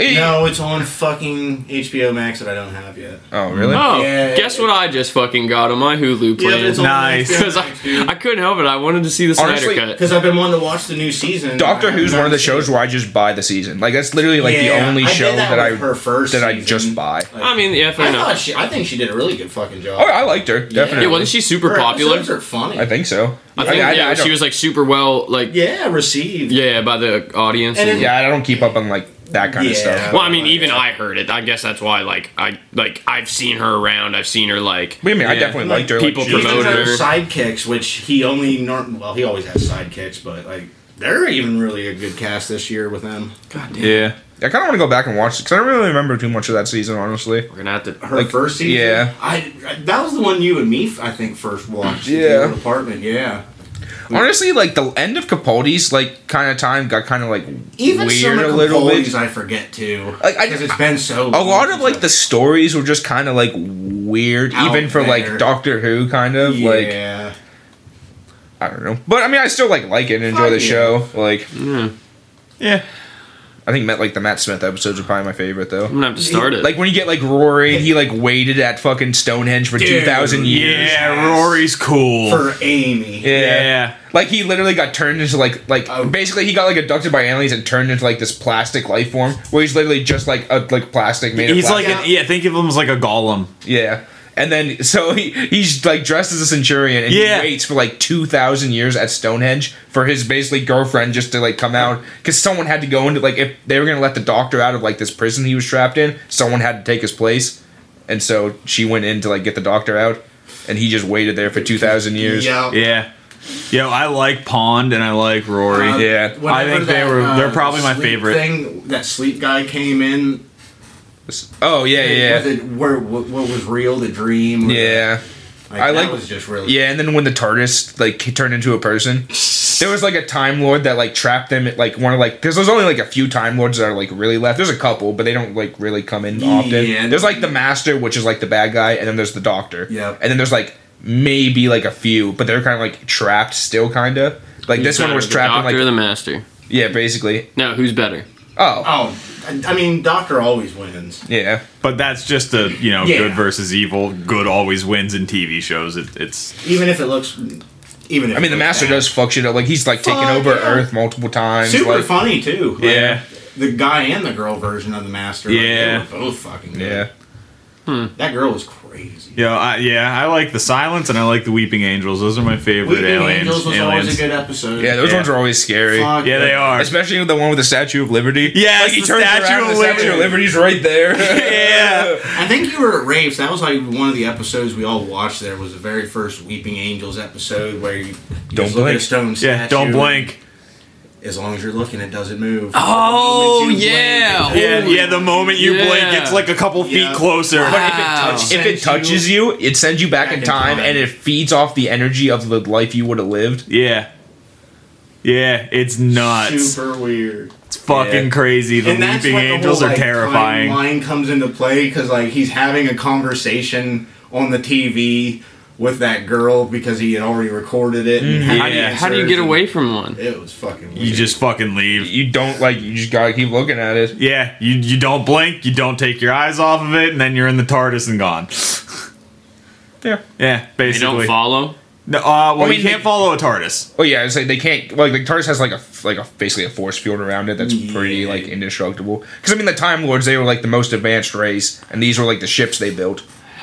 Speaker 3: No, it's on fucking HBO Max that I don't have yet.
Speaker 4: oh really
Speaker 2: oh,
Speaker 3: Yeah,
Speaker 2: guess
Speaker 3: it-
Speaker 2: what? I just fucking got on my Hulu
Speaker 3: Yeah,
Speaker 2: plan.
Speaker 3: it's on
Speaker 1: Nice.
Speaker 3: HBO
Speaker 2: because I,
Speaker 3: Max, dude.
Speaker 2: I couldn't help it. I wanted to see the Snyder
Speaker 4: Honestly,
Speaker 2: cut.
Speaker 3: Because I've been wanting to watch the new season.
Speaker 4: Doctor
Speaker 3: I
Speaker 4: Who's
Speaker 3: haven't
Speaker 4: one of the
Speaker 3: seen it.
Speaker 4: shows where I just buy the season. Like that's literally like
Speaker 3: Yeah,
Speaker 4: the only
Speaker 3: I did
Speaker 4: show that,
Speaker 3: with
Speaker 4: I
Speaker 3: her first
Speaker 4: that I
Speaker 3: season.
Speaker 4: just buy.
Speaker 3: Like,
Speaker 2: I mean, yeah, fair
Speaker 3: I
Speaker 2: enough.
Speaker 3: thought she. I think she did a really good fucking job.
Speaker 4: Oh, I liked her definitely.
Speaker 2: yeah, wasn't she super
Speaker 3: Her
Speaker 2: popular?
Speaker 3: episodes are funny.
Speaker 4: I think so.
Speaker 2: I think
Speaker 4: mean,
Speaker 2: yeah,
Speaker 4: I
Speaker 2: she
Speaker 4: don't-
Speaker 2: was like super well, like yeah,
Speaker 3: Yeah, received.
Speaker 2: by the audience.
Speaker 3: And
Speaker 2: And
Speaker 3: it-
Speaker 4: Yeah, I don't keep up on like that kind of
Speaker 3: Yeah.
Speaker 4: stuff.
Speaker 2: well, I mean, even I heard it. I guess that's why, like, I like I've seen her around. I've seen her like.
Speaker 4: What do you mean? I
Speaker 2: yeah.
Speaker 4: definitely liked her.
Speaker 2: people
Speaker 4: like, she-
Speaker 3: Even
Speaker 2: promote-
Speaker 3: her
Speaker 2: Promoter.
Speaker 3: sidekicks, which he only norm. Well, he always has sidekicks, but like they're even really a good cast this year with them.
Speaker 2: God damn.
Speaker 1: yeah,
Speaker 4: I kind of want to go back and watch it because I don't really remember too much of that season, honestly.
Speaker 2: We're gonna have to.
Speaker 3: Her
Speaker 4: Like,
Speaker 3: first season.
Speaker 4: yeah.
Speaker 3: I, I- that was the one you and me I think first watched. in
Speaker 4: Yeah.
Speaker 3: your apartment. Yeah.
Speaker 4: Honestly, like the end of Capaldi's like kind of time got kind of like
Speaker 3: Even
Speaker 4: weird
Speaker 3: some
Speaker 4: a
Speaker 3: of
Speaker 4: little bit.
Speaker 3: Capaldi's I forget too.
Speaker 4: Like, I-
Speaker 3: because it's been so.
Speaker 4: A lot of like the stories were just kind of like weird,
Speaker 3: Out
Speaker 4: even for
Speaker 3: there.
Speaker 4: like Doctor Who, kind of like.
Speaker 3: yeah.
Speaker 4: I don't know, but I mean, I still like like it and enjoy
Speaker 3: Fuck
Speaker 4: the
Speaker 3: yeah.
Speaker 4: show. Like,
Speaker 1: yeah.
Speaker 4: I think Matt, like the Matt Smith episodes are probably my favorite
Speaker 2: I'm
Speaker 4: though.
Speaker 2: gonna have to start it.
Speaker 4: Like when you get like Rory, and he like waited at fucking Stonehenge for two thousand years.
Speaker 1: Yeah, Rory's cool.
Speaker 3: for Amy.
Speaker 4: Yeah.
Speaker 1: yeah,
Speaker 4: like he literally got turned into like like
Speaker 3: Oh.
Speaker 4: basically he got like abducted by aliens and turned into like this plastic life form where he's literally just like a like plastic made.
Speaker 1: he's
Speaker 4: of
Speaker 1: like
Speaker 4: plastic.
Speaker 1: an, yeah. Think of him as like a golem.
Speaker 4: yeah. And then, so he, he's like dressed as a centurion, and
Speaker 1: Yeah.
Speaker 4: he waits for like two thousand years at Stonehenge for his basically girlfriend just to like come out because someone had to go into like if they were gonna let the doctor out of like this prison he was trapped in, someone had to take his place, and so she went in to like get the doctor out, and he just waited there for two thousand years.
Speaker 3: Yeah.
Speaker 1: Yeah, yo, I like Pond and I like Rory.
Speaker 3: Uh,
Speaker 4: Yeah.
Speaker 1: I think they were- they're probably my
Speaker 3: sleep
Speaker 1: favorite.
Speaker 3: Thing that sleep guy came in.
Speaker 4: Oh yeah,
Speaker 3: Was
Speaker 4: yeah,
Speaker 3: it where what, what was real? The dream. or-
Speaker 4: yeah.
Speaker 3: Like,
Speaker 4: I
Speaker 3: that
Speaker 4: like-
Speaker 3: was just really.
Speaker 4: Yeah, and then when the TARDIS like he turned into a person, there was like a Time Lord that like trapped them. At, like one of like because there's only like a few Time Lords that are like really left. There's a couple, but they don't like really come in often.
Speaker 3: Yeah.
Speaker 4: There's like the Master, which is like the bad guy, and then there's the Doctor.
Speaker 3: Yep.
Speaker 4: and then there's like maybe like a few, but they're kind of like trapped still, kind of. Like this one was
Speaker 2: the
Speaker 4: trapped
Speaker 2: Doctor
Speaker 4: in
Speaker 2: or
Speaker 4: like
Speaker 2: the Master.
Speaker 4: yeah, basically.
Speaker 2: No, who's better?
Speaker 4: Oh
Speaker 3: Oh, I- I mean, Doctor always wins.
Speaker 4: yeah,
Speaker 1: But that's just a you know
Speaker 3: Yeah.
Speaker 1: good versus evil. Good always wins in TV shows. It, it's
Speaker 3: Even if it looks. Even if
Speaker 4: I mean
Speaker 3: it
Speaker 4: the
Speaker 3: looks
Speaker 4: Master
Speaker 3: bad.
Speaker 4: does fuck shit up. Like he's like taking
Speaker 3: Fuck,
Speaker 4: over
Speaker 3: yeah.
Speaker 4: Earth multiple times.
Speaker 3: Super
Speaker 4: like,
Speaker 3: funny too. Like,
Speaker 1: Yeah.
Speaker 3: The guy and the girl version of the Master. like, they
Speaker 1: Yeah.
Speaker 3: were both fucking. Good.
Speaker 4: Yeah.
Speaker 3: That girl was crazy.
Speaker 1: Yo, I, yeah, I like the Silence and I like the Weeping Angels. Those are my favorite
Speaker 3: Weeping
Speaker 1: aliens.
Speaker 3: Angels was
Speaker 1: aliens.
Speaker 3: always a good episode.
Speaker 4: Yeah, those
Speaker 1: Yeah.
Speaker 4: ones are always scary.
Speaker 3: Fuck,
Speaker 1: yeah, they are.
Speaker 4: Especially the one with the Statue of Liberty.
Speaker 1: Yes,
Speaker 4: he
Speaker 1: the
Speaker 4: turns
Speaker 1: Statue
Speaker 4: around
Speaker 1: of
Speaker 4: and the Statue of
Speaker 1: Liberty.
Speaker 4: Liberty's right there.
Speaker 1: yeah.
Speaker 3: I think you were at Rafe's. That was like one of the episodes we all watched. There was the very first Weeping Angels episode where you you
Speaker 4: Don't
Speaker 3: just look at
Speaker 4: blink.
Speaker 3: a stone
Speaker 1: Yeah, don't
Speaker 3: statue.
Speaker 1: blink.
Speaker 3: As long as you're looking, it doesn't move.
Speaker 2: Oh,
Speaker 3: The moment you
Speaker 2: yeah.
Speaker 3: blink, it
Speaker 1: Yeah, yeah, the moment you
Speaker 2: Yeah.
Speaker 1: blink, it's like a couple
Speaker 3: Yeah.
Speaker 1: feet closer.
Speaker 2: Wow.
Speaker 4: if it touches you, it sends you back, in time, and it feeds off the energy of the life you would have lived.
Speaker 1: Yeah. Yeah, it's nuts.
Speaker 3: Super weird.
Speaker 1: It's fucking
Speaker 4: Yeah.
Speaker 1: crazy. The Weeping
Speaker 3: when the
Speaker 1: Angels
Speaker 3: whole,
Speaker 1: are
Speaker 3: like,
Speaker 1: terrifying.
Speaker 3: Timeline comes into play because like he's having a conversation on the TV with that girl because he had already recorded it. and had
Speaker 2: How do, you,
Speaker 1: Yeah.
Speaker 2: how do you
Speaker 3: answers,
Speaker 2: get
Speaker 3: and
Speaker 2: away from one?
Speaker 3: It was fucking. Weird.
Speaker 1: Mm-hmm. You just fucking leave.
Speaker 4: You don't like. You just gotta keep looking at it.
Speaker 1: Yeah, you you don't blink, you don't take your eyes off of it, and then you're in the TARDIS and gone.
Speaker 4: Yeah.
Speaker 1: Yeah,
Speaker 2: They don't
Speaker 1: basically.
Speaker 2: follow.
Speaker 1: No, uh, well,
Speaker 4: I mean,
Speaker 1: you can't
Speaker 4: they-
Speaker 1: follow a TARDIS.
Speaker 4: Oh yeah, it's like they can't like the TARDIS has like a like a basically a force field around it that's pretty like indestructible. Because I mean the Time Lords they were like the most advanced race, and these were like the ships they built.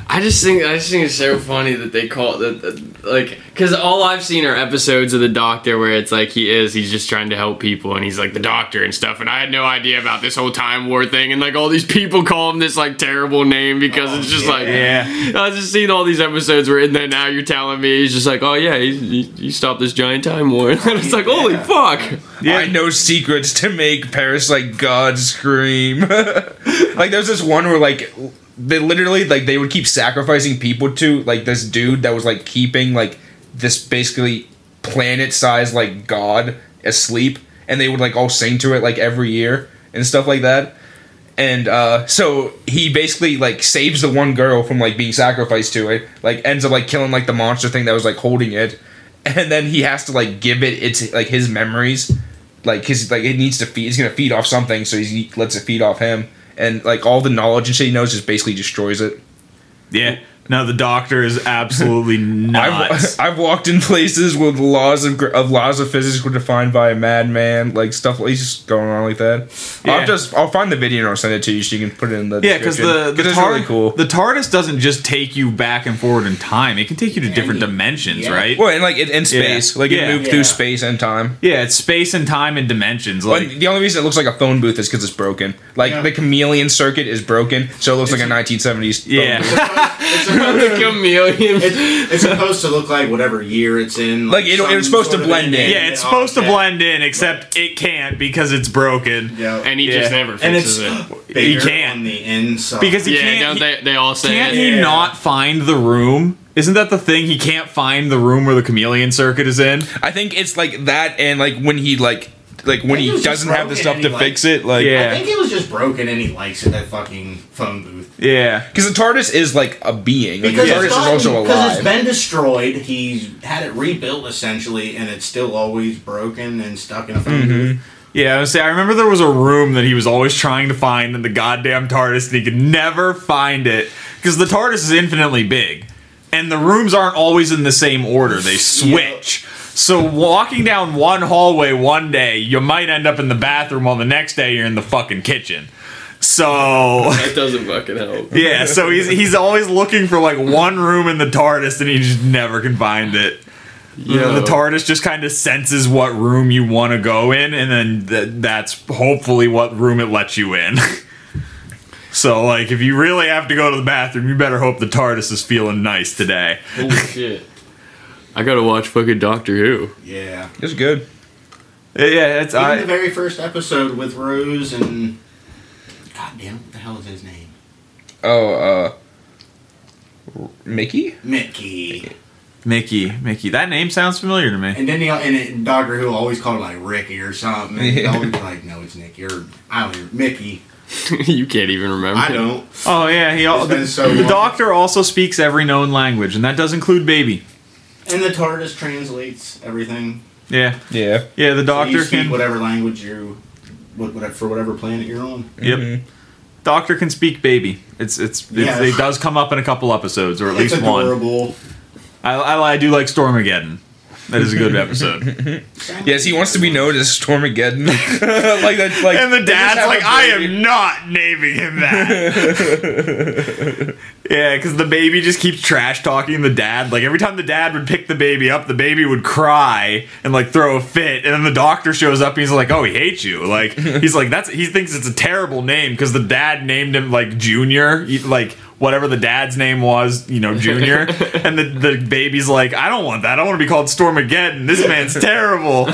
Speaker 2: I just think I just think it's so funny that they call that, that like because all I've seen are episodes of the Doctor where it's like he is he's just trying to help people and he's like the Doctor and stuff and I had no idea about this whole Time War thing and like all these people call him this like terrible name because it's just like
Speaker 1: Yeah.
Speaker 2: I was just seeing all these episodes where and then now you're telling me he's just like oh yeah he, he, he stopped this giant Time War and it's like holy fuck
Speaker 1: Yeah.
Speaker 4: I know secrets to make Paris like God scream. like there's this one where like they literally like they would keep sacrificing people to like this dude that was like keeping like this basically planet sized like God asleep, and they would like all sing to it like every year and stuff like that. And uh, so he basically like saves the one girl from like being sacrificed to it. Like ends up like killing like the monster thing that was like holding it, and then he has to like give it its like his memories, like his like it needs to feed. It's gonna feed off something, so he lets it feed off him, and like all the knowledge and shit he knows just basically destroys it.
Speaker 1: Yeah. No, the doctor is absolutely nuts.
Speaker 4: I've, I've walked in places where the laws of, gr- of laws of physics were defined by a madman, like stuff like it's just going on like that.
Speaker 1: Yeah.
Speaker 4: I'll just I'll find the video and I'll send it to you so you can put it in the
Speaker 1: Yeah, because the
Speaker 4: description.
Speaker 1: the,
Speaker 4: it's
Speaker 1: tar-
Speaker 4: really cool.
Speaker 1: the TARDIS doesn't just take you back and forward in time; it can take you to different dimensions, right?
Speaker 4: well, and like it, in space, like
Speaker 1: Yeah.
Speaker 4: it moved
Speaker 3: Yeah.
Speaker 4: through space and time.
Speaker 1: yeah, it's space and time and dimensions. Like,
Speaker 4: But the only reason it looks like a phone booth is because it's broken. Like
Speaker 3: Yeah.
Speaker 4: the chameleon circuit is broken, so it looks like a 1970s. phone
Speaker 1: yeah,
Speaker 4: booth.
Speaker 3: It's supposed,
Speaker 2: the chameleon
Speaker 3: it's, it's supposed to look like whatever year it's in.
Speaker 4: Like, it-
Speaker 3: some
Speaker 4: it's supposed
Speaker 3: sort of
Speaker 4: to
Speaker 3: Oh,
Speaker 4: blend in.
Speaker 1: yeah, it's supposed to blend in, except it can't because it's broken.
Speaker 3: Yeah.
Speaker 2: and he
Speaker 1: Yeah.
Speaker 2: just never
Speaker 1: And
Speaker 2: fixes it
Speaker 3: bigger
Speaker 1: can't.
Speaker 3: on the inside
Speaker 1: Because he
Speaker 2: yeah
Speaker 1: can't.
Speaker 2: don't
Speaker 1: he-
Speaker 2: they they all say
Speaker 1: Can't
Speaker 2: it.
Speaker 1: he
Speaker 3: Yeah.
Speaker 1: not find the room? Isn't that the thing? He can't find the room where the chameleon circuit is in.
Speaker 4: I think it's like that, and like when he like like when
Speaker 3: think it
Speaker 4: he
Speaker 3: was just
Speaker 4: doesn't have the
Speaker 3: broken
Speaker 4: stuff
Speaker 3: and
Speaker 4: to
Speaker 3: he, like-
Speaker 4: fix it, like
Speaker 1: Yeah.
Speaker 3: I think it was just broken, and he likes it. That fucking phone booth.
Speaker 1: Yeah.
Speaker 4: Because the TARDIS is like a being. Like, the
Speaker 3: Because
Speaker 4: TARDIS
Speaker 3: it's,
Speaker 4: is
Speaker 3: gotten-
Speaker 4: also
Speaker 3: 'cause it's
Speaker 4: alive.
Speaker 3: been destroyed. He's had it rebuilt essentially, and it's still always broken and stuck in a phone
Speaker 4: Mm-hmm.
Speaker 3: booth.
Speaker 1: Yeah, I was saying, I remember there was a room that he was always trying to find in the goddamn TARDIS and he could never find it because the TARDIS is infinitely big and the rooms aren't always in the same order, they switch. So walking down one hallway one day, you might end up in the bathroom while the next day you're in the fucking kitchen. So
Speaker 2: that doesn't fucking help
Speaker 1: yeah, so he's he's always looking for like one room in the TARDIS and he just never can find it. You know, the
Speaker 2: Yo.
Speaker 1: TARDIS just kind of senses what room you want to go in, and then th- that's hopefully what room it lets you in. so, like, if you really have to go to the bathroom, you better hope the TARDIS is feeling nice today.
Speaker 2: Holy shit. I gotta watch fucking Doctor Who.
Speaker 3: Yeah.
Speaker 4: It's good.
Speaker 1: Uh, Yeah, it's
Speaker 3: Even the
Speaker 1: I,
Speaker 3: very first episode with Rose and God damn, what the hell is his name?
Speaker 4: Oh, uh. Mickey?
Speaker 3: Mickey.
Speaker 1: Mickey. Mickey, that name sounds familiar to me.
Speaker 3: And then the and it, Doctor Who always called him like Ricky or something. And
Speaker 4: Yeah.
Speaker 3: yeah. always like, no, it's Nicky or I don't even Mickey.
Speaker 2: you can't even remember.
Speaker 3: I don't.
Speaker 1: Oh yeah, he. Al-
Speaker 3: It's been
Speaker 1: the,
Speaker 3: so
Speaker 1: the
Speaker 3: long.
Speaker 1: Doctor also speaks every known language, and that does include baby.
Speaker 3: And the TARDIS translates everything.
Speaker 1: Yeah,
Speaker 4: Yeah.
Speaker 1: yeah. The
Speaker 3: So
Speaker 1: Doctor
Speaker 3: you speak
Speaker 1: can.
Speaker 3: whatever language you, what, what, for whatever planet you're on.
Speaker 1: Yep. Doctor can speak baby. It's it's, it's
Speaker 3: Yeah.
Speaker 1: it does come up in a couple episodes or at
Speaker 3: It's
Speaker 1: least one.
Speaker 3: adorable.
Speaker 1: I, I I do like Stormageddon. That is a good episode.
Speaker 4: Yes, he wants to be known as Stormageddon. like that, like
Speaker 1: and the
Speaker 4: they just
Speaker 1: dad's
Speaker 4: have
Speaker 1: like,
Speaker 4: a
Speaker 1: I
Speaker 4: baby."
Speaker 1: am not naming him that. yeah, because the baby just keeps trash talking the dad. Like every time the dad would pick the baby up, the baby would cry and like throw a fit. And then the doctor shows up. And he's like, Oh, he hates you. Like he's like that's he thinks it's a terrible name because the dad named him like Junior, he- like. Whatever the dad's name was, you know, Junior, and the, the baby's like, I don't want that. I want to be called Stormageddon. This man's terrible.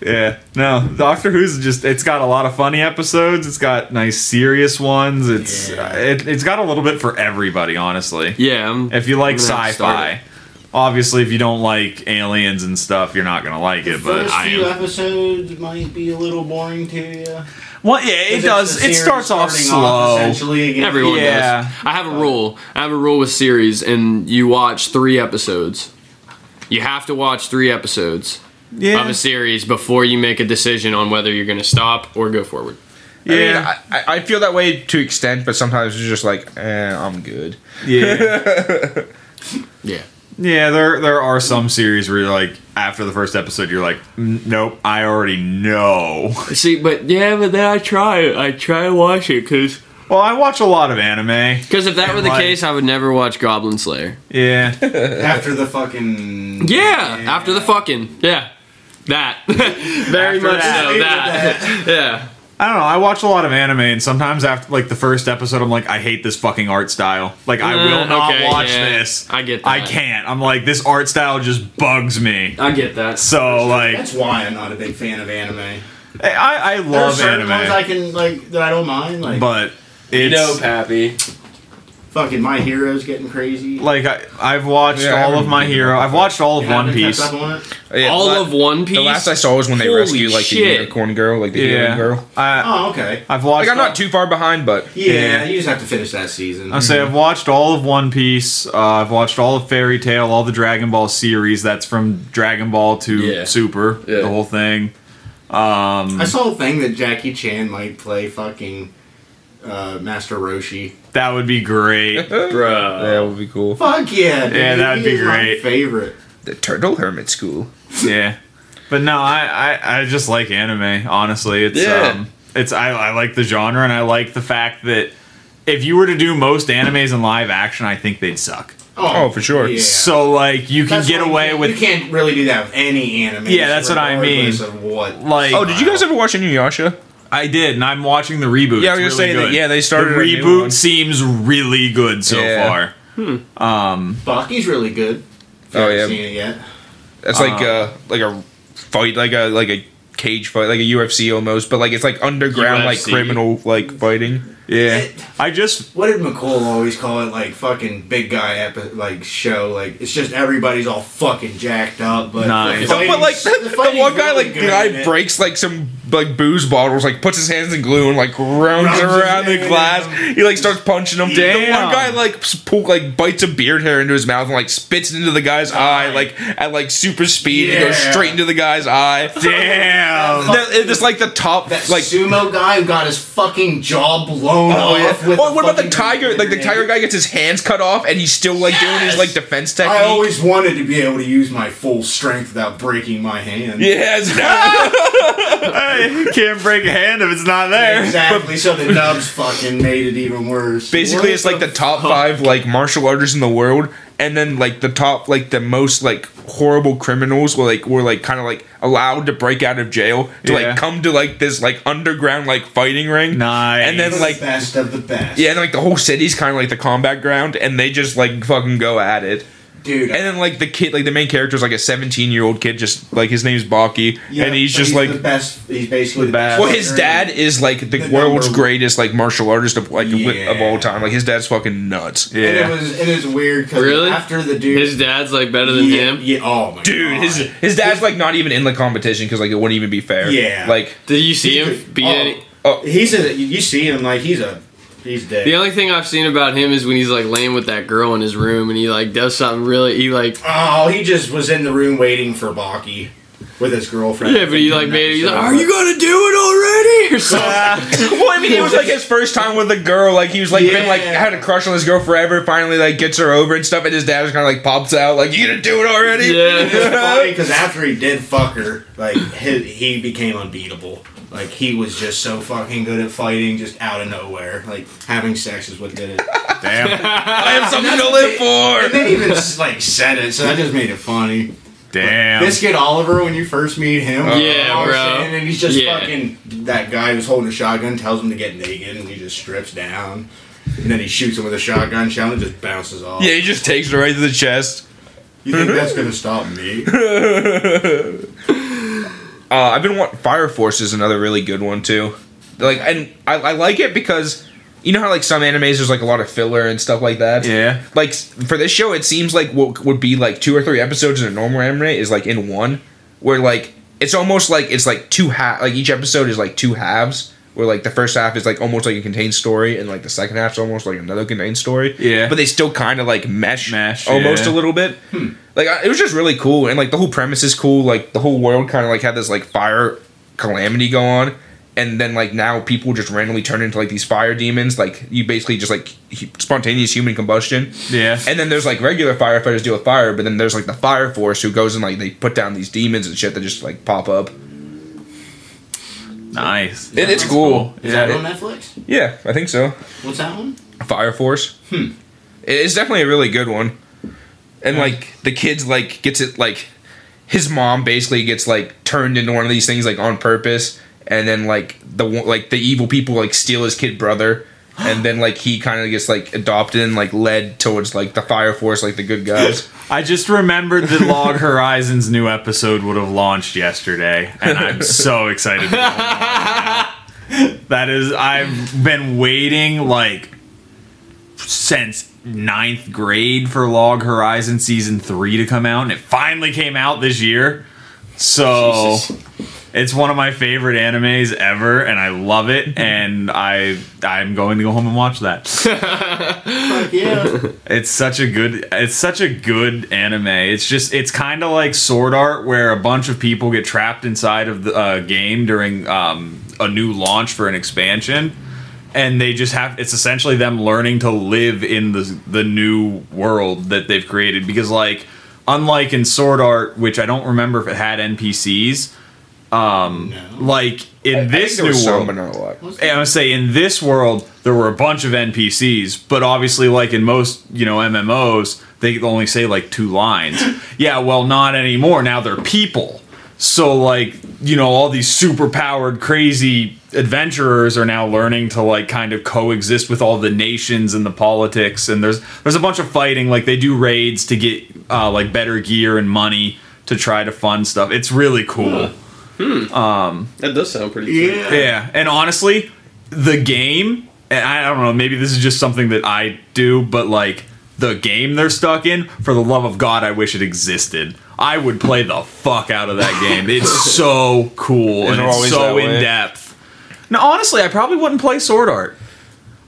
Speaker 1: Yeah. No, Doctor Who's just it's got a lot of funny episodes. It's got nice serious ones. It's it, it's got a little bit for everybody, honestly.
Speaker 2: Yeah. I'm,
Speaker 1: If you like
Speaker 2: I'm gonna have to start
Speaker 1: sci-fi, obviously if you don't like aliens and stuff, you're not going to like it, but
Speaker 3: First
Speaker 1: I
Speaker 3: few
Speaker 1: am.
Speaker 3: episodes might be a little boring to you.
Speaker 1: Well, yeah, it does. It starts off slow.
Speaker 3: essentially again.
Speaker 2: Everyone
Speaker 1: Yeah.
Speaker 2: does. I have a rule. I have a rule with series, and you watch three episodes. You have to watch three episodes
Speaker 1: yeah.
Speaker 2: of a series before you make a decision on whether you're going to stop or go forward.
Speaker 4: I mean,
Speaker 1: yeah.
Speaker 4: I, I, I feel that way to extent, but sometimes it's just like, eh, I'm good.
Speaker 1: yeah.
Speaker 2: Yeah.
Speaker 1: Yeah, there there are some series where you're like after the first episode you're like, "Mm, nope, I already know.
Speaker 2: See, but yeah, but then I try. I try to watch it because
Speaker 1: Well, I watch a lot of anime.
Speaker 2: if that were the
Speaker 1: Like-
Speaker 2: case, I would never watch Goblin Slayer.
Speaker 1: Yeah.
Speaker 3: After the fucking
Speaker 2: Yeah, after the fucking yeah, that very
Speaker 1: After
Speaker 2: much
Speaker 1: that.
Speaker 2: so that yeah.
Speaker 1: I don't know. I watch a lot of anime, and sometimes after like the first episode, I'm like, I hate this fucking art style. Like, I will
Speaker 2: Uh,
Speaker 1: not
Speaker 2: okay,
Speaker 1: watch
Speaker 2: yeah.
Speaker 1: this.
Speaker 2: I get
Speaker 1: I
Speaker 2: that.
Speaker 1: can't. I'm like, this art style just bugs me.
Speaker 2: I get that.
Speaker 1: So like,
Speaker 3: That's why I'm not a big fan of anime.
Speaker 1: I, I
Speaker 3: There are
Speaker 1: love
Speaker 3: certain ones I
Speaker 1: anime,
Speaker 3: can like that I don't mind. Like
Speaker 1: but
Speaker 2: You
Speaker 1: it's
Speaker 2: know, Pappy.
Speaker 3: fucking My Hero's getting crazy.
Speaker 1: like I, I've watched
Speaker 4: Yeah, I
Speaker 1: all of
Speaker 4: haven't-
Speaker 1: my hero. I've watched all of
Speaker 3: You
Speaker 1: One
Speaker 3: haven't kept
Speaker 1: Piece.
Speaker 3: up on it?
Speaker 4: Yeah,
Speaker 2: All
Speaker 4: the la-
Speaker 2: of One Piece.
Speaker 4: The last I saw was when they
Speaker 2: Holy
Speaker 4: rescued like the
Speaker 2: shit.
Speaker 4: unicorn girl, like the
Speaker 1: Yeah,
Speaker 4: healing girl.
Speaker 1: I,
Speaker 3: Oh, okay.
Speaker 1: I've watched.
Speaker 4: Like I'm
Speaker 1: all-
Speaker 4: not too far behind, but
Speaker 3: Yeah,
Speaker 1: Yeah.
Speaker 3: you just have to finish that season.
Speaker 1: I say I've watched all of One Piece. Uh, I've watched all of Fairy Tale, all the Dragon Ball series. That's from Dragon Ball to
Speaker 2: Yeah.
Speaker 1: Super,
Speaker 2: Yeah.
Speaker 1: the whole thing.
Speaker 3: I saw a thing that Jackie Chan might play fucking uh, Master Roshi.
Speaker 1: That would be great.
Speaker 2: Bruh.
Speaker 4: that would be cool.
Speaker 3: Fuck yeah! Dude.
Speaker 1: Yeah, that'd
Speaker 3: He
Speaker 1: be
Speaker 3: is my
Speaker 1: great.
Speaker 3: favorite.
Speaker 4: The turtle hermit school.
Speaker 1: yeah but no I, I i just like anime honestly it's
Speaker 2: Yeah.
Speaker 1: um it's I, I like the genre and i like the fact that if you were to do most animes in live action i think they'd suck
Speaker 4: Oh, for sure.
Speaker 3: Yeah.
Speaker 1: so like you can
Speaker 3: That's
Speaker 1: get
Speaker 3: why you
Speaker 1: away
Speaker 3: can't-
Speaker 1: with
Speaker 3: You can't really do that with any anime.
Speaker 1: Yeah, that's what I mean.
Speaker 3: regardless Of what?
Speaker 1: like
Speaker 4: Oh, did you guys ever watch Inuyasha?
Speaker 1: i did and i'm watching the reboot
Speaker 4: Yeah, I
Speaker 1: It's
Speaker 4: was gonna
Speaker 1: really
Speaker 4: say that-
Speaker 1: good.
Speaker 4: yeah, they started
Speaker 1: the
Speaker 4: a new
Speaker 1: reboot
Speaker 4: one.
Speaker 1: seems really good so
Speaker 4: Yeah.
Speaker 1: far
Speaker 3: Baki's really good. If you
Speaker 4: Oh,
Speaker 3: haven't
Speaker 4: yeah.
Speaker 3: seen it yet.
Speaker 4: That's like uh like a fight, like a like a cage fight, like a UFC almost, but like it's like underground, like
Speaker 2: UFC.
Speaker 4: criminal like fighting.
Speaker 1: yeah
Speaker 3: It-
Speaker 1: i just
Speaker 3: What did McCall always call it? Like fucking big guy epi- like show. Like it's just everybody's all fucking jacked up. But
Speaker 1: Nice.
Speaker 3: the
Speaker 4: but like
Speaker 3: fighting's-
Speaker 4: the,
Speaker 3: fighting's
Speaker 4: one guy,
Speaker 3: really
Speaker 4: like
Speaker 3: good in
Speaker 4: guy
Speaker 3: it.
Speaker 4: breaks like some like booze bottles, like puts his hands in glue and like rounds
Speaker 3: Rounds
Speaker 4: around
Speaker 3: his
Speaker 4: the
Speaker 3: hand.
Speaker 4: glass. He like starts punching him. The
Speaker 1: Damn.
Speaker 4: one guy like s- pull, like bites a beard hair into his mouth and like spits it into the guy's eye, like at like super speed and goes
Speaker 3: Yeah.
Speaker 4: straight into the guy's eye.
Speaker 1: damn
Speaker 4: That, it's like the top
Speaker 3: That
Speaker 4: like.
Speaker 3: sumo guy who got his fucking jaw blown
Speaker 4: Oh,
Speaker 3: off.
Speaker 4: yeah.
Speaker 3: With
Speaker 4: Oh, what about the
Speaker 3: fucking-
Speaker 4: tiger? Like the tiger guy gets his hands cut off, and he's still like doing his
Speaker 3: Yes!
Speaker 4: like defense technique.
Speaker 3: I always wanted to be able to use my full strength without breaking my hand.
Speaker 4: yes.
Speaker 1: Hey, you can't break a hand if it's not there
Speaker 3: Exactly. so the nubs fucking made it even worse.
Speaker 4: basically it's like the top five like martial artists in the world and then like the top like the most like horrible criminals were like were like kind of like allowed to break out of jail to
Speaker 1: Yeah.
Speaker 4: like come to like this like underground like fighting ring
Speaker 1: Nice.
Speaker 4: and then like
Speaker 3: the best of the best.
Speaker 4: yeah and like the whole city's kind of like the combat ground and they just like fucking go at it
Speaker 3: dude.
Speaker 4: and then like the kid like the main character is like a 17 year old kid just like his name's baki
Speaker 3: yeah,
Speaker 4: and he's
Speaker 3: but
Speaker 4: just like
Speaker 3: the best. He's basically the
Speaker 1: best.
Speaker 3: best.
Speaker 4: well, his dad is like the,
Speaker 3: The
Speaker 4: world's
Speaker 3: number-
Speaker 4: greatest like martial artist of like wi- of
Speaker 3: Yeah.
Speaker 4: all time. Like his dad's fucking nuts.
Speaker 3: And
Speaker 1: yeah
Speaker 3: it was and it's weird because
Speaker 2: Really?
Speaker 3: after the dude,
Speaker 2: His dad's like better than
Speaker 3: yeah,
Speaker 2: him.
Speaker 3: yeah, oh my
Speaker 4: dude
Speaker 3: God.
Speaker 4: his his dad's like not even in the competition because like it wouldn't even be fair
Speaker 3: Yeah.
Speaker 4: like
Speaker 2: Did you see
Speaker 3: He
Speaker 2: him
Speaker 3: could-
Speaker 2: beat
Speaker 3: oh.
Speaker 2: any?
Speaker 4: oh
Speaker 3: he's a you- you see him like he's a he's dead.
Speaker 2: The only thing I've seen about him is when he's like laying with that girl in his room and he like does something really he like
Speaker 3: Oh, he just was in the room waiting for Baki.
Speaker 6: with his girlfriend.
Speaker 2: Yeah, but he like made. He's like, "Are you gonna do it already?" Or something.
Speaker 4: Well, I mean, it was like his first time with a girl. Like he was like been like
Speaker 6: Yeah.
Speaker 4: had a crush on this girl forever. Finally, like gets her over and stuff. And his dad just kind of like pops out like, "You gonna do it already?"
Speaker 2: yeah.
Speaker 6: because after he did fuck her, like his, he became unbeatable. Like he was just so fucking good at fighting, just out of nowhere. Like having sex is what did it.
Speaker 1: Damn.
Speaker 4: I have something to live
Speaker 6: And
Speaker 4: for.
Speaker 6: they even like said it, so that just made it funny.
Speaker 1: Damn.
Speaker 6: Biscuit Oliver, when you first meet him,
Speaker 2: Yeah,
Speaker 6: all
Speaker 2: bro.
Speaker 6: Shannon, and he's just
Speaker 2: Yeah.
Speaker 6: fucking that guy who's holding a shotgun tells him to get naked, and he just strips down, and then he shoots him with a shotgun. Shannon just bounces off.
Speaker 4: Yeah, he just takes it right to the chest.
Speaker 6: You think that's gonna stop me?
Speaker 4: Uh, I've been want Fire Force is another really good one too. Like, and I, I like it because you know how like some animes there's like a lot of filler and stuff like that.
Speaker 1: Yeah.
Speaker 4: Like s- for this show, it seems like what would be like two or three episodes in a normal anime is like in one, where like it's almost like it's like two half. Like each episode is like two halves. Where like the first half is like almost like a contained story, and like the second half's almost like another contained story.
Speaker 1: Yeah.
Speaker 4: but they still kind of like mesh,
Speaker 1: Mesh,
Speaker 4: almost
Speaker 1: yeah.
Speaker 4: a little bit. Like I, it was just really cool, and like the whole premise is cool. Like the whole world kind of like had this like fire calamity go on, and then like now people just randomly turn into like these fire demons. Like you basically just like hu- spontaneous human combustion.
Speaker 1: Yeah.
Speaker 4: And then there's like regular firefighters deal with fire, but then there's like the fire force who goes and like they put down these demons and shit that just like pop up.
Speaker 1: Nice.
Speaker 4: It, it's cool.
Speaker 6: Is
Speaker 1: Yeah,
Speaker 6: that on
Speaker 1: it-
Speaker 6: Netflix?
Speaker 4: Yeah, I think so.
Speaker 6: What's that one?
Speaker 4: Fire Force. Hmm. It's definitely a really good one. And like the kids like gets it like his mom basically gets like turned into one of these things like on purpose and then like the one- like the evil people like steal his kid brother and then like he kind of gets like adopted and like led towards like the fire force like the good guys.
Speaker 1: I just remembered that Log Horizon's new episode would have launched yesterday, and I'm so excited. to go on right now. that is, I've been waiting like since ninth grade for Log Horizon season three to come out, and it finally came out this year. So it's one of my favorite animes ever, and I love it. And I I'm going to go home and watch that.
Speaker 6: Fuck yeah.
Speaker 1: It's such a good it's such a good anime. It's just it's kind of like Sword Art where a bunch of people get trapped inside of the uh, game during um, a new launch for an expansion and they just have it's essentially them learning to live in the the new world that they've created because like unlike in Sword Art which I don't remember if it had NPCs
Speaker 6: no.
Speaker 1: um, like in this
Speaker 4: I think there
Speaker 1: new
Speaker 4: was
Speaker 1: world
Speaker 4: some, but not a lot.
Speaker 1: and I would say in this world there were a bunch of NPCs, but obviously, like in most you know MMOs, they only say like two lines. yeah, well, not anymore. Now they're people. So like you know, all these super powered, crazy adventurers are now learning to like kind of coexist with all the nations and the politics. And there's there's a bunch of fighting. Like they do raids to get uh, like better gear and money to try to fund stuff. It's really cool.
Speaker 2: That does sound pretty. Good.
Speaker 6: Yeah.
Speaker 1: Yeah, and honestly, the game, and I don't know, maybe this is just something that I do, but like the game they're stuck in, for the love of God, I wish it existed. I would play the fuck out of that game. It's so cool and
Speaker 4: it
Speaker 1: it's
Speaker 4: always
Speaker 1: so
Speaker 4: that way?
Speaker 1: in depth. Now, honestly, I probably wouldn't play Sword Art.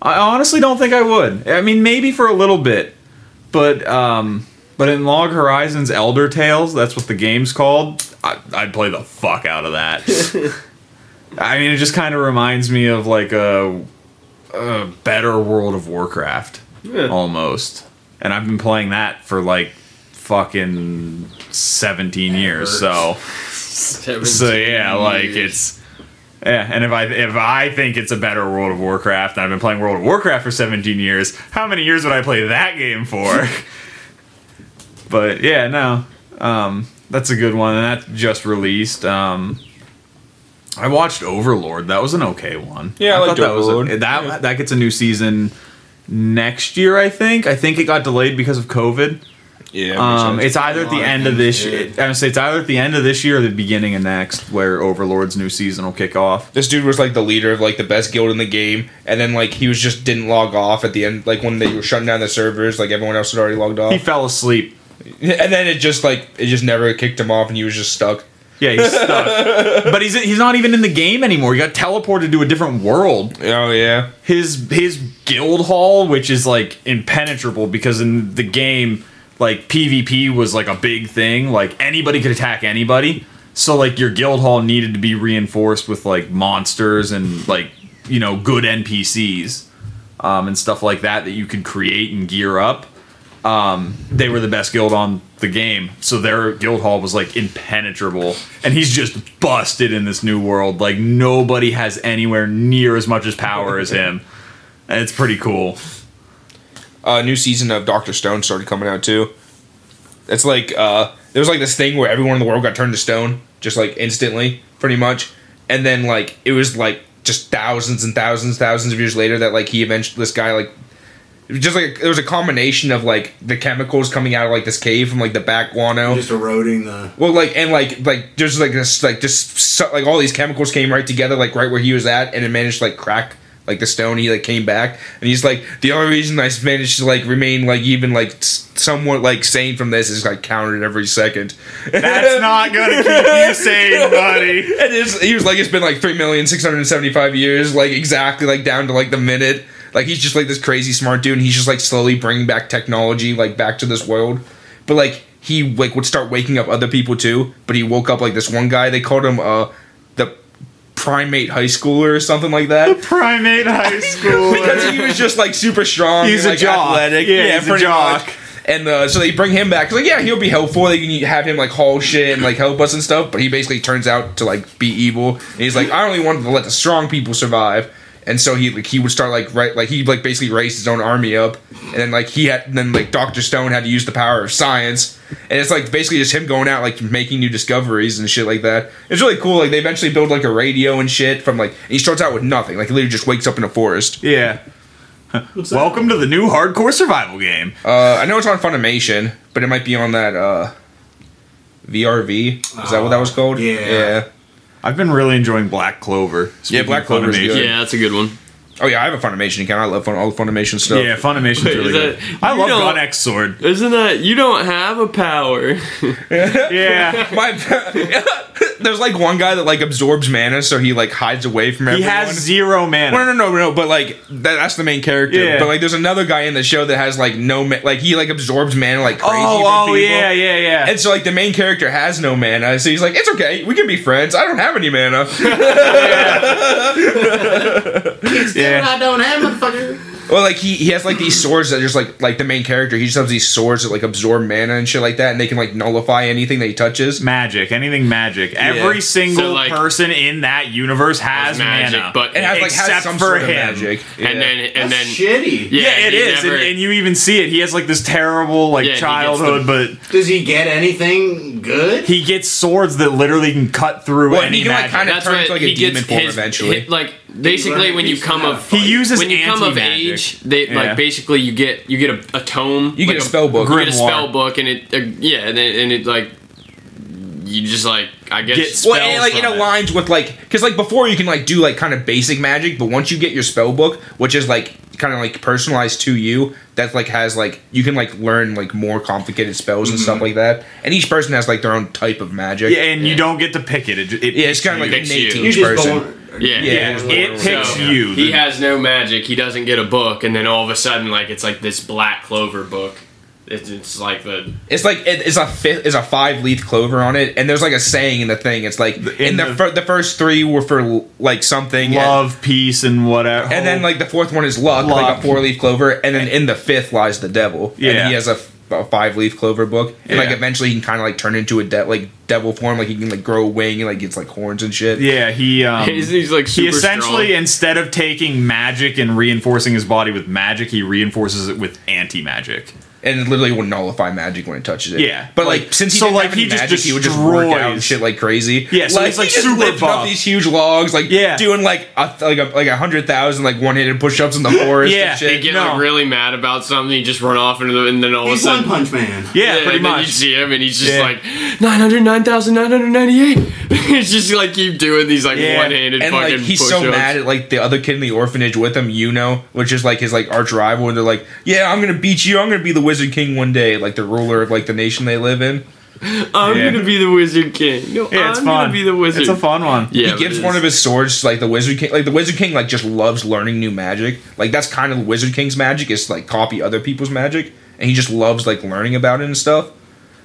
Speaker 1: I honestly don't think I would. I mean, maybe for a little bit, but um, but in Log Horizon's Elder Tales, that's what the game's called. I, I'd play the fuck out of that. I mean, it just kind of reminds me of like a, a better World of Warcraft almost. And I've been playing that for like fucking 17 years. So, so yeah, like it's yeah, and if I if I think it's a better World of Warcraft, and I've been playing World of Warcraft for 17 years, how many years would I play that game for? but yeah, no. Um that's a good one and that just released um I watched Overlord. That was an okay one.
Speaker 4: Yeah, I
Speaker 1: thought
Speaker 4: liked
Speaker 1: that was a-
Speaker 4: Overlord.
Speaker 1: that that gets a new season next year, I think. I think it got delayed because of COVID.
Speaker 4: Yeah.
Speaker 1: Um, it's either at
Speaker 6: A
Speaker 1: the
Speaker 6: lot of
Speaker 1: end of
Speaker 6: things
Speaker 1: this.
Speaker 6: to do.
Speaker 1: I'm gonna say it's either at the end of this year or the beginning of next, where Overlord's new season will kick off.
Speaker 4: this dude was like the leader of like the best guild in the game, and then like he was just didn't log off at the end, like when they were shutting down the servers, like everyone else had already logged off.
Speaker 1: He fell asleep.
Speaker 4: And then it just like it just never kicked him off, and he was just stuck.
Speaker 1: Yeah, he's stuck. but he's he's not even in the game anymore. He got teleported to a different world.
Speaker 4: Oh yeah,
Speaker 1: His his guild hall, which is like impenetrable, because in the game, like PvP was like a big thing. Like anybody could attack anybody. So like your guild hall needed to be reinforced with like monsters and like you know good NPCs um, and stuff like that that you could create and gear up. Um, they were the best guild on the game, so their guild hall was like impenetrable, and he's just busted in this new world. Like nobody has anywhere near as much as power as him. And it's pretty cool.
Speaker 4: uh, new season of Doctor Stone started coming out too. It's like uh, there was like this thing where everyone in the world got turned to stone just like instantly, pretty much. And then like it was like just thousands and thousands, thousands of years later that like he eventually this guy like it was just like there was a combination of like the chemicals coming out of like this cave from like the back guano.
Speaker 6: Just eroding the.
Speaker 4: Well, like and like like there's like this like just so, like all these chemicals came right together like right where he was at, and it managed to, like crack like the stone. He like came back, and he's like the only reason I managed to like remain like even like s- somewhat like sane from this is like counted every second.
Speaker 1: That's not gonna keep you sane, buddy.
Speaker 4: And it's, he was like, it's been like three million six hundred seventy-five years, like exactly like down to like the minute. Like he's just like this crazy smart dude, and he's just like slowly bringing back technology like back to this world. But like he like would start waking up other people too. But he woke up like this one guy. They called him uh the primate high schooler or something like that.
Speaker 1: primate high school.
Speaker 4: because he was just like super strong.
Speaker 1: He's a
Speaker 4: and, like,
Speaker 1: jock.
Speaker 4: Athletic.
Speaker 1: Yeah, he's a
Speaker 4: pretty
Speaker 1: jock.
Speaker 4: much. And uh, so they bring him back. 'Cause, Like, yeah, he'll be helpful. They can have him like haul shit and like help us and stuff. But he basically turns out to like be evil. And he's like, I only wanted to let the strong people survive. And so he like he would start like right like he like basically raised his own army up. And then like he had and then like Doctor Stone had to use the power of science. And it's like basically just him going out like making new discoveries and shit like that. It's really cool. Like they eventually build like a radio and shit from like and he starts out with nothing. Like he literally just wakes up in a forest.
Speaker 1: yeah. Welcome to the new hardcore survival game.
Speaker 4: Uh, I know it's on Funimation, but it might be on that uh, VRV. Is that what that
Speaker 1: Oh,
Speaker 4: was called?
Speaker 6: yeah.
Speaker 4: Yeah.
Speaker 1: I've been really enjoying Black Clover. Speaking
Speaker 4: Black
Speaker 1: of
Speaker 4: Clover's
Speaker 1: Funimation.
Speaker 4: good.
Speaker 2: Yeah, that's a good one.
Speaker 4: Oh yeah, I have a Funimation account. I love fun- all the Funimation stuff.
Speaker 1: Yeah, Funimation's
Speaker 2: Wait,
Speaker 1: really
Speaker 2: is
Speaker 1: good.
Speaker 2: that-
Speaker 1: I
Speaker 2: you
Speaker 1: love
Speaker 2: don't-
Speaker 1: God X Sword.
Speaker 2: Isn't that you don't have a power?
Speaker 1: Yeah.
Speaker 4: My, there's like one guy that like absorbs mana, so he like hides away from
Speaker 1: he
Speaker 4: everyone.
Speaker 1: has zero mana.
Speaker 4: No, no, no, no. But like that, that's the main character.
Speaker 1: Yeah.
Speaker 4: But like, there's another guy in the show that has like no, ma- like he like absorbs mana like crazy.
Speaker 1: oh,
Speaker 4: from
Speaker 1: oh
Speaker 4: people.
Speaker 1: yeah, yeah, yeah.
Speaker 4: And so like the main character has no mana, so he's like, it's okay, we can be friends. I don't have any mana.
Speaker 1: yeah.
Speaker 3: I don't have motherfucker.
Speaker 4: Well, like he, he has like these swords that just like like the main character. He just has these swords that like absorb mana and shit like that, and they can like nullify anything that he touches.
Speaker 1: Magic, anything magic. Every single
Speaker 2: So, like,
Speaker 1: person in that universe has,
Speaker 2: magic,
Speaker 1: mana,
Speaker 2: but-
Speaker 4: It has like
Speaker 1: Except
Speaker 4: has some
Speaker 1: for
Speaker 4: sort
Speaker 1: him.
Speaker 4: of magic. Yeah.
Speaker 2: And then and
Speaker 6: That's
Speaker 2: then
Speaker 6: shitty.
Speaker 1: yeah, it
Speaker 2: he
Speaker 1: is,
Speaker 2: never-
Speaker 1: and, and you even see it. He has like this terrible like
Speaker 2: Yeah, he gets
Speaker 1: childhood, but
Speaker 6: Does he get anything good?
Speaker 1: he gets swords that literally can cut through
Speaker 4: Well, and
Speaker 1: any
Speaker 4: he can like
Speaker 1: magic.
Speaker 4: kind of
Speaker 2: that's
Speaker 4: turn
Speaker 2: right.
Speaker 4: into like
Speaker 2: he
Speaker 4: a demon
Speaker 2: gets
Speaker 4: form
Speaker 2: his,
Speaker 4: eventually.
Speaker 2: his- like basically
Speaker 6: learn
Speaker 2: when you
Speaker 6: these
Speaker 2: come
Speaker 6: now.
Speaker 2: of
Speaker 1: He uses
Speaker 2: when you come of
Speaker 1: anti-magic.
Speaker 2: age, they
Speaker 1: Yeah.
Speaker 2: like basically you get you get a, a tome,
Speaker 4: You
Speaker 2: like
Speaker 4: get a spell book.
Speaker 2: you get a
Speaker 1: Grimoire.
Speaker 2: spell book, and it uh, yeah, and it, and it like you just like I guess
Speaker 1: Get
Speaker 4: well, and, like it
Speaker 1: spells from it.
Speaker 4: aligns with like because like before you can like do like kind of basic magic, but once you get your spell book, which is like kind of like personalized to you, that like has like you can like learn like more complicated spells and stuff like that. And each person has like their own type of magic.
Speaker 1: Mm-hmm. Yeah, and you don't get to pick it. It, ju- it
Speaker 4: Yeah, it's kind of like
Speaker 2: Picks you.
Speaker 4: innate to
Speaker 2: You
Speaker 4: each person.
Speaker 2: yeah.
Speaker 4: Yeah.
Speaker 1: it picks
Speaker 2: So,
Speaker 1: you.
Speaker 2: He has no magic. He doesn't get a book, and then all of a sudden, like it's like this black clover book. It's, it's like the
Speaker 4: It's like it- it's a fifth, it's a five leaf clover on it, and there's like a saying in the thing. It's like in, the,
Speaker 1: the-
Speaker 4: fir- the first three were for like something, and,
Speaker 1: love, peace, and whatever.
Speaker 4: and then like the fourth one is luck, like a
Speaker 1: Luck.
Speaker 4: four leaf clover, and then in the fifth lies the devil.
Speaker 1: Yeah.
Speaker 4: and he has a, five leaf clover book, and like
Speaker 1: Yeah.
Speaker 4: eventually he can kind of like turn into a de- like devil form, like he can like grow a wing and like gets like horns and shit.
Speaker 1: yeah, he um,
Speaker 2: he's, he's like
Speaker 1: he
Speaker 2: super
Speaker 1: essentially
Speaker 2: strong.
Speaker 1: instead of taking magic and reinforcing his body with magic, he reinforces it with anti magic.
Speaker 4: and it literally would nullify magic when it touches it.
Speaker 1: Yeah.
Speaker 4: but like,
Speaker 1: Like,
Speaker 4: since he
Speaker 1: so,
Speaker 4: didn't
Speaker 1: like,
Speaker 4: have any
Speaker 1: he just
Speaker 4: magic, he would just work out and
Speaker 1: destroys-
Speaker 4: shit like crazy.
Speaker 1: Yeah, so he's, like,
Speaker 4: he just
Speaker 1: super
Speaker 4: lifted up
Speaker 1: buff.
Speaker 4: these huge logs, like
Speaker 1: Yeah.
Speaker 4: doing like a, like a, like a hundred thousand like one handed push ups in the forest.
Speaker 1: Yeah,
Speaker 4: and shit.
Speaker 1: they
Speaker 2: get
Speaker 1: No.
Speaker 2: like really mad about something. You just run off into the, and then all
Speaker 6: He's
Speaker 2: of a
Speaker 6: One
Speaker 2: sudden.
Speaker 6: Punch Man.
Speaker 1: Yeah, pretty
Speaker 2: and then You
Speaker 1: much.
Speaker 2: see him, and he's just
Speaker 1: Yeah.
Speaker 2: like nine hundred nine thousand nine hundred ninety eight. It's just like keep doing these like
Speaker 1: Yeah.
Speaker 2: one handed
Speaker 4: and
Speaker 2: fucking
Speaker 4: like he's
Speaker 2: push-ups.
Speaker 4: so mad at like the other kid in the orphanage with him, you know, which is like his like arch rival, and they're like, "Yeah, I'm gonna beat you. I'm gonna be the Wizard King one day, like the ruler of like the nation they live in."
Speaker 2: I'm
Speaker 1: Yeah.
Speaker 2: gonna be the wizard king. No,
Speaker 1: Yeah, it's
Speaker 2: I'm
Speaker 1: fun.
Speaker 2: gonna be the wizard.
Speaker 1: It's a fun one.
Speaker 2: Yeah,
Speaker 4: he
Speaker 2: but
Speaker 4: gives
Speaker 2: it
Speaker 4: one
Speaker 2: is.
Speaker 4: of his swords to, like the wizard king like the wizard king like just loves learning new magic like that's kind of the wizard king's magic is to, like copy other people's magic and he just loves like learning about it and stuff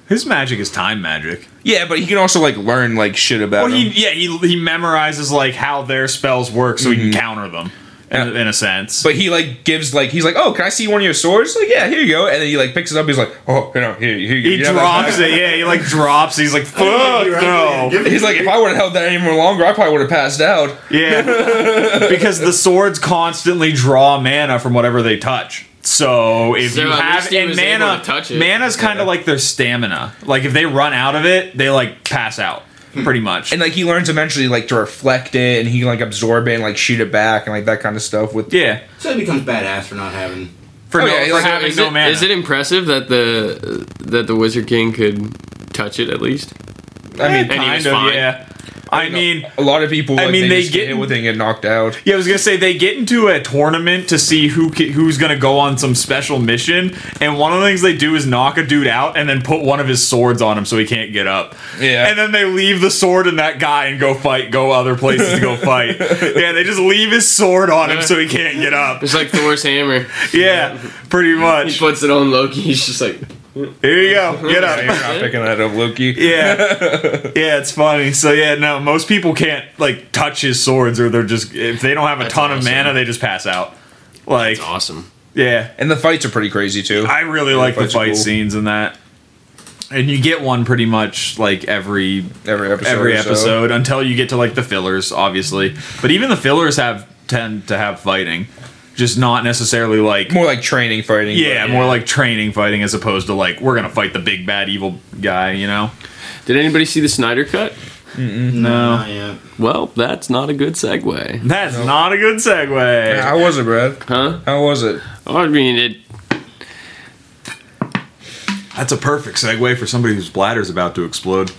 Speaker 1: His magic is time magic.
Speaker 4: Yeah, but he can also like learn like shit about.
Speaker 1: Well, he
Speaker 4: him.
Speaker 1: yeah he he memorizes like how their spells work so he can counter them in,
Speaker 4: Mm-hmm. Yeah.
Speaker 1: in a sense.
Speaker 4: But he like gives like he's like, oh, can I see one of your swords? Like, yeah, here you go. And then he like picks it up. He's like, oh, you know, here, here you
Speaker 1: he
Speaker 4: you have that back."
Speaker 1: drops it. Yeah, he like drops. He's like fuck no.
Speaker 4: He's like, if I would have held that any more longer, I probably would have passed out.
Speaker 1: Yeah, because the swords constantly draw mana from whatever they touch. So if
Speaker 2: So
Speaker 1: you
Speaker 2: at
Speaker 1: have
Speaker 2: least he
Speaker 1: and
Speaker 2: was able
Speaker 1: mana,
Speaker 2: to touch it.
Speaker 1: mana's kind of like their stamina. Like if they run out of it, they like pass out pretty much.
Speaker 4: Hmm. And like he learns eventually like to reflect it, and he can like absorb it and like shoot it back and like that kind of stuff. With
Speaker 1: yeah,
Speaker 6: So he becomes badass for not having.
Speaker 1: for,
Speaker 4: Oh,
Speaker 1: no,
Speaker 4: yeah,
Speaker 1: for
Speaker 4: like,
Speaker 1: having
Speaker 2: is,
Speaker 1: no
Speaker 2: it,
Speaker 1: mana.
Speaker 2: is it impressive that the that the Wizard King could touch it at least?
Speaker 4: I mean,
Speaker 2: he
Speaker 1: kind
Speaker 2: was
Speaker 1: of
Speaker 2: fine.
Speaker 1: yeah. I mean,
Speaker 4: a lot of people.
Speaker 1: I
Speaker 4: Like,
Speaker 1: mean,
Speaker 4: they,
Speaker 1: they
Speaker 4: just
Speaker 1: get-
Speaker 4: get hit with it and get knocked out.
Speaker 1: Yeah, I was gonna say they get into a tournament to see who ca- who's gonna go on some special mission, and one of the things they do is knock a dude out and then put one of his swords on him so he can't get up.
Speaker 4: Yeah.
Speaker 1: and then they leave the sword in that guy and go fight, go other places to go fight. Yeah, they just leave his sword on him so he can't get up.
Speaker 2: It's like Thor's hammer.
Speaker 1: Yeah, pretty
Speaker 2: He
Speaker 1: much.
Speaker 2: puts it on Loki. He's just like,
Speaker 1: Here you go, get
Speaker 4: You're
Speaker 1: up.
Speaker 4: not picking that up, Loki.
Speaker 1: Yeah, yeah, it's funny. So yeah, no, most people can't like touch his swords, or they're just if they don't have a
Speaker 2: That's
Speaker 1: ton of
Speaker 2: awesome.
Speaker 1: mana, they just pass out. Like,
Speaker 2: awesome.
Speaker 1: yeah.
Speaker 4: And the fights are pretty crazy too.
Speaker 1: I really like the
Speaker 4: fights are
Speaker 1: fight
Speaker 4: cool.
Speaker 1: scenes in that. And you get one pretty much like every
Speaker 4: every episode.
Speaker 1: every
Speaker 4: or so.
Speaker 1: episode until you get to like the fillers, obviously. But even the fillers have tend to have fighting, just not necessarily like
Speaker 4: More like training fighting.
Speaker 1: yeah, more like training fighting as opposed to like we're gonna fight the big bad evil guy, you know.
Speaker 2: Did anybody see the Snyder cut?
Speaker 1: No,
Speaker 6: Not yet.
Speaker 2: Well, that's not a good segue,
Speaker 1: that's not a good segue.
Speaker 4: How was it, Brad?
Speaker 2: huh?
Speaker 4: How was it?
Speaker 2: I mean, it.
Speaker 1: That's a perfect segue for somebody whose bladder's about to explode.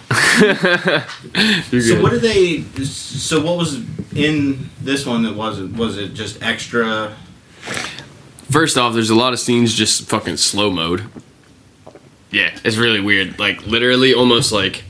Speaker 2: You're
Speaker 6: So
Speaker 2: good.
Speaker 6: what did they? So what was in this one that wasn't? Was it just extra?
Speaker 2: First off, there's a lot of scenes just fucking slow mode. Yeah, it's really weird. Like literally, almost like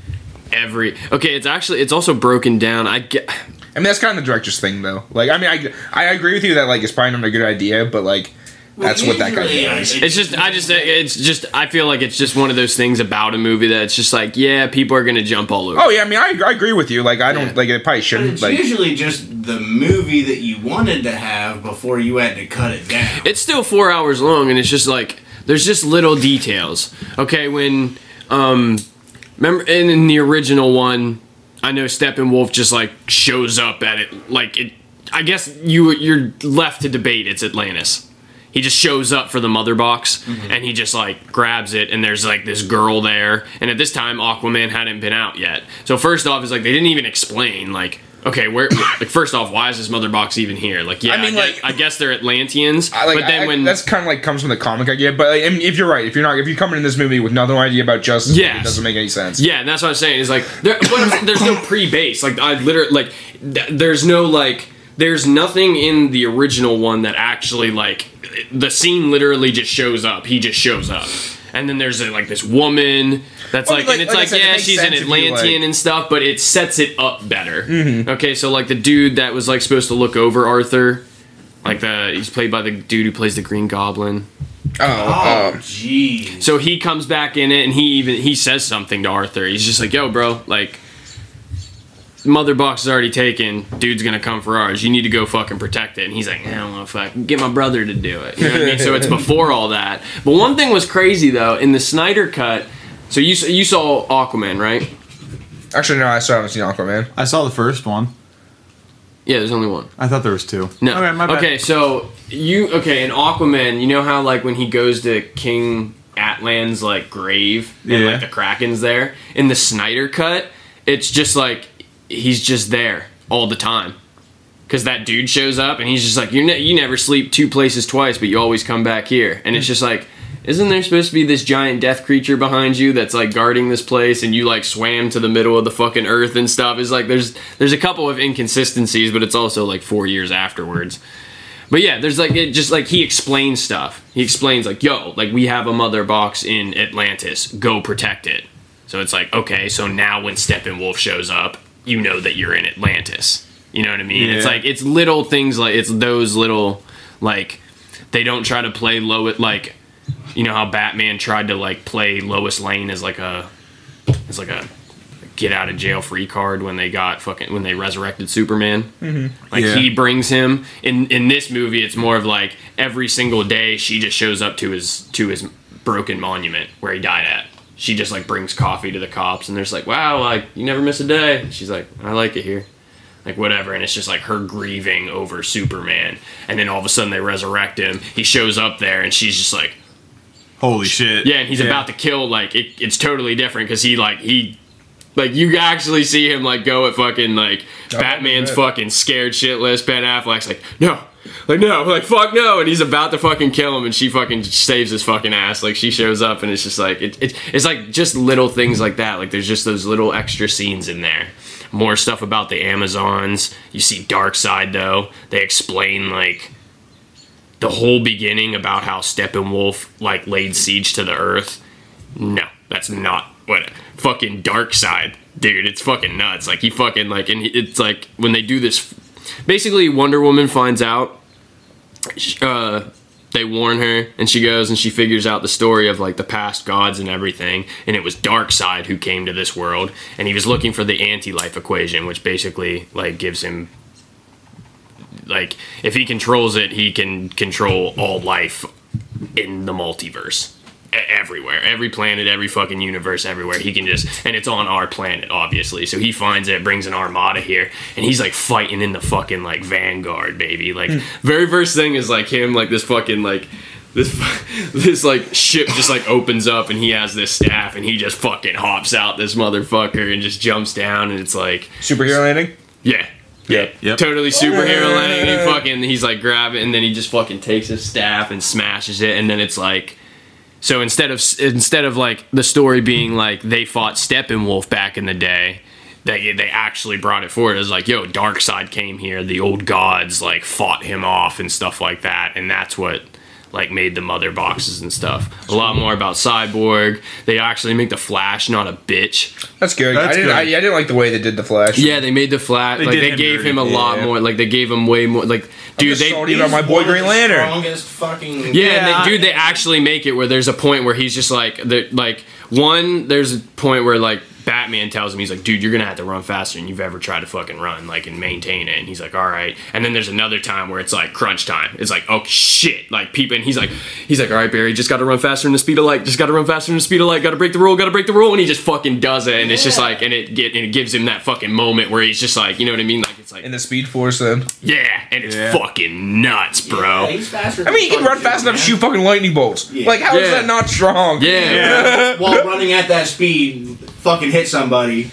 Speaker 2: every. Okay, it's actually it's also broken down. I get.
Speaker 4: I mean, that's kind of the director's thing, though. Like, I mean, I, I agree with you that like it's probably not a good idea, but like that's what that guy
Speaker 6: uh,
Speaker 4: does.
Speaker 2: It's just I just it's just I feel like it's just one of those things about a movie that it's just like yeah, people are gonna jump all over.
Speaker 4: Oh yeah, I mean, I, I agree with you. Like, I don't
Speaker 2: Yeah.
Speaker 4: like it. Probably
Speaker 6: But
Speaker 4: shouldn't.
Speaker 6: it's
Speaker 4: Like,
Speaker 6: usually just the movie that you wanted to have before you had to cut it down.
Speaker 2: It's still four hours long, and it's just like there's just little details. Okay, when um, remember and in the original one, I know Steppenwolf just like shows up at it like it. I guess you you're left to debate. It's Atlantis. He just shows up for the mother box
Speaker 4: Mm-hmm.
Speaker 2: and he just like grabs it and there's like this girl there and at this time Aquaman hadn't been out yet. So first off is like they didn't even explain like okay where like first off why is this mother box even here? Like yeah I
Speaker 4: mean,
Speaker 2: mean like
Speaker 4: like-
Speaker 2: I guess they're Atlanteans
Speaker 4: I, like
Speaker 2: but then
Speaker 4: I-
Speaker 2: when
Speaker 4: that's kind of like comes from the comic idea. But like, I mean, if you're right, if you're not, if you're coming in this movie with no idea about justice, League,
Speaker 2: Yes.
Speaker 4: it doesn't make any sense.
Speaker 2: yeah, and that's what I'm saying is like there, what I'm, there's no pre-base. Like I literally like th- there's no like there's nothing in the original one that actually like the scene literally just shows up. He just shows up. And then there's like this woman that's
Speaker 4: Well,
Speaker 2: like,
Speaker 4: like-
Speaker 2: and it's
Speaker 4: like I
Speaker 2: like,
Speaker 4: said, it
Speaker 2: yeah,
Speaker 4: makes
Speaker 2: she's an
Speaker 4: sense if you, like- Mm-hmm.
Speaker 2: Atlantean and stuff, but it sets it up better. Okay, so like the dude that was like supposed to look over Arthur, like the he's played by the dude who plays the Green Goblin.
Speaker 4: Oh,
Speaker 6: Oh,
Speaker 4: um,
Speaker 6: jeez.
Speaker 2: So he comes back in it and he even he says something to Arthur. He's just like, "Yo, bro, like mother box is already taken. Dude's gonna come for ours. You need to go fucking protect it." And he's like, "I don't want to fuck. Get my brother to do it." You know what I mean? So it's before all that. But one thing was crazy though in the Snyder cut. So you s- you saw Aquaman, right?
Speaker 4: actually, no, I still haven't seen Aquaman.
Speaker 1: I saw the first one.
Speaker 2: Yeah, there's only one.
Speaker 1: I thought there was two.
Speaker 2: No.
Speaker 1: Okay, my bad.
Speaker 2: Okay, so you okay in Aquaman? You know how like when he goes to King Atlan's like grave and
Speaker 1: Yeah.
Speaker 2: like the Kraken's there in the Snyder cut. It's just like he's just there all the time because that dude shows up and he's just like you. Ne- you never sleep two places twice, but you always come back here, and it's just like. Isn't there supposed to be this giant death creature behind you that's like guarding this place and you like swam to the middle of the fucking earth and stuff? It's like there's there's a couple of inconsistencies, but it's also like 4 years afterwards. But yeah, there's like it just like he explains stuff. He explains like, "Yo, like we have a mother box in Atlantis. Go protect it." So it's like, okay, so now when Steppenwolf shows up, you know that you're in Atlantis. You know what I mean? It's
Speaker 1: Yeah.
Speaker 2: like it's little things like it's those little like they don't try to play low at like you know how Batman tried to like play Lois Lane as like a as like a get out of jail free card when they got fucking when they resurrected Superman. Like
Speaker 1: Yeah.
Speaker 2: he brings him in in this movie. It's more of like every single day she just shows up to his to his broken monument where he died at. She just like brings coffee to the cops and they're just like, wow, like you never miss a day. She's like, I like it here like whatever and it's just like her grieving over superman and then all of a sudden they resurrect him he shows up there and she's just like
Speaker 1: Holy shit.
Speaker 2: yeah and he's about to kill like it, it's totally different because he like he like you actually see him like go at fucking like batman's
Speaker 4: man.
Speaker 2: fucking scared shitless ben affleck's like no like no like fuck no and he's about to fucking kill him and she fucking saves his fucking ass like she shows up and it's just like it, it, it's like just little things like that like there's just those little extra scenes in there more stuff about the amazons you see dark side though they explain like the whole beginning about how Steppenwolf like laid siege to the Earth. No, that's not what fucking dark side, dude. It's fucking nuts. Like he fucking like and he- it's like when they do this. Basically, Wonder Woman finds out. sh- Uh, they warn her, and she goes and she figures out the story of like the past gods and everything. And it was Dark Side who came to this world, and he was looking for the anti-life equation, which basically like gives him like if he controls it he can control all life in the multiverse E- everywhere every planet every fucking universe everywhere he can just and it's on our planet obviously so he finds it brings an armada here and he's like fighting in the fucking like vanguard baby like very first thing is like him like this fucking like this fu- this like ship just like opens up and he has this staff and he just fucking hops out this motherfucker and just jumps down and it's like
Speaker 4: Superhero landing.
Speaker 2: yeah. Yeah.
Speaker 1: Yep.
Speaker 2: Totally superhero
Speaker 4: Yeah.
Speaker 2: landing. He fucking he's like grab it and then he just fucking takes his staff and smashes it and then it's like so instead of instead of like the story being like they fought Steppenwolf back in the day, they they actually brought it forward as like yo Darkseid came here, the old gods like fought him off and stuff like that, and that's what like made the mother boxes and stuff. A lot more about Cyborg. They actually make the Flash not a bitch.
Speaker 4: That's good.
Speaker 1: That's
Speaker 4: I didn't.
Speaker 1: good.
Speaker 4: I, I didn't like the way they did the Flash.
Speaker 2: Yeah, they made the flat.
Speaker 1: They
Speaker 2: like
Speaker 1: did
Speaker 2: they
Speaker 1: him
Speaker 2: gave
Speaker 1: dirty,
Speaker 2: him a lot
Speaker 4: yeah.
Speaker 2: more. Like they gave him way more. Like dude,
Speaker 4: just
Speaker 2: they
Speaker 4: salty about my boy Green Lantern.
Speaker 6: Strongest fucking.
Speaker 2: yeah, and
Speaker 1: Yeah,
Speaker 2: they, dude, they actually make it where there's a point where he's just like, they're- like one, there's a point where like Batman tells him he's like, dude, you're gonna have to run faster than you've ever tried to fucking run, like and maintain it. And he's like, all right. And then there's another time where it's like crunch time. It's like, oh shit, like people. And he's like, he's like, all right, Barry, just gotta run faster than the speed of light. Just gotta run faster than the speed of light. Gotta break the rule. Gotta break the rule. And he just fucking does it. And it's just like, and it get and it gives him that fucking moment where he's just like, you know what I mean? Like it's like,
Speaker 4: In the Speed Force, then.
Speaker 2: yeah, and it's
Speaker 1: Yeah.
Speaker 2: fucking nuts, bro.
Speaker 6: Yeah, he's faster
Speaker 4: I
Speaker 6: than
Speaker 4: mean, you can
Speaker 6: fucking
Speaker 4: run fast
Speaker 6: Superman
Speaker 4: enough to shoot fucking lightning bolts.
Speaker 6: Yeah.
Speaker 4: Like, how is
Speaker 2: Yeah.
Speaker 4: that not strong?
Speaker 2: yeah.
Speaker 6: While running at that speed, fucking hit somebody.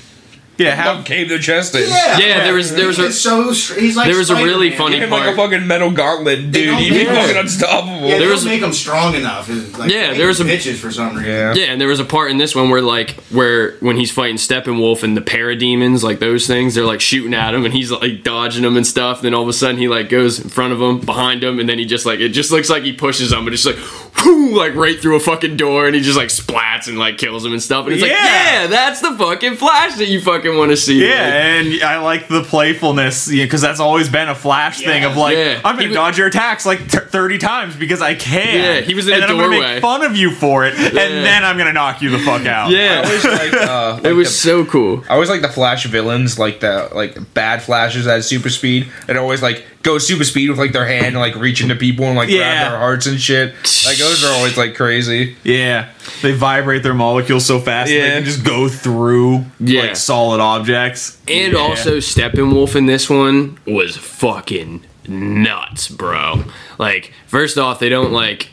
Speaker 1: Yeah,
Speaker 4: How
Speaker 1: have
Speaker 4: cave their chest in?
Speaker 2: Yeah, there was there was
Speaker 6: He's
Speaker 2: a
Speaker 6: so str- he's like
Speaker 2: there was a really
Speaker 6: Spider-Man.
Speaker 2: funny
Speaker 4: Him like a
Speaker 2: part.
Speaker 4: fucking metal gauntlet, dude.
Speaker 6: don't
Speaker 4: He'd be
Speaker 6: care.
Speaker 4: fucking unstoppable.
Speaker 6: Yeah,
Speaker 2: There
Speaker 6: there
Speaker 2: was-
Speaker 6: was make them strong enough. It's Like,
Speaker 2: Yeah,
Speaker 6: they
Speaker 2: there was a-
Speaker 6: bitches for some reason.
Speaker 4: Yeah.
Speaker 2: Yeah, and there was a part in this one where like where when he's fighting Steppenwolf and the parademons, like those things, they're like shooting at him and he's like dodging them and stuff. Then all of a sudden he like goes in front of him, behind him, and then he just like it just looks like he pushes him, but it's just like whoo, like right through a fucking door, and he just like splats and like kills him and stuff. And it's like
Speaker 1: Yeah.
Speaker 2: yeah, that's the fucking Flash that you fucking want to see. like.
Speaker 1: yeah, and I like the playfulness because that's always been a flash thing of like
Speaker 2: Yeah.
Speaker 1: I'm gonna
Speaker 2: He wa-
Speaker 1: dodge your attacks like t- thirty times because I can.
Speaker 2: Yeah, he was in
Speaker 1: and
Speaker 2: a
Speaker 1: then I'm gonna
Speaker 2: doorway.
Speaker 1: make fun of you for it, and
Speaker 2: Yeah.
Speaker 1: then I'm gonna knock you the fuck out.
Speaker 4: I
Speaker 2: yeah,
Speaker 4: always like, uh, like
Speaker 2: it
Speaker 4: the-
Speaker 2: was so cool.
Speaker 4: I always like the Flash villains, like the like bad Flashes that had super speed. That always like go super speed with like their hand and like reach into people and like
Speaker 1: Yeah.
Speaker 4: grab their hearts and shit. Like those are always like crazy.
Speaker 1: Yeah, they vibrate their molecules so fast that
Speaker 4: Yeah.
Speaker 1: they can just go through
Speaker 2: Yeah.
Speaker 1: like solid objects.
Speaker 2: And
Speaker 1: Yeah.
Speaker 2: also Steppenwolf in this one was fucking nuts, bro. Like, first off, they don't like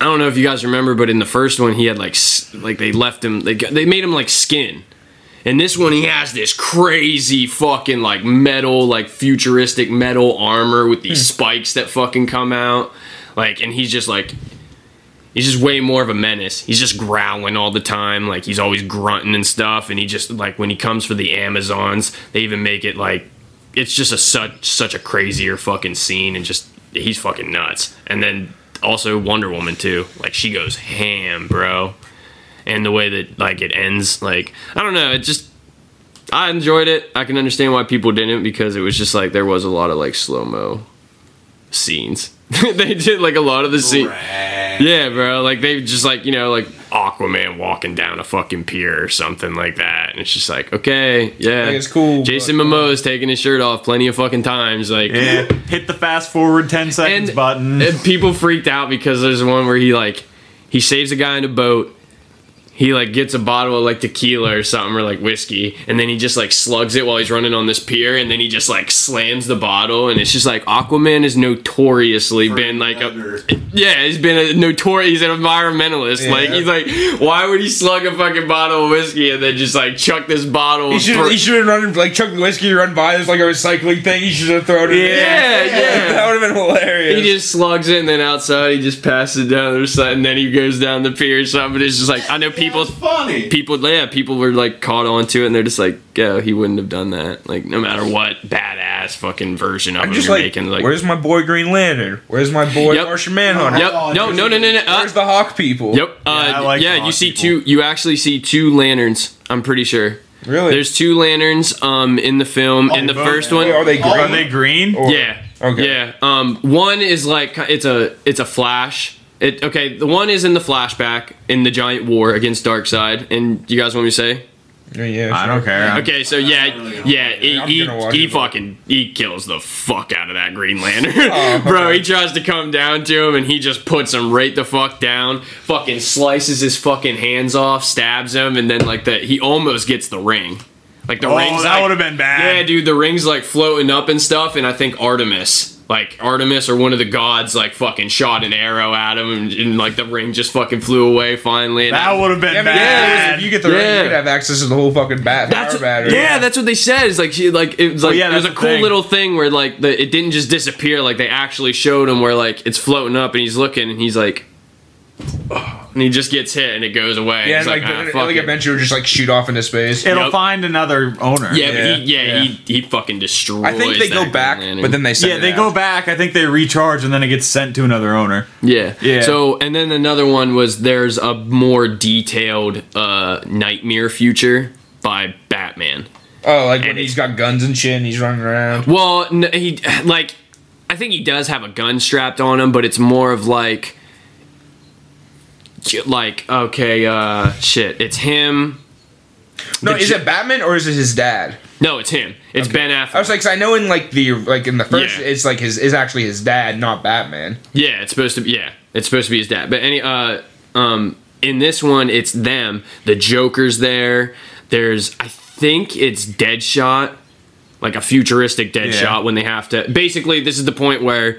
Speaker 2: I don't know if you guys remember, but in the first one he had like s- like they left him they got- they made him like skin. And this one he has this crazy fucking like metal like futuristic metal armor with these spikes that fucking come out. Like and he's just like He's just way more of a menace. He's just growling all the time, like he's always grunting and stuff. And he just like when he comes for the Amazons, they even make it like it's just a such such a crazier fucking scene, and just he's fucking nuts. And then also Wonder Woman too, like she goes ham, bro. And the way that like it ends, like I don't know, it just I enjoyed it. I can understand why people didn't because it was just like there was a lot of like slow mo scenes. they did like a lot of the scenes.
Speaker 6: Right.
Speaker 3: man.
Speaker 2: Yeah, bro. Like they just like you know like Aquaman walking down a fucking pier or something like that, and it's just like okay, yeah,
Speaker 4: Like, it's cool, uh,
Speaker 2: Jason Momoa's taking his shirt off plenty of fucking times, like
Speaker 1: Yeah, hit the fast forward 10 seconds
Speaker 2: and,
Speaker 1: button.
Speaker 2: and people freaked out because there's one where he like he saves a guy in a boat. He like gets a bottle of like tequila or something or like whiskey, and then he just like slugs it while he's running on this pier, and then he just like slams the bottle, and it's just like Aquaman has notoriously been like a yeah, he's been a notorious he's an environmentalist. Like he's like, why would he slug a fucking bottle of whiskey and then just like chuck this bottle?
Speaker 4: He should
Speaker 2: for-
Speaker 4: he should have run like Chuck Whiskey run by as like a recycling thing. He should have thrown it. in.
Speaker 2: yeah, yeah.
Speaker 4: that would have been hilarious.
Speaker 2: He just slugs it, and then outside he just passes it down the other side, and then he goes down the pier or something. It's just like I know people,
Speaker 6: It's funny.
Speaker 2: people, yeah, people were like caught onto it, and they're just like, yeah, he wouldn't have done that. Like no matter what badass fucking version of
Speaker 4: I'm
Speaker 2: him
Speaker 4: just
Speaker 2: you're
Speaker 4: like,
Speaker 2: making, like,
Speaker 4: where's my boy Green Lantern? Where's my boy
Speaker 2: Yep.
Speaker 4: Martian Manhunter?
Speaker 2: yep, no, no, no, no, no. Uh,
Speaker 4: Where's the Hawk people?
Speaker 2: Yep. Uh,
Speaker 1: Yeah,
Speaker 2: yeah,
Speaker 1: I like the
Speaker 2: you
Speaker 1: hot
Speaker 2: see
Speaker 1: people.
Speaker 2: two. You actually see two lanterns. I'm pretty sure.
Speaker 4: Really?
Speaker 2: There's two lanterns um in the film. and the
Speaker 1: both-
Speaker 2: first
Speaker 4: Wait,
Speaker 2: one,
Speaker 4: are Oh, they green?
Speaker 1: Are they green?
Speaker 4: Or-
Speaker 2: Oh, yeah.
Speaker 4: Okay.
Speaker 2: Yeah. Um, one is like it's a it's a flash. It okay. The one is in the flashback in the giant war against Darkseid. And you guys want me to say?
Speaker 4: Yeah, yeah,
Speaker 1: I don't care. I'm-
Speaker 2: Okay, so yeah, yeah, he,
Speaker 4: I'm
Speaker 2: he,
Speaker 4: gonna watch
Speaker 2: he
Speaker 4: it, but-
Speaker 2: fucking he kills the fuck out of that Green Lantern,
Speaker 4: Oh,
Speaker 2: bro.
Speaker 4: okay.
Speaker 2: He tries to come down to him, and he just puts him right the fuck down. Fucking slices his fucking hands off, stabs him, and then like that, he almost gets the ring. Like the
Speaker 1: Oh,
Speaker 2: ring's
Speaker 1: that
Speaker 2: like-
Speaker 1: would've been bad.
Speaker 2: Yeah, dude, the ring's like floating up and stuff, and I think Artemis. Like Artemis or one of the gods, like fucking shot an arrow at him, and, and like the ring just fucking flew away. Finally, and
Speaker 1: That would have been
Speaker 4: I mean, yeah,
Speaker 1: bad.
Speaker 4: if you get the ring,
Speaker 2: Yeah.
Speaker 4: you could have access to the whole fucking bat
Speaker 2: That's
Speaker 4: power battery.
Speaker 2: yeah, that's what they said. It's like she like it was like
Speaker 1: yeah,
Speaker 2: it was a
Speaker 1: that's the
Speaker 2: cool
Speaker 1: thing.
Speaker 2: little thing where like the it didn't just disappear. Like they actually showed him where like it's floating up and he's looking and he's like, "Oh," and he just gets hit and it goes away.
Speaker 4: Yeah,
Speaker 2: he's
Speaker 4: and, like,
Speaker 2: like, "Ah,
Speaker 4: the-
Speaker 2: fuck
Speaker 4: like
Speaker 2: it."
Speaker 4: eventually would just like shoot off into space.
Speaker 1: It'll
Speaker 2: Yep.
Speaker 1: find another owner.
Speaker 2: yeah, but he, yeah,
Speaker 4: Yeah,
Speaker 2: he he fucking destroys.
Speaker 4: I think they
Speaker 2: that
Speaker 4: go
Speaker 2: Green
Speaker 4: back,
Speaker 2: Lantern.
Speaker 4: but then they send
Speaker 1: Yeah,
Speaker 4: it
Speaker 1: they
Speaker 4: out.
Speaker 1: go back. I think they recharge and then it gets sent to another owner.
Speaker 2: Yeah.
Speaker 1: Yeah.
Speaker 2: So, and then another one was there's a more detailed uh, nightmare future by Batman.
Speaker 4: Oh, like when he's got guns and shit, and he's running around.
Speaker 2: Well, n- he like I think he does have a gun strapped on him, but it's more of like like okay, uh shit, it's him.
Speaker 4: No,
Speaker 2: The
Speaker 4: is
Speaker 2: ju-
Speaker 4: it Batman or is it his dad?
Speaker 2: No, it's him. It's Ben Affleck.
Speaker 4: I was like, 'cause I know in like the like in the first,
Speaker 2: Yeah.
Speaker 4: it's like his is actually his dad, not Batman.
Speaker 2: yeah, it's supposed to be yeah, it's supposed to be his dad. But any uh um in this one it's them. The Joker's there. There's I think it's Deadshot. Like a futuristic Deadshot
Speaker 1: Yeah.
Speaker 2: when they have to basically this is the point where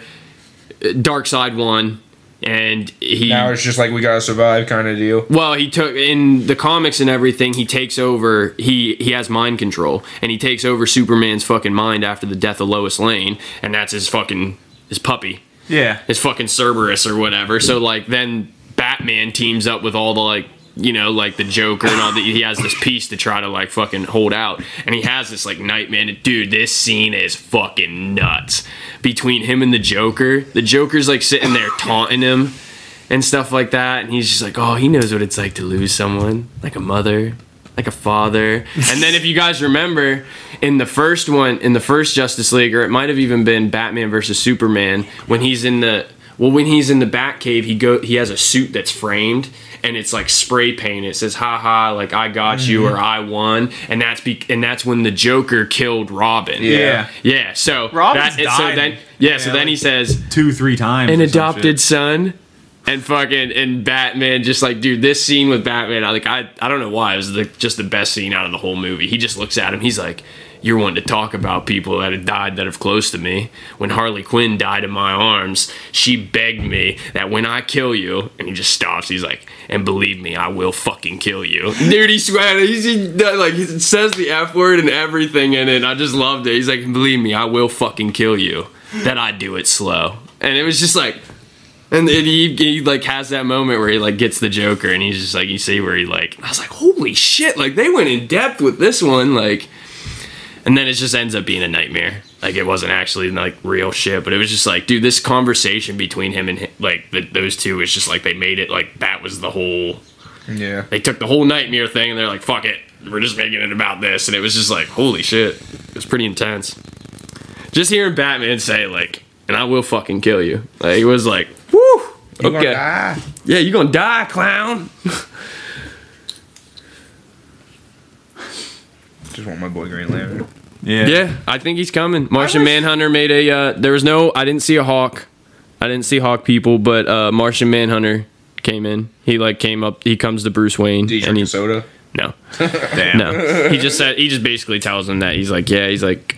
Speaker 2: Dark Side won and he
Speaker 4: Now it's just like we gotta survive kind of deal.
Speaker 2: Well, he took in the comics and everything. He takes over. He he has mind control, and he takes over Superman's fucking mind after the death of Lois Lane, and that's his fucking his puppy,
Speaker 1: Yeah.
Speaker 2: his fucking Cerberus or whatever. So like then Batman teams up with all the like you know like the Joker and all that. He has this piece to try to like fucking hold out, and he has this like nightmare. Dude, this scene is fucking nuts between him and the Joker. The Joker's like sitting there taunting him and stuff like that. And he's just like, oh, he knows what it's like to lose someone, like a mother, like a father. and then if you guys remember, in the first one, in the first Justice League, or it might have even been Batman versus Superman, when he's in the well, when he's in the Batcave, he go he has a suit that's framed and it's like spray paint. It says "Ha ha," like I got you
Speaker 1: Mm-hmm.
Speaker 2: or I won, and that's be- and that's when the Joker killed Robin.
Speaker 1: Yeah.
Speaker 2: yeah. So
Speaker 1: Robin's
Speaker 2: so
Speaker 1: died.
Speaker 2: then yeah, so then he says
Speaker 1: Two, three times.
Speaker 2: an
Speaker 1: or some
Speaker 2: adopted
Speaker 1: shit.
Speaker 2: son and fucking and batman just like dude this scene with batman i like i, I don't know why it was the, just the best scene out of the whole movie he just looks at him he's like you're one to talk about people that have died that have close to me when harley quinn died in my arms she begged me that when i kill you and he just stops he's like and believe me i will fucking kill you dude he swear he's he, like he says the f word and everything in it i just loved it he's like believe me i will fucking kill you that I do it slow. And it was just like, and then he, he like has that moment where he like gets the Joker and he's just like, you see where he like, I was like, holy shit, like they went in depth with this one, like, and then it just ends up being a nightmare. Like it wasn't actually like real shit, but it was just like, dude, this conversation between him and hi- like the, those two is just like they made it like that was the whole
Speaker 4: Yeah.
Speaker 2: they took the whole nightmare thing and they're like, fuck it, we're just making it about this. And it was just like, holy shit, it was pretty intense. Just hearing Batman say like, and I will fucking kill you, like, it was like, woo,
Speaker 4: You gonna
Speaker 2: okay,
Speaker 4: die?
Speaker 2: Yeah, you gonna die, clown.
Speaker 4: Just want my boy Green Lantern.
Speaker 1: Yeah.
Speaker 2: Yeah, I think he's coming. Martian Manhunter made a. Uh, there was no. I didn't see a hawk. I didn't see hawk people, but uh, Martian Manhunter came in. He like came up. He comes to Bruce Wayne.
Speaker 4: Do you
Speaker 2: and
Speaker 4: drink
Speaker 2: he,
Speaker 4: a soda?
Speaker 2: No,
Speaker 1: Damn.
Speaker 2: no. he just said. He just basically tells him that he's like, yeah. He's like,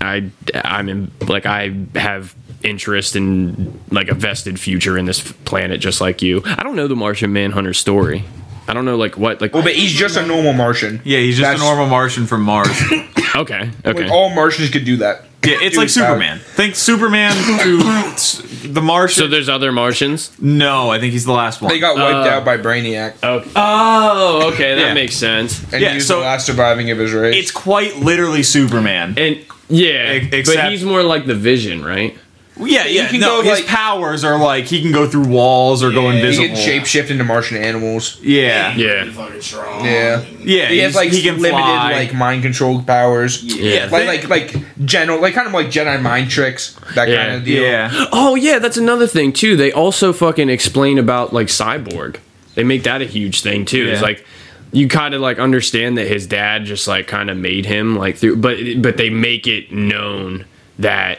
Speaker 2: I. I'm in. Like I have interest in like a vested future in this planet, just like you. I don't know the Martian Manhunter story. I don't know like what like.
Speaker 4: Well, Oh, but he's just a normal Martian.
Speaker 1: Yeah, he's just
Speaker 4: That's-
Speaker 1: a normal Martian from Mars. yeah,
Speaker 2: Okay. Okay.
Speaker 4: Like, all Martians could do that.
Speaker 1: it's
Speaker 4: Do
Speaker 1: like
Speaker 4: his power.
Speaker 1: Superman. Think Superman to s- the Martian.
Speaker 2: so there's other Martians.
Speaker 1: no, I think he's the last one.
Speaker 4: They got wiped
Speaker 2: Uh,
Speaker 4: out by Brainiac
Speaker 2: Okay. Oh, okay, that
Speaker 1: Yeah.
Speaker 2: makes sense.
Speaker 4: and
Speaker 1: yeah,
Speaker 4: he was
Speaker 1: so-
Speaker 4: the last surviving of his race.
Speaker 1: it's quite literally Superman.
Speaker 2: And yeah,
Speaker 4: e-,
Speaker 1: Ex- except-
Speaker 2: but he's more like the Vision, right?
Speaker 1: yeah, yeah.
Speaker 4: can
Speaker 1: no,
Speaker 4: go,
Speaker 1: his
Speaker 4: like-
Speaker 1: powers are like he can go through walls or go
Speaker 6: Yeah, he
Speaker 4: he
Speaker 1: invisible.
Speaker 4: can shapeshift into Martian animals.
Speaker 1: yeah,
Speaker 2: Yeah.
Speaker 6: Pretty fucking strong.
Speaker 4: Yeah.
Speaker 1: yeah.
Speaker 4: He
Speaker 1: he's-
Speaker 4: has like
Speaker 1: he can
Speaker 4: limited
Speaker 1: fly.
Speaker 4: like mind control powers.
Speaker 2: Yeah.
Speaker 4: Like like like general like kind of like Jedi mind tricks that
Speaker 2: Yeah.
Speaker 4: kind of deal.
Speaker 1: yeah.
Speaker 2: Oh yeah, that's another thing too. They also fucking explain about like Cyborg. They make that a huge thing too. It's
Speaker 1: Yeah.
Speaker 2: like you kind of like understand that his dad just like kind of made him like through, but but they make it known that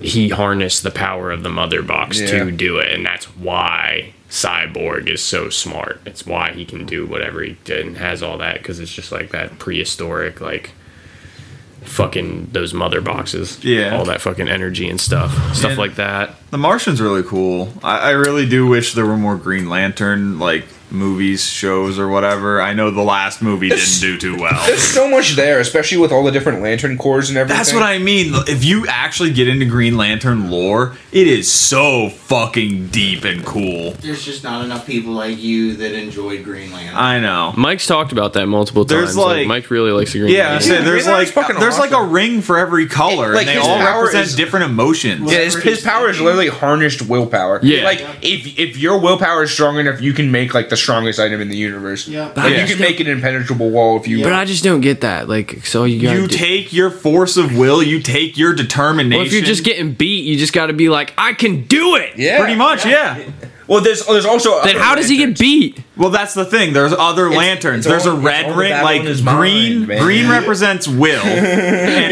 Speaker 2: he harnessed the power of the mother box
Speaker 4: Yeah.
Speaker 2: to do it, and that's why Cyborg is so smart. It's why he can do whatever he did and has all that because it's just like that prehistoric like fucking those mother boxes.
Speaker 1: Yeah.
Speaker 2: All that fucking energy and stuff. Stuff
Speaker 1: And-
Speaker 2: like that.
Speaker 1: The Martian's really cool. I, I really do wish there were more Green Lantern like movies, shows, or whatever. I know the last movie didn't do too well.
Speaker 4: There's so much there, especially with all the different lantern cores and everything.
Speaker 1: That's what I mean. If you actually get into Green Lantern lore, it is so fucking deep and cool.
Speaker 6: There's just not enough people like you that enjoy Greenland.
Speaker 2: Uh,
Speaker 1: I know.
Speaker 2: Mike's talked about that multiple
Speaker 1: There's
Speaker 2: times. Like,
Speaker 1: like-
Speaker 2: Mike really likes the green.
Speaker 1: Yeah, I
Speaker 2: Lantern.
Speaker 1: said there's
Speaker 4: Green
Speaker 1: like
Speaker 4: Lantern's fucking
Speaker 1: there's like a
Speaker 4: awesome.
Speaker 1: ring for every color, and
Speaker 4: Like,
Speaker 1: they
Speaker 4: his
Speaker 1: all
Speaker 4: power
Speaker 1: represent
Speaker 4: is-
Speaker 1: different emotions.
Speaker 4: Yeah, his, his power is literally harnessed willpower.
Speaker 2: Yeah.
Speaker 4: Like if if your willpower is strong enough, you can make like the strongest item in the universe.
Speaker 6: Yeah.
Speaker 4: Like
Speaker 1: Yeah.
Speaker 4: you can make an impenetrable wall if you
Speaker 2: But I just don't get that. Like, so you gotta
Speaker 1: You
Speaker 2: do-
Speaker 1: take your force of will, you take your determination.
Speaker 2: well, if you're just getting beat, you just gotta be like, I can do it.
Speaker 4: Yeah.
Speaker 1: pretty much, yeah.
Speaker 4: Well, there's there's also
Speaker 2: Then how does he get beat?
Speaker 1: Well, that's the thing. There's other lanterns.
Speaker 4: it's
Speaker 1: There's
Speaker 4: all-
Speaker 1: a
Speaker 4: it's all
Speaker 1: red
Speaker 4: the
Speaker 1: ring,
Speaker 4: battle
Speaker 1: like
Speaker 4: in his
Speaker 1: green.
Speaker 4: mind, man.
Speaker 1: green represents will.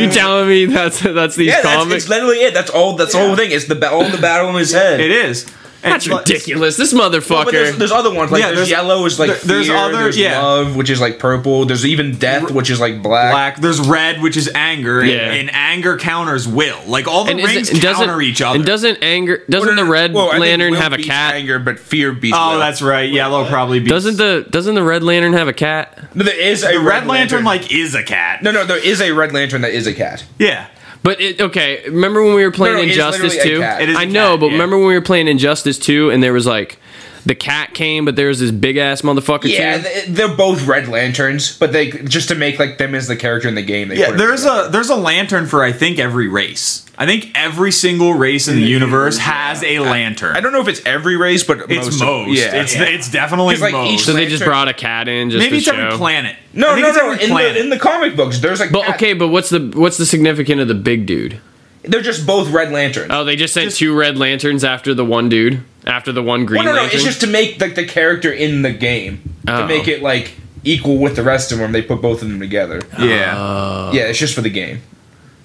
Speaker 2: You telling me that's that's these
Speaker 4: Yeah, that's,
Speaker 2: comics?
Speaker 4: it's literally it. That's all. That's the whole thing. It's the ba- all the battle in his head.
Speaker 1: it is. And
Speaker 2: That's
Speaker 1: it's like-
Speaker 2: ridiculous. This
Speaker 4: But there's,
Speaker 2: motherfucker.
Speaker 4: there's other ones like
Speaker 1: Yeah,
Speaker 4: there's,
Speaker 1: there's-
Speaker 4: yellow is like
Speaker 1: there- there's
Speaker 4: fear,
Speaker 1: other-
Speaker 4: there's
Speaker 1: yeah.
Speaker 4: love which is like purple there's even death which is like black.
Speaker 1: black. There's red, which is anger, and,
Speaker 2: Yeah.
Speaker 1: and anger counters will. Like all the
Speaker 2: and
Speaker 1: rings
Speaker 2: isn't- doesn't-
Speaker 1: counter each other.
Speaker 2: And doesn't anger? Doesn't
Speaker 4: Well, no,
Speaker 2: the
Speaker 4: no,
Speaker 2: red
Speaker 4: well, I think
Speaker 2: lantern
Speaker 4: will
Speaker 2: have a
Speaker 4: beats
Speaker 2: cat?
Speaker 4: Anger, but fear beats.
Speaker 1: oh,
Speaker 4: will.
Speaker 1: that's right. Yellow probably beats.
Speaker 2: Doesn't the doesn't the red lantern have a cat?
Speaker 4: No, there is a
Speaker 1: the red lantern,
Speaker 4: lantern
Speaker 1: like is a cat?
Speaker 4: no no there is a red lantern that is a cat.
Speaker 1: Yeah.
Speaker 2: But it, okay, remember when we were playing
Speaker 4: No, no, it is
Speaker 2: Injustice
Speaker 4: literally a
Speaker 2: 2?
Speaker 4: cat.
Speaker 1: It is
Speaker 2: I
Speaker 1: a
Speaker 2: know,
Speaker 1: cat,
Speaker 2: but
Speaker 1: yeah.
Speaker 2: remember when we were playing Injustice 2 and there was like the cat came, but there was this big ass motherfucker
Speaker 4: Yeah,
Speaker 2: too?
Speaker 4: th- they're both red lanterns, but they just to make like them as the character in the game. They
Speaker 1: Yeah,
Speaker 4: put it
Speaker 1: there's
Speaker 4: together.
Speaker 1: a there's a lantern for I think every race. I think every single race in the universe has a lantern.
Speaker 4: I don't know if it's every race, but
Speaker 1: it's most.
Speaker 4: most. Yeah.
Speaker 1: It's it's definitely
Speaker 4: 'Cause, like,
Speaker 1: most.
Speaker 4: each
Speaker 2: so they just
Speaker 4: lantern-
Speaker 2: brought a cat in just
Speaker 1: Maybe
Speaker 2: to
Speaker 1: it's
Speaker 2: show.
Speaker 1: every planet. I
Speaker 4: no,
Speaker 1: think
Speaker 4: no,
Speaker 1: it's
Speaker 4: no.
Speaker 1: every
Speaker 4: In
Speaker 1: planet.
Speaker 4: the, in the comic books, there's like
Speaker 2: But
Speaker 4: cat-
Speaker 2: okay, but what's the what's the significance of the big dude?
Speaker 4: They're just both red lanterns.
Speaker 2: Oh, they just sent
Speaker 1: Just-
Speaker 2: two red lanterns after the one dude, after the one green
Speaker 4: well, no, no.
Speaker 2: lantern.
Speaker 4: It's just to make like the character in the game
Speaker 2: Oh.
Speaker 4: to make it like equal with the rest of them. They put both of them together.
Speaker 1: yeah,
Speaker 4: yeah, it's just for the game.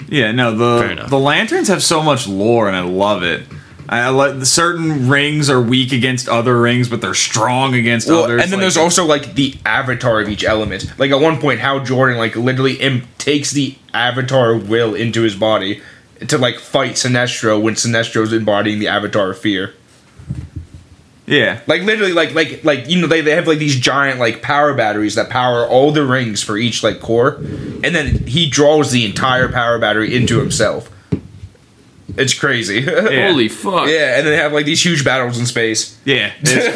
Speaker 1: yeah. No,
Speaker 2: Fair
Speaker 1: the
Speaker 2: enough.
Speaker 1: the lanterns have so much lore, and I love it. I like certain rings are weak against other rings, but they're strong against
Speaker 4: Well,
Speaker 1: others.
Speaker 4: and then
Speaker 1: like-
Speaker 4: there's also like the avatar of each element. Like at one point, how Jordan like literally im- takes the avatar of will into his body to like fight Sinestro when Sinestro's embodying the avatar of fear.
Speaker 1: yeah.
Speaker 4: Like literally, like like like you know they, they have like these giant like power batteries that power all the rings for each like core, and then he draws the entire power battery into himself. It's crazy. Yeah,
Speaker 1: Yeah.
Speaker 2: Holy fuck.
Speaker 4: and then they have like these huge battles in space.
Speaker 1: Yeah, it's-
Speaker 2: and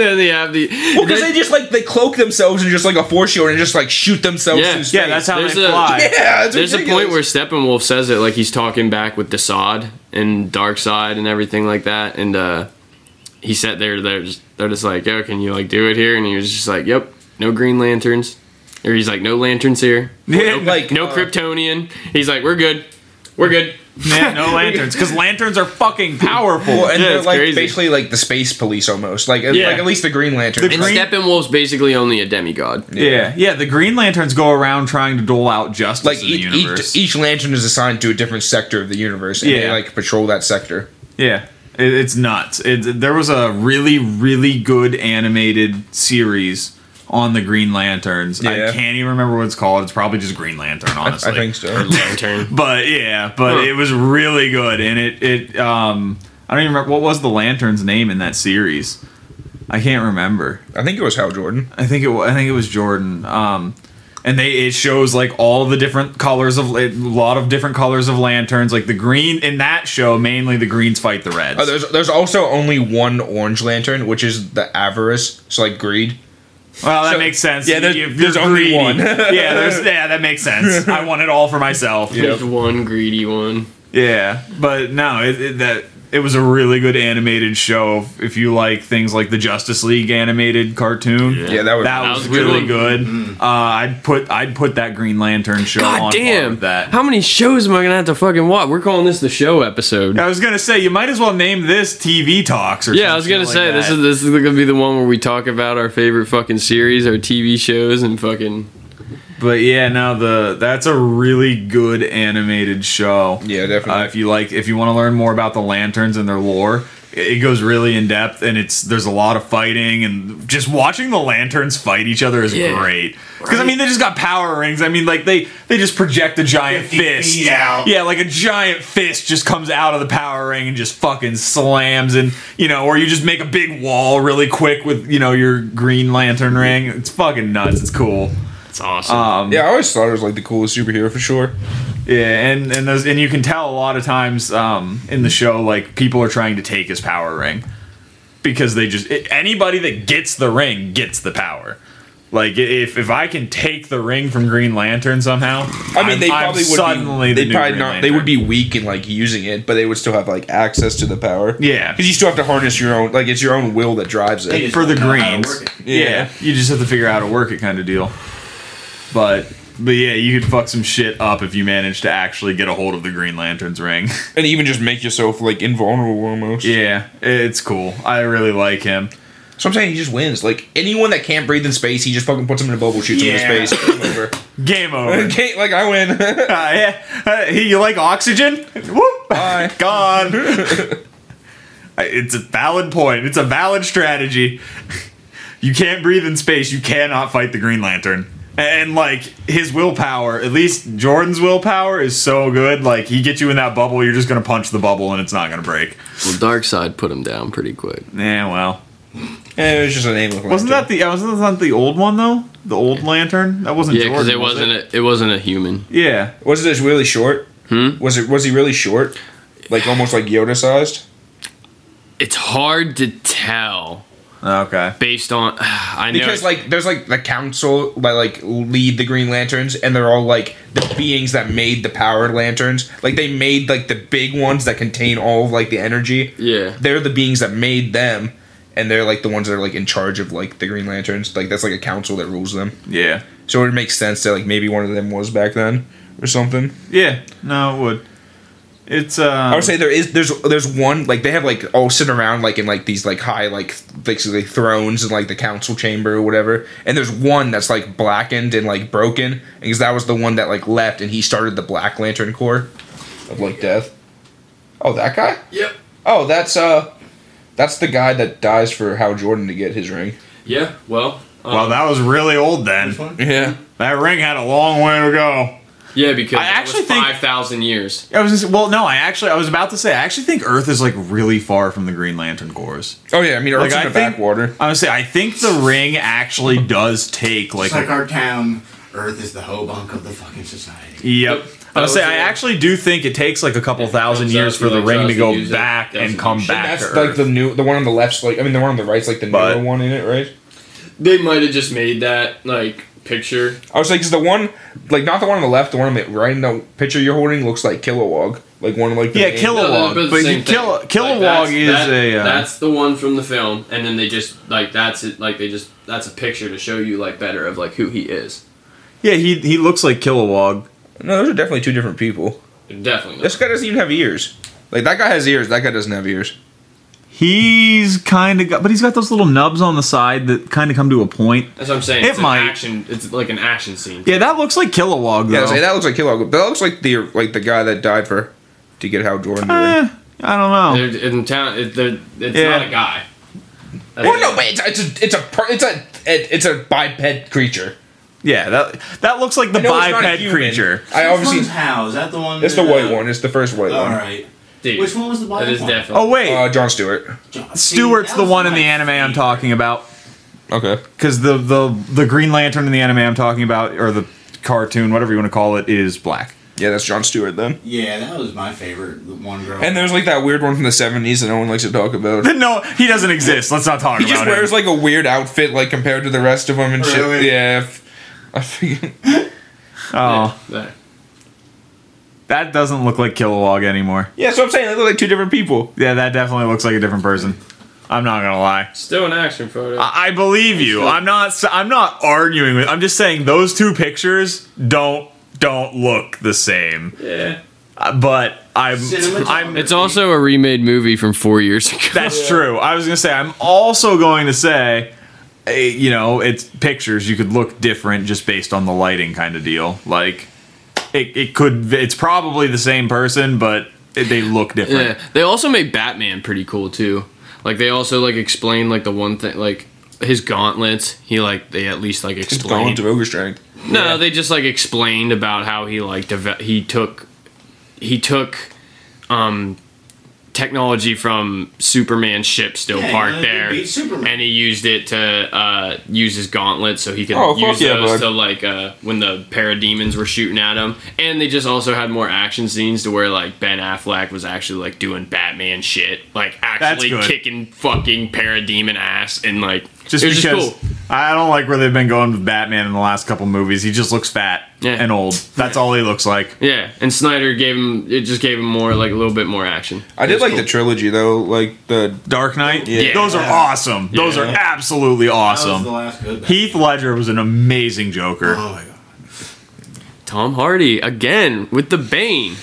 Speaker 2: then they have the
Speaker 4: Well, because they just like they cloak themselves in just like a force shield and just like shoot themselves.
Speaker 2: Yeah.
Speaker 4: through space.
Speaker 1: yeah, that's how
Speaker 2: There's
Speaker 1: they
Speaker 2: a-
Speaker 1: fly.
Speaker 4: Yeah, it's
Speaker 2: There's
Speaker 4: ridiculous.
Speaker 2: a point where Steppenwolf says it, like he's talking back with Desaad and Darkseid and everything like that, and uh, he sat there. They're just, they're just like, "Yo, can you like do it here?" And he was just like, "Yep, no Green Lanterns," or he's like, "No lanterns here."
Speaker 1: Yeah,
Speaker 2: no,
Speaker 4: like,
Speaker 2: no
Speaker 4: uh,
Speaker 2: Kryptonian. He's like, "We're good." We're good.
Speaker 1: Yeah, no lanterns because lanterns are fucking powerful.
Speaker 4: Well, and
Speaker 2: Yeah,
Speaker 4: they're
Speaker 2: it's
Speaker 4: like
Speaker 2: crazy.
Speaker 4: basically like the space police almost, like
Speaker 1: Yeah.
Speaker 4: like at least the Green Lantern.
Speaker 1: The
Speaker 2: And
Speaker 1: Green-
Speaker 2: Steppenwolf's basically only a demigod.
Speaker 1: Yeah, yeah. The Green Lanterns go around trying to dole out justice
Speaker 4: like
Speaker 1: in the
Speaker 4: each,
Speaker 1: universe.
Speaker 4: each, each lantern is assigned to a different sector of the universe, and they
Speaker 1: Yeah.
Speaker 4: like patrol that sector.
Speaker 1: yeah, it, it's nuts. It, there was a really, really good animated series on the Green Lanterns.
Speaker 4: Yeah.
Speaker 1: I can't even remember what it's called. It's probably just Green Lantern, honestly.
Speaker 4: I think so.
Speaker 2: Lantern.
Speaker 1: But yeah, but
Speaker 2: Huh.
Speaker 1: it was really good, and it it um I don't even remember what was the Lantern's name in that series. I can't remember.
Speaker 4: I think it was Hal Jordan.
Speaker 1: I think it. wa- I think it was Jordan. Um, and they it shows like all the different colors of a lot of different colors of lanterns. Like the green in that show, mainly the greens fight the reds.
Speaker 4: Oh, there's there's also only one orange lantern, which is the avarice, so like greed.
Speaker 1: well, Oh, that
Speaker 4: so-
Speaker 1: makes sense.
Speaker 4: yeah, there's- there's only
Speaker 1: greedy.
Speaker 4: one.
Speaker 1: yeah, there's yeah, that makes sense. I want it all for myself.
Speaker 2: There's one greedy one.
Speaker 1: Yeah, but no, it, it, that it was a really good animated show. If you like things like the Justice League animated cartoon,
Speaker 2: Yeah.
Speaker 4: Yeah, Mm-hmm. that was.
Speaker 1: that,
Speaker 2: That
Speaker 1: was,
Speaker 2: was a good
Speaker 1: really
Speaker 2: one.
Speaker 1: good. Uh, I'd put I'd put that Green Lantern show on
Speaker 2: God
Speaker 1: par
Speaker 2: damn!
Speaker 1: with that.
Speaker 2: How many shows am I gonna have to fucking watch? We're calling this the show episode.
Speaker 1: I was gonna say you might as well name this TV talks or
Speaker 2: Yeah, I was gonna say this is this is gonna be the one where we talk about our favorite fucking series, our TV shows, and fucking
Speaker 1: but yeah, no the that's a really good animated show.
Speaker 4: yeah, definitely.
Speaker 1: Uh, if you like, if you want to learn more about the lanterns and their lore, it it goes really in depth, and it's there's a lot of fighting, and just watching the lanterns fight each other is
Speaker 2: Yeah.
Speaker 1: great. Because I mean, they just got power rings. I mean, like they they just project a giant
Speaker 6: 50
Speaker 1: fist.
Speaker 6: feet out.
Speaker 1: Yeah, like a giant fist just comes out of the power ring and just fucking slams, and you know, or you just make a big wall really quick with you know your green lantern ring. It's fucking nuts. It's cool.
Speaker 2: it's awesome.
Speaker 4: yeah, I always thought it was like the coolest superhero for sure.
Speaker 1: Yeah, and and those and you can tell a lot of times um, in the show like people are trying to take his power ring because they just i anybody that gets the ring gets the power. Like i- if if I can take the ring from Green Lantern somehow,
Speaker 4: I mean, they probably would
Speaker 1: suddenly
Speaker 4: be.
Speaker 1: the
Speaker 4: They
Speaker 1: new
Speaker 4: probably
Speaker 1: Green
Speaker 4: not. They would
Speaker 1: Lantern.
Speaker 4: be weak in like using it, but they would still have like access to the power.
Speaker 1: Yeah.
Speaker 4: because you still have to harness your own. Like it's your own will that drives it.
Speaker 1: for the
Speaker 6: don't know how to
Speaker 1: greens.
Speaker 6: work
Speaker 1: Yeah.
Speaker 4: Yeah.
Speaker 1: you just have to figure out how to work it, kind of deal. But but yeah, you could fuck some shit up if you manage to actually get a hold of the Green Lantern's ring.
Speaker 4: and even just make yourself like invulnerable almost.
Speaker 1: yeah, it's cool. I really like him.
Speaker 4: So I'm saying he just wins. Like anyone that can't breathe in space, he just fucking puts them in a bubble, shoots them
Speaker 6: Yeah.
Speaker 4: in space. Game over.
Speaker 1: Game over.
Speaker 4: Okay, like I win.
Speaker 1: Uh, yeah. Uh, hey, you like oxygen? Whoop!
Speaker 4: Bye.
Speaker 1: Gone. I- it's a valid point. It's a valid strategy. You can't breathe in space. You cannot fight the Green Lantern. And like his willpower, at least Jordan's willpower is so good. Like he gets you in that bubble, you're just gonna punch the bubble and it's not gonna break.
Speaker 2: well, Dark Side put him down pretty quick.
Speaker 1: Yeah, well,
Speaker 4: Eh, it was just a name.
Speaker 1: wasn't that the wasn't that the old one though? The old Lantern that wasn't
Speaker 2: Yeah, because
Speaker 1: Jordan,
Speaker 2: it
Speaker 1: was
Speaker 2: wasn't a, it wasn't a human.
Speaker 1: Yeah,
Speaker 4: Was this really short? Hmm? Was it? Was he really short? Like almost like Yoda sized.
Speaker 2: It's hard to tell
Speaker 1: okay.
Speaker 2: based on I know it's-
Speaker 4: Because like there's like the council that like lead the Green Lanterns, and they're all like the beings that made the powered lanterns. Like they made like the big ones that contain all of like the energy.
Speaker 2: yeah.
Speaker 4: They're the beings that made them, and they're like the ones that are like in charge of like the Green Lanterns. Like that's like a council that rules them.
Speaker 1: Yeah,
Speaker 4: So it makes sense that like maybe one of them was back then or something.
Speaker 1: yeah. No, it would. It's. Um,
Speaker 4: I would say there is there's there's one like they have like all sit around like in like these like high like basically thrones in like the council chamber or whatever. And there's one that's like blackened and like broken because that was the one that like left and he started the Black Lantern Corps of like death. Oh, that guy?
Speaker 2: Yep.
Speaker 4: Oh, that's uh that's the guy that dies for Hal Jordan to get his ring.
Speaker 2: Yeah. Well. um,
Speaker 1: Well, that was really old then.
Speaker 6: Which one?
Speaker 4: Yeah.
Speaker 1: That ring had a long way to go.
Speaker 2: yeah, because
Speaker 1: I
Speaker 2: I
Speaker 1: actually
Speaker 2: actually
Speaker 1: think-
Speaker 2: five thousand years.
Speaker 1: I was just, well, no, I actually, I was about to say, I actually think Earth is like really far from the Green Lantern Corps.
Speaker 4: Oh yeah, I mean Earth's
Speaker 1: Like, I
Speaker 4: in the
Speaker 1: think-
Speaker 4: backwater.
Speaker 1: I would say, I think the ring actually does take like,
Speaker 6: It's like our town. Earth is the hobunk of the fucking society.
Speaker 1: yep. I
Speaker 2: That
Speaker 1: would
Speaker 2: was
Speaker 1: say,
Speaker 2: the
Speaker 1: I
Speaker 2: one.
Speaker 1: actually do think it takes like a couple thousand
Speaker 2: comes
Speaker 1: years
Speaker 2: up,
Speaker 1: for the
Speaker 2: like,
Speaker 1: ring to
Speaker 2: doesn't
Speaker 1: go
Speaker 2: use it,
Speaker 1: back and
Speaker 2: doesn't
Speaker 1: come
Speaker 2: use it.
Speaker 1: back.
Speaker 4: That's
Speaker 1: To
Speaker 4: like
Speaker 1: Earth.
Speaker 4: the new the one on the left's like I mean the one on the right's like the
Speaker 1: But-
Speaker 4: newer one in it, right?
Speaker 2: They might have just made that like picture.
Speaker 4: I was like, 'cause the one, like not the one on the left, the one on the right in the picture you're holding looks like Kilowog, like one of like the
Speaker 1: Yeah,
Speaker 4: main-
Speaker 1: Kilo- Kilowog,
Speaker 2: they're both the
Speaker 1: but
Speaker 2: same
Speaker 1: you- Kilo-
Speaker 2: thing.
Speaker 1: Kilowog
Speaker 2: that's-
Speaker 1: is
Speaker 2: that-
Speaker 1: a, uh,
Speaker 2: that's the one from the film, and then they just like that's it. Like they just that's a picture to show you like better of like who he is.
Speaker 1: yeah, he he looks like Kilowog.
Speaker 4: No, those are definitely two different people.
Speaker 2: Definitely.
Speaker 4: This guy doesn't even have ears. Like that guy has ears. That guy doesn't have ears.
Speaker 1: He's kind of got, but he's got those little nubs on the side that kind of come to a point.
Speaker 2: That's what I'm saying.
Speaker 1: It
Speaker 2: it's
Speaker 1: might.
Speaker 2: An action. It's like an action scene.
Speaker 1: Yeah, that looks like Kilowog though.
Speaker 4: Yeah, so that looks like Kilowog. That looks like the like the guy that died for to get Hal Jordan. to
Speaker 1: Eh,
Speaker 4: ring.
Speaker 1: I don't know.
Speaker 2: They're, in town, it, they're, it's
Speaker 1: Yeah.
Speaker 2: not a guy.
Speaker 4: Well, no, but it's, it's a it's a per- it's a it, it's a biped creature.
Speaker 1: Yeah, that that looks like the
Speaker 4: I know it's not a
Speaker 1: biped
Speaker 4: human.
Speaker 1: creature.
Speaker 4: I
Speaker 6: Which one's
Speaker 4: obviously
Speaker 6: How is that the one?
Speaker 4: it's the
Speaker 6: that,
Speaker 4: white
Speaker 6: uh,
Speaker 4: one. It's the first white
Speaker 6: All
Speaker 4: one.
Speaker 6: right.
Speaker 2: Dude,
Speaker 6: Which one was the black
Speaker 2: That is
Speaker 6: one?
Speaker 2: definitely.
Speaker 1: Oh wait,
Speaker 4: Uh, John Stewart.
Speaker 6: John- see,
Speaker 1: Stewart's
Speaker 6: that
Speaker 1: the
Speaker 6: was
Speaker 1: one in the
Speaker 6: my
Speaker 1: anime I'm talking about
Speaker 4: Okay.
Speaker 1: because the the the Green Lantern in the anime I'm talking about or the cartoon, whatever you want to call it, is black.
Speaker 4: Yeah, that's John Stewart then.
Speaker 6: Yeah, that was my favorite. The one girl.
Speaker 4: And there's like that weird one from the '70s that no one likes to talk about.
Speaker 1: No, he doesn't exist. Let's not talk
Speaker 4: He
Speaker 1: about
Speaker 4: just
Speaker 1: him.
Speaker 4: wears like a weird outfit, like compared to the rest of them and shit.
Speaker 6: Really?
Speaker 4: Yeah. f- I forget.
Speaker 1: oh,
Speaker 2: There.
Speaker 1: that doesn't look like Kilowog anymore.
Speaker 4: Yeah, so I'm saying they look like two different people.
Speaker 1: Yeah, that definitely looks like a different person. I'm not gonna lie.
Speaker 2: Still an action photo.
Speaker 1: I I believe you. I'm not. s- I'm not arguing with. I'm just saying those two pictures don't don't look the same.
Speaker 2: yeah.
Speaker 1: Uh, But I'm I'm
Speaker 2: It's also a remade movie from four years ago.
Speaker 1: That's true. I was gonna say. I'm also going to say, eh, you know, it's pictures. You could look different just based on the lighting, kind of deal. Like, it, it could. It's probably the same person, but it- they look different.
Speaker 2: Yeah, they also made Batman pretty cool too. Like they also like explain like the one thing like his gauntlets. He like they at least like
Speaker 4: It's gone
Speaker 2: explained.
Speaker 4: to ogre strength.
Speaker 2: No, they just like explained about how he like deve- he took he took um technology from Superman's ship still
Speaker 6: Yeah,
Speaker 2: parked
Speaker 6: he
Speaker 2: there,
Speaker 6: beat Superman.
Speaker 2: and he used it to uh, use his gauntlets so he could
Speaker 4: Oh, fuck
Speaker 2: use
Speaker 4: yeah,
Speaker 2: those
Speaker 4: bud.
Speaker 2: to like uh, when the parademons were shooting at him. And they just also had more action scenes to where like Ben Affleck was actually like doing Batman shit, like actually
Speaker 1: good.
Speaker 2: kicking fucking parademon ass, and like
Speaker 1: Just
Speaker 2: it was
Speaker 1: because
Speaker 2: just cool.
Speaker 1: I don't like where they've been going with Batman in the last couple movies. He just looks fat
Speaker 2: Yeah.
Speaker 1: and old. That's all he looks like.
Speaker 2: Yeah, and Snyder gave him it just gave him more like a little bit more action.
Speaker 4: I
Speaker 2: It
Speaker 4: did
Speaker 2: was
Speaker 4: like
Speaker 2: cool.
Speaker 4: the trilogy though, like the
Speaker 1: Dark Knight.
Speaker 2: Yeah.
Speaker 1: Those are awesome. Those
Speaker 2: Yeah.
Speaker 1: are absolutely
Speaker 6: That was the
Speaker 1: awesome.
Speaker 6: last good.
Speaker 1: Heath Ledger was an amazing Joker.
Speaker 6: Oh my god.
Speaker 2: Tom Hardy again with the Bane.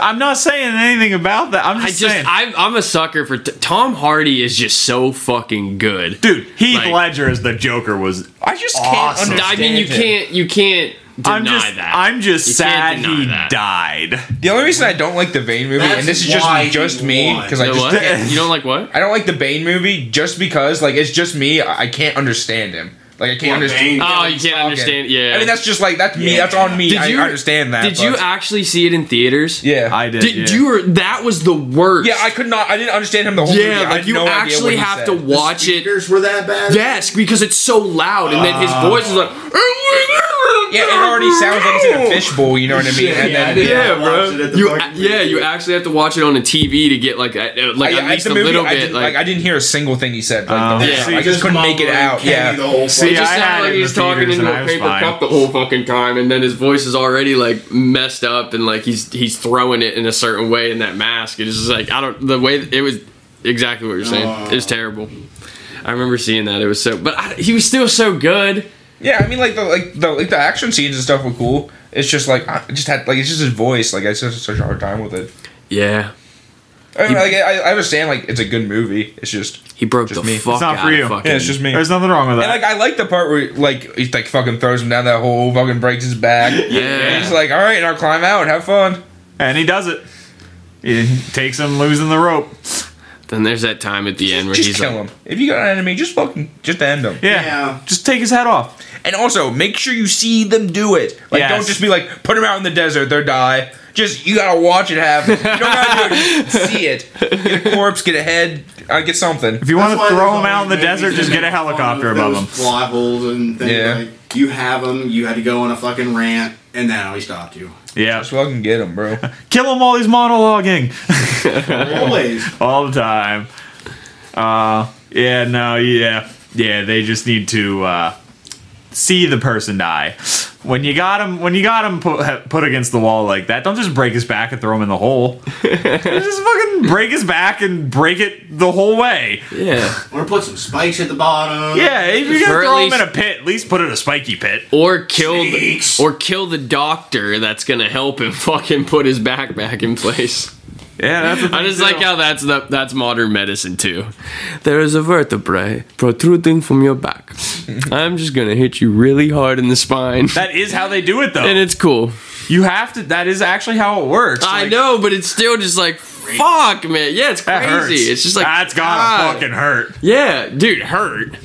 Speaker 1: I'm not saying anything about that. I'm
Speaker 2: I
Speaker 1: just
Speaker 2: just
Speaker 1: saying.
Speaker 2: I, I'm a sucker for t- Tom Hardy is just so fucking good,
Speaker 1: Dude, Heath
Speaker 2: Like-
Speaker 1: Ledger as the Joker was.
Speaker 4: I just
Speaker 1: Awesome.
Speaker 4: can't
Speaker 2: I
Speaker 4: understand.
Speaker 2: mean, you
Speaker 4: him.
Speaker 2: can't you can't deny
Speaker 1: I'm just.
Speaker 2: that.
Speaker 1: I'm just
Speaker 2: You
Speaker 1: sad
Speaker 2: can't deny
Speaker 1: he
Speaker 2: that.
Speaker 1: died.
Speaker 4: The only reason I don't like the Bane movie,
Speaker 6: That's
Speaker 4: and this is
Speaker 6: why he
Speaker 4: just just me, because I
Speaker 2: The
Speaker 4: just
Speaker 2: what?
Speaker 4: can't-
Speaker 2: you don't like what?
Speaker 4: I don't like the Bane movie just because like it's just me. I I can't understand him. Like I can't
Speaker 6: What, Bane?
Speaker 4: understand.
Speaker 2: Oh,
Speaker 4: how
Speaker 2: you
Speaker 4: he's
Speaker 2: can't
Speaker 4: talking.
Speaker 2: understand. Yeah,
Speaker 4: I mean, that's just like that's me. That's on me.
Speaker 2: Did
Speaker 4: I
Speaker 2: you-
Speaker 4: understand that.
Speaker 2: Did you
Speaker 4: but-
Speaker 2: actually see it in theaters?
Speaker 4: yeah,
Speaker 1: I did.
Speaker 2: Did
Speaker 1: yeah.
Speaker 2: you? Were, that was the worst.
Speaker 4: Yeah, I could not. I didn't understand him the whole movie.
Speaker 2: yeah,
Speaker 4: I
Speaker 2: like
Speaker 4: had
Speaker 2: you
Speaker 4: no idea
Speaker 2: actually
Speaker 4: what he
Speaker 2: have
Speaker 4: said.
Speaker 2: to watch it
Speaker 6: Speakers were that bad.
Speaker 2: Yes, because it's so loud, and then his voice is like.
Speaker 4: Yeah, it already sounds like it's in a fishbowl. You know what I mean? And
Speaker 6: Yeah, I
Speaker 4: then
Speaker 6: did.
Speaker 2: Yeah,
Speaker 6: I
Speaker 2: bro.
Speaker 6: watched it at the
Speaker 2: You, uh,
Speaker 6: fucking
Speaker 2: yeah, you actually have to watch it on a TV to get like, a, uh, like
Speaker 4: I,
Speaker 2: at
Speaker 4: I,
Speaker 2: least
Speaker 4: the
Speaker 2: a
Speaker 4: movie,
Speaker 2: little
Speaker 4: I
Speaker 2: bit.
Speaker 4: did,
Speaker 2: like,
Speaker 4: like I didn't hear a single thing he said. Like,
Speaker 1: Oh.
Speaker 4: the whole
Speaker 2: Yeah,
Speaker 4: time.
Speaker 2: he
Speaker 4: I just couldn't make it out. Yeah,
Speaker 1: See,
Speaker 2: it just
Speaker 1: I had
Speaker 2: sounds like
Speaker 1: it in
Speaker 2: he's
Speaker 1: the
Speaker 2: talking
Speaker 1: theaters and I
Speaker 2: into a
Speaker 1: was
Speaker 2: paper
Speaker 1: fine.
Speaker 2: cup the whole fucking time, and then his voice is already like messed up, and like he's he's throwing it in a certain way in that mask. It's just like I don't the way it was exactly what you're saying. It was terrible. I remember seeing that. It was so, but I, he was still so good.
Speaker 4: yeah. I mean, like the like the like the action scenes and stuff were cool. It's just like I just had like it's just his voice. Like I just had such a hard time with it.
Speaker 2: Yeah,
Speaker 4: I, mean, like, I, I understand like it's a good movie. It's just
Speaker 2: he broke
Speaker 4: Just
Speaker 2: the
Speaker 4: me.
Speaker 2: fuck
Speaker 1: It's not
Speaker 2: out
Speaker 1: for you.
Speaker 2: of fucking.
Speaker 4: yeah, it's just me.
Speaker 1: There's nothing wrong with
Speaker 4: And
Speaker 1: that.
Speaker 4: like I like the part where like he like fucking throws him down that hole, fucking breaks his back.
Speaker 2: Yeah.
Speaker 4: And he's like, all right, now climb out, have fun.
Speaker 1: and he does it. He takes him losing the rope.
Speaker 2: Then there's that time at the end where
Speaker 4: Just
Speaker 2: he's
Speaker 4: kill
Speaker 2: like,
Speaker 4: him. If you got an enemy, just fucking just end him.
Speaker 1: Yeah.
Speaker 6: Yeah.
Speaker 1: Just take his head off.
Speaker 4: And also make sure you see them do it. Like
Speaker 1: Yes.
Speaker 4: don't just be like put him out in the desert, they'll die. Just you gotta watch it happen. You don't gotta do it. Just see it. Get a corpse, get a head, uh, get something.
Speaker 1: If you want to
Speaker 6: That's why
Speaker 1: throw
Speaker 6: there's
Speaker 1: him out in the
Speaker 6: always
Speaker 1: desert,
Speaker 6: movies
Speaker 1: just
Speaker 6: that
Speaker 1: get a
Speaker 6: make fun
Speaker 1: helicopter
Speaker 6: of
Speaker 1: above
Speaker 6: those
Speaker 1: him.
Speaker 6: Plot holes and things
Speaker 4: Yeah.
Speaker 6: like you have them. You had to go on a fucking rant, and now he stopped you.
Speaker 1: Yeah.
Speaker 4: Just fucking get him, bro.
Speaker 1: Kill him while he's monologuing.
Speaker 6: Always.
Speaker 1: all the time. Uh, yeah, no, yeah, yeah. They just need to uh, see the person die. When you got him, when you got him put, put against the wall like that, don't just break his back and throw him in the hole. just fucking break his back and break it the whole way.
Speaker 2: Yeah.
Speaker 6: Or put some spikes at the bottom.
Speaker 1: Yeah, if you're
Speaker 2: Or
Speaker 1: gonna
Speaker 2: at
Speaker 1: throw
Speaker 2: least-
Speaker 1: him in a pit, at least put it in a spiky pit.
Speaker 2: Or kill the,
Speaker 6: Snakes.
Speaker 2: or kill the doctor that's gonna help him fucking put his back back in place.
Speaker 1: Yeah, that's. the
Speaker 2: I
Speaker 1: thing,
Speaker 2: just
Speaker 1: too.
Speaker 2: like how that's the, that's modern medicine too. There is a vertebrae protruding from your back. I'm just gonna hit you really hard in the spine,
Speaker 1: that is how they do it though.
Speaker 2: and Ah, it's cool.
Speaker 1: you have to. That is actually how it works.
Speaker 2: I
Speaker 1: Like,
Speaker 2: know, but it's still just like fuck, man. Yeah, it's
Speaker 1: That hurts.
Speaker 2: crazy. It's just like
Speaker 1: that's gotta
Speaker 2: God.
Speaker 1: fucking hurt.
Speaker 2: Yeah, dude, hurt.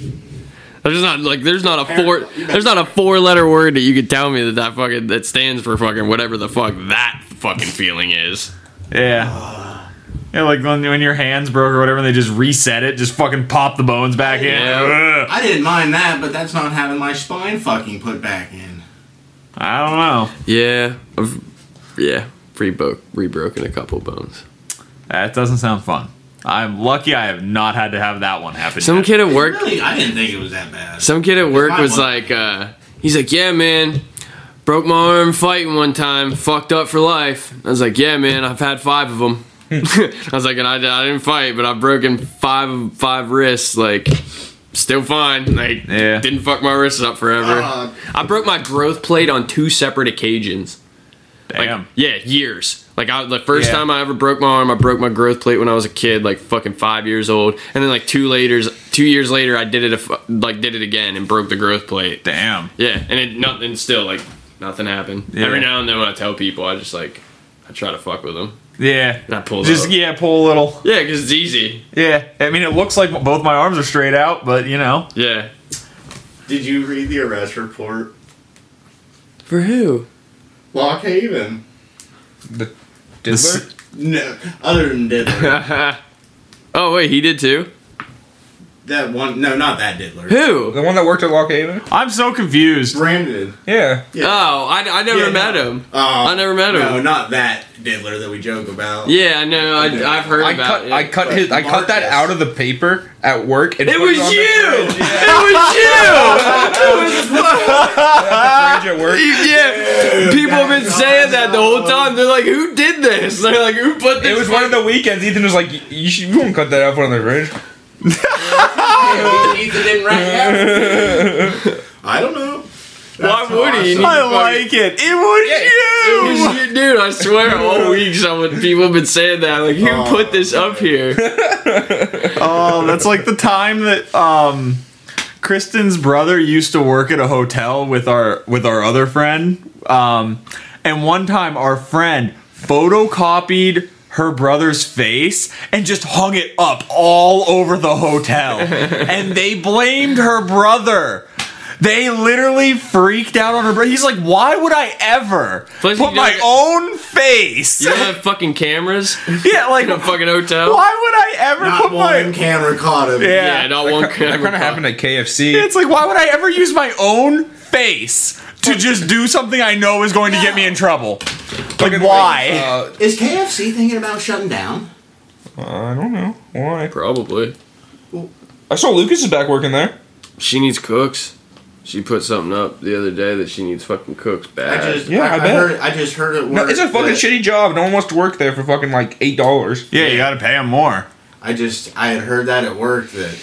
Speaker 2: There's not like there's not a four there's not a four letter word that you could tell me that that fucking that stands for fucking whatever the fuck that fucking feeling is.
Speaker 1: Yeah. Yeah, like when, when your hands broke or whatever, and they just reset it, just fucking pop the bones back in.
Speaker 2: Yeah.
Speaker 1: Ugh.
Speaker 6: I didn't mind that, but that's not having my spine fucking put back in.
Speaker 1: I don't know.
Speaker 2: Yeah, I've- yeah, rebro- rebroken a couple bones.
Speaker 1: That doesn't sound fun. I'm lucky I have not had to have that one happen.
Speaker 2: Some
Speaker 1: yet.
Speaker 2: kid at work
Speaker 6: Really, I didn't think it was that bad.
Speaker 2: Some kid at work
Speaker 6: Mine
Speaker 2: was
Speaker 6: wasn't.
Speaker 2: like, uh, he's like, yeah, man, broke my arm fighting one time, fucked up for life. I was like, yeah, man, I've had five of them. I was like, and I, I didn't fight, but I've broken five five wrists. Like, still fine. Like,
Speaker 1: Yeah.
Speaker 2: didn't fuck my wrists up forever.
Speaker 6: God.
Speaker 2: I broke my growth plate on two separate occasions. Like,
Speaker 1: Damn.
Speaker 2: yeah, years. Like I, the first
Speaker 1: Yeah.
Speaker 2: time I ever broke my arm, I broke my growth plate when I was a kid, like fucking five years old, and then like two later, two years later, I did it, a fu- like did it again and broke the growth plate.
Speaker 1: Damn.
Speaker 2: Yeah, and it nothing still like nothing happened.
Speaker 1: Yeah.
Speaker 2: Every now and then when I tell people, I just like I try to fuck with them.
Speaker 1: Yeah.
Speaker 2: And I pull
Speaker 1: Just,
Speaker 2: just
Speaker 1: yeah, pull a little.
Speaker 2: yeah, because it's easy.
Speaker 1: Yeah. I mean, it looks like both my arms are straight out, but you know.
Speaker 2: Yeah.
Speaker 6: Did you read the arrest report?
Speaker 2: For who?
Speaker 6: Lock Haven.
Speaker 4: The
Speaker 1: This-
Speaker 4: diddler?
Speaker 6: No, other than Diddler.
Speaker 2: oh wait, he did too.
Speaker 6: that one, no, not that Diddler.
Speaker 2: Who?
Speaker 4: The one that worked at Lock Haven?
Speaker 1: I'm so confused.
Speaker 6: Brandon.
Speaker 4: Yeah.
Speaker 2: Oh, I, I never
Speaker 6: Yeah,
Speaker 2: met
Speaker 6: no.
Speaker 2: him.
Speaker 6: Oh,
Speaker 2: I never met him.
Speaker 6: No, not that Diddler that we joke about.
Speaker 2: Yeah, I know. I, I've heard
Speaker 4: I
Speaker 2: about
Speaker 4: cut
Speaker 2: it.
Speaker 4: I cut
Speaker 6: But
Speaker 4: his I cut that
Speaker 6: Marcus-
Speaker 4: out of the paper at work and
Speaker 2: It
Speaker 4: put
Speaker 2: was
Speaker 4: on the
Speaker 2: you! It was
Speaker 4: fridge.
Speaker 2: you!
Speaker 4: Yeah, fridge at work.
Speaker 2: yeah, people have been saying that the whole time. They're like, "Who did this?" They're like, "Who put this?"
Speaker 4: It was one of the weekends. Ethan was like, "You- "You should, you won't cut that out from the fridge."
Speaker 6: Ethan didn't write it out. I don't know.
Speaker 2: Why
Speaker 6: That's
Speaker 2: would he?
Speaker 6: awesome.
Speaker 1: I like it. It was
Speaker 4: Yeah.
Speaker 1: you.
Speaker 2: It was you, dude. I swear, all week, someone people have been saying that. Like,
Speaker 4: Oh.
Speaker 2: who put this up here?
Speaker 1: Oh, that's like the time that um Kristen's brother used to work at a hotel with our with our other friend. Um and one time our friend photocopied her brother's face and just hung it up all over the hotel. and they blamed her brother. They literally freaked out on her brother. He's like, "Why would I ever
Speaker 2: Plus,
Speaker 1: put
Speaker 2: you
Speaker 1: my
Speaker 2: gotta-
Speaker 1: own face?"
Speaker 2: You don't have fucking cameras
Speaker 1: yeah, like
Speaker 2: in a
Speaker 1: why
Speaker 2: fucking hotel.
Speaker 1: would I ever
Speaker 6: Not
Speaker 1: put
Speaker 6: one
Speaker 1: my
Speaker 6: camera caught him.
Speaker 2: Yeah, not one
Speaker 4: That
Speaker 2: camera.
Speaker 4: kind of happened at KFC.
Speaker 1: It's like, why would I ever use my own face to just do something I know is going to get me in trouble? Like,
Speaker 4: Fucking like,
Speaker 1: why?
Speaker 4: uh,
Speaker 6: Is KFC thinking about shutting down?
Speaker 4: I don't know why.
Speaker 2: Probably.
Speaker 4: I saw Lucas is back working there.
Speaker 2: She needs cooks. She put something up the other day that she needs fucking cooks
Speaker 6: I
Speaker 2: bad.
Speaker 6: just,
Speaker 4: Uh, Yeah, I bet.
Speaker 6: heard, I just heard it.
Speaker 4: No, it's a
Speaker 6: word
Speaker 4: fucking
Speaker 6: that-
Speaker 4: shitty job. No one wants to work there for fucking like eight dollars.
Speaker 1: Yeah, you gotta pay him more.
Speaker 6: I just, I had heard that at work that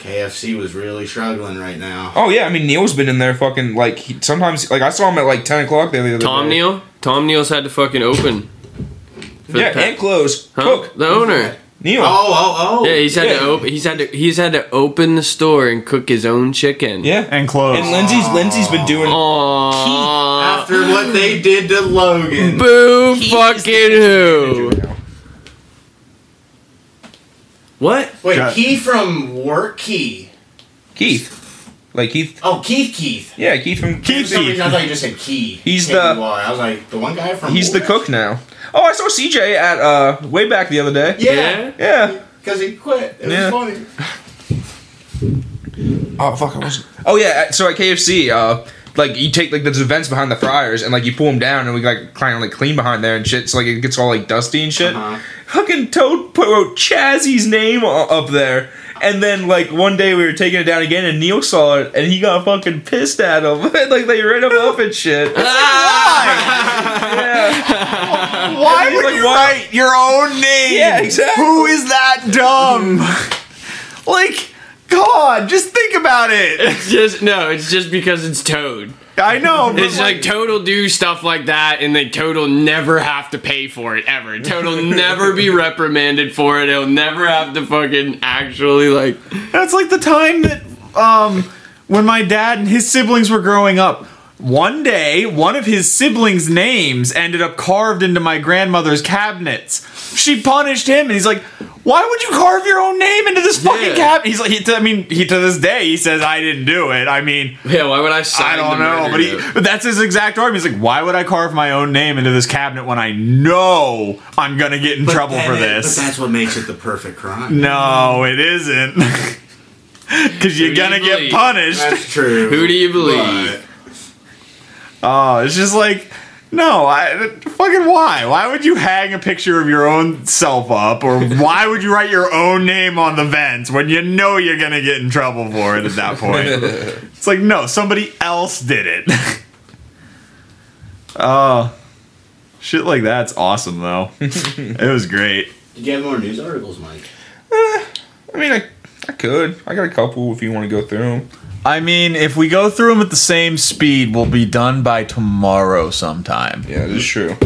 Speaker 6: KFC was really struggling right now.
Speaker 4: Oh yeah, I mean Neil's been in there fucking like he, sometimes like I saw him at like ten o'clock the other
Speaker 2: Tom
Speaker 4: day.
Speaker 2: Neal. Tom Neal's had to fucking open. For the
Speaker 4: yeah,
Speaker 2: pa-
Speaker 4: and close.
Speaker 2: Huh?
Speaker 4: Cook
Speaker 2: the owner.
Speaker 4: Neil.
Speaker 6: Oh, oh, oh.
Speaker 2: Yeah, he's had
Speaker 4: Yeah.
Speaker 2: to open. He's had to. He's had to open the store and cook his own chicken.
Speaker 4: Yeah,
Speaker 1: And close.
Speaker 4: and Lindsay's Lindsay's been doing.
Speaker 2: Aww.
Speaker 6: After what they did to Logan.
Speaker 2: Boo! fucking who? What?
Speaker 6: Wait,
Speaker 1: Got-
Speaker 6: Key from Work Key.
Speaker 4: Keith, like Keith.
Speaker 6: Oh, Keith Keith.
Speaker 4: Yeah, Keith from
Speaker 6: For
Speaker 1: Keith
Speaker 6: some reason,
Speaker 1: Keith.
Speaker 6: I thought you just said Key.
Speaker 4: He's
Speaker 6: Can't
Speaker 4: the-
Speaker 6: be Why. I was like, the one guy from.
Speaker 4: He's the
Speaker 6: Work?
Speaker 4: cook now. Oh, I saw CJ at uh way back the other day.
Speaker 6: Yeah.
Speaker 4: Yeah.
Speaker 6: Because he quit. It
Speaker 4: Yeah.
Speaker 6: was funny.
Speaker 4: Oh fuck, I wasn't. Oh yeah, at- so at KFC, uh, like you take like those vents behind the fryers and like you pull them down and we like kind of like clean behind there and shit, so like
Speaker 2: Uh,
Speaker 4: it gets all like dusty and shit.
Speaker 6: Uh-huh.
Speaker 4: Fucking Toad put wrote Chazzy's name u- up there, And then like one day we were taking it down again, and Neil saw it, and he got fucking pissed at him. like they ran him up and shit.
Speaker 1: Why would you write your own name?
Speaker 4: Yeah, exactly.
Speaker 1: Who is that dumb? like, God, just think about it.
Speaker 2: It's just no. It's just because it's Toad.
Speaker 1: I know, but
Speaker 2: It's like Toad will do stuff like that, and then Toad will never have to pay for it ever. Toad will never be reprimanded for it. He'll never have to fucking actually like.
Speaker 1: That's like the time that um when my dad and his siblings were growing up. One day, one of his siblings' names ended up carved into my grandmother's cabinets. She punished him, and he's like, "Why would you carve your own name into this fucking
Speaker 2: Yeah.
Speaker 1: cabinet?" He's like, he t- "I mean, he to this day he says I didn't do it. I mean,
Speaker 2: Yeah, why would I sign?
Speaker 1: I don't
Speaker 2: the
Speaker 1: know,
Speaker 2: murder
Speaker 1: but,
Speaker 2: note?
Speaker 1: he, but that's his exact argument. He's like, "Why would I carve my own name into this cabinet when I know I'm gonna get in trouble for
Speaker 6: That-
Speaker 1: this?"
Speaker 6: But that's what makes it the perfect crime.
Speaker 1: No, it isn't. Because you're
Speaker 2: Who do you
Speaker 1: gonna get
Speaker 2: believe?
Speaker 1: punished.
Speaker 6: That's true.
Speaker 2: Who do you believe?
Speaker 6: But
Speaker 1: Oh, it's just like, no, I, fucking why? Why would you hang a picture of your own self up? Or why would you write your own name on the vents when you know you're gonna get in trouble for it at that point? it's like, no, somebody else did it. Oh. Shit like that's awesome though. it was great.
Speaker 6: Did you have more news articles, Mike?
Speaker 4: I mean, I, I could. I got a couple if you want to go through them.
Speaker 1: I mean, if we go through them at the same speed, we'll be done by tomorrow sometime.
Speaker 4: Yeah, this is true.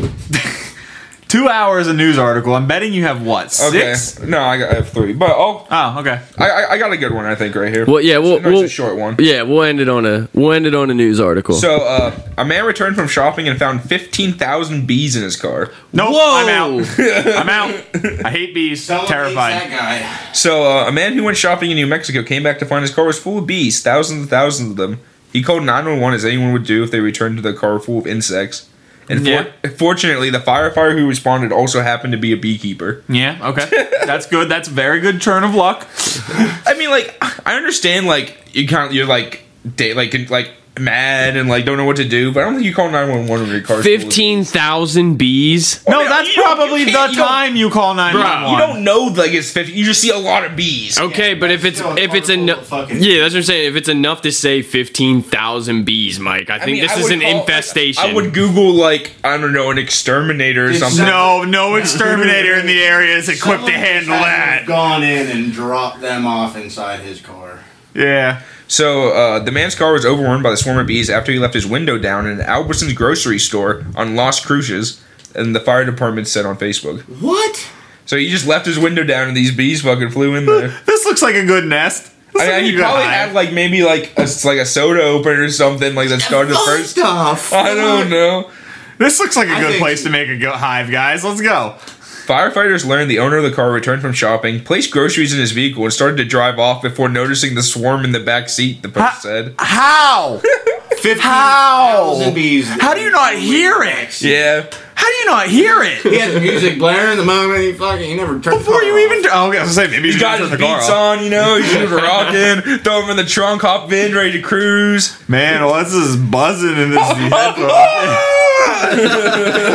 Speaker 1: Two hours a news article. I'm betting you have what
Speaker 4: Okay.
Speaker 1: six?
Speaker 4: No, I, got, I have three, but oh,
Speaker 1: Oh, okay.
Speaker 4: I, I I got a good one I think right here.
Speaker 2: Well, yeah, we'll,
Speaker 4: No,
Speaker 2: we'll
Speaker 4: it's a short one.
Speaker 2: yeah, we'll end it on a we'll end it on a news article.
Speaker 4: So, uh, a man returned from shopping and found 15,000 bees in his car.
Speaker 1: No,
Speaker 2: Whoa!
Speaker 1: I'm out. I'm out. I hate bees.
Speaker 6: Someone hates
Speaker 1: Terrified.
Speaker 6: that
Speaker 4: So, uh, a man who went shopping in New Mexico came back to find his car was full of bees, thousands and thousands of them. He called 911 as anyone would do if they returned to their car full of insects. And for-
Speaker 1: Yeah.
Speaker 4: fortunately, the firefighter who responded also happened to be a beekeeper.
Speaker 1: Yeah. Okay. That's good. That's a very good turn of luck.
Speaker 4: I mean, like, I understand, like, you kind of, you're like, day, like, in- like, mad and like don't know what to do, but I don't think you call 911 when your car's full of
Speaker 2: Fifteen thousand bees.
Speaker 1: No,
Speaker 4: no,
Speaker 1: that's
Speaker 4: you don't-
Speaker 1: probably
Speaker 4: you
Speaker 1: the
Speaker 4: can't- you don't-
Speaker 1: time you call nine one
Speaker 2: Bruh,
Speaker 1: one.
Speaker 4: You don't know like it's fifty. You just see a lot of bees.
Speaker 2: Okay, but if it's
Speaker 6: still a
Speaker 2: if it's
Speaker 6: car full
Speaker 2: enough,
Speaker 6: of fucking-
Speaker 2: yeah, that's what I'm saying. If it's enough to say fifteen thousand bees, Mike, I think
Speaker 4: mean,
Speaker 2: this
Speaker 4: I
Speaker 2: is
Speaker 4: would
Speaker 2: an
Speaker 4: call-
Speaker 2: infestation.
Speaker 4: I would Google like I don't know an exterminator or something.
Speaker 1: No, no exterminator in the area is equipped
Speaker 6: guy.
Speaker 1: to handle that.
Speaker 6: Gone in and dropped them off inside his car.
Speaker 1: Yeah.
Speaker 4: So uh, the man's car was overrun by the swarm of bees after he left his window down in an Albertsons grocery store on Las Cruces, and the fire department said on Facebook.
Speaker 6: What?
Speaker 4: So he just left his window down, and these bees fucking flew in there.
Speaker 1: This looks like a good nest. This looks
Speaker 4: I
Speaker 1: like
Speaker 4: mean,
Speaker 1: a
Speaker 4: he
Speaker 1: good
Speaker 4: probably
Speaker 1: hive.
Speaker 4: had like maybe like a, like a soda opener or something like that started the first.
Speaker 6: stuff.
Speaker 4: I don't know.
Speaker 1: This looks like a
Speaker 6: I
Speaker 1: good
Speaker 6: think-
Speaker 1: place to make a go- hive, guys. Let's go.
Speaker 4: Firefighters learned the owner of the car returned from shopping, placed groceries in his vehicle, and started to drive off before noticing the swarm in the back seat, the
Speaker 1: Ha-
Speaker 4: post said.
Speaker 1: How?
Speaker 6: Thousand
Speaker 1: How?
Speaker 6: bees.
Speaker 1: How do you not hear it?
Speaker 4: Yeah.
Speaker 1: How do you not hear it?
Speaker 6: He had the music blaring the moment he fucking he never turned.
Speaker 1: Before you even, oh, okay, I was gonna say maybe you
Speaker 4: He's got
Speaker 1: got
Speaker 4: his
Speaker 1: the car
Speaker 4: beats
Speaker 1: off.
Speaker 4: on, you know, he's just rocking, throw him in the trunk, hop in, ready to cruise.
Speaker 1: Man, what's this buzzing in this headphone?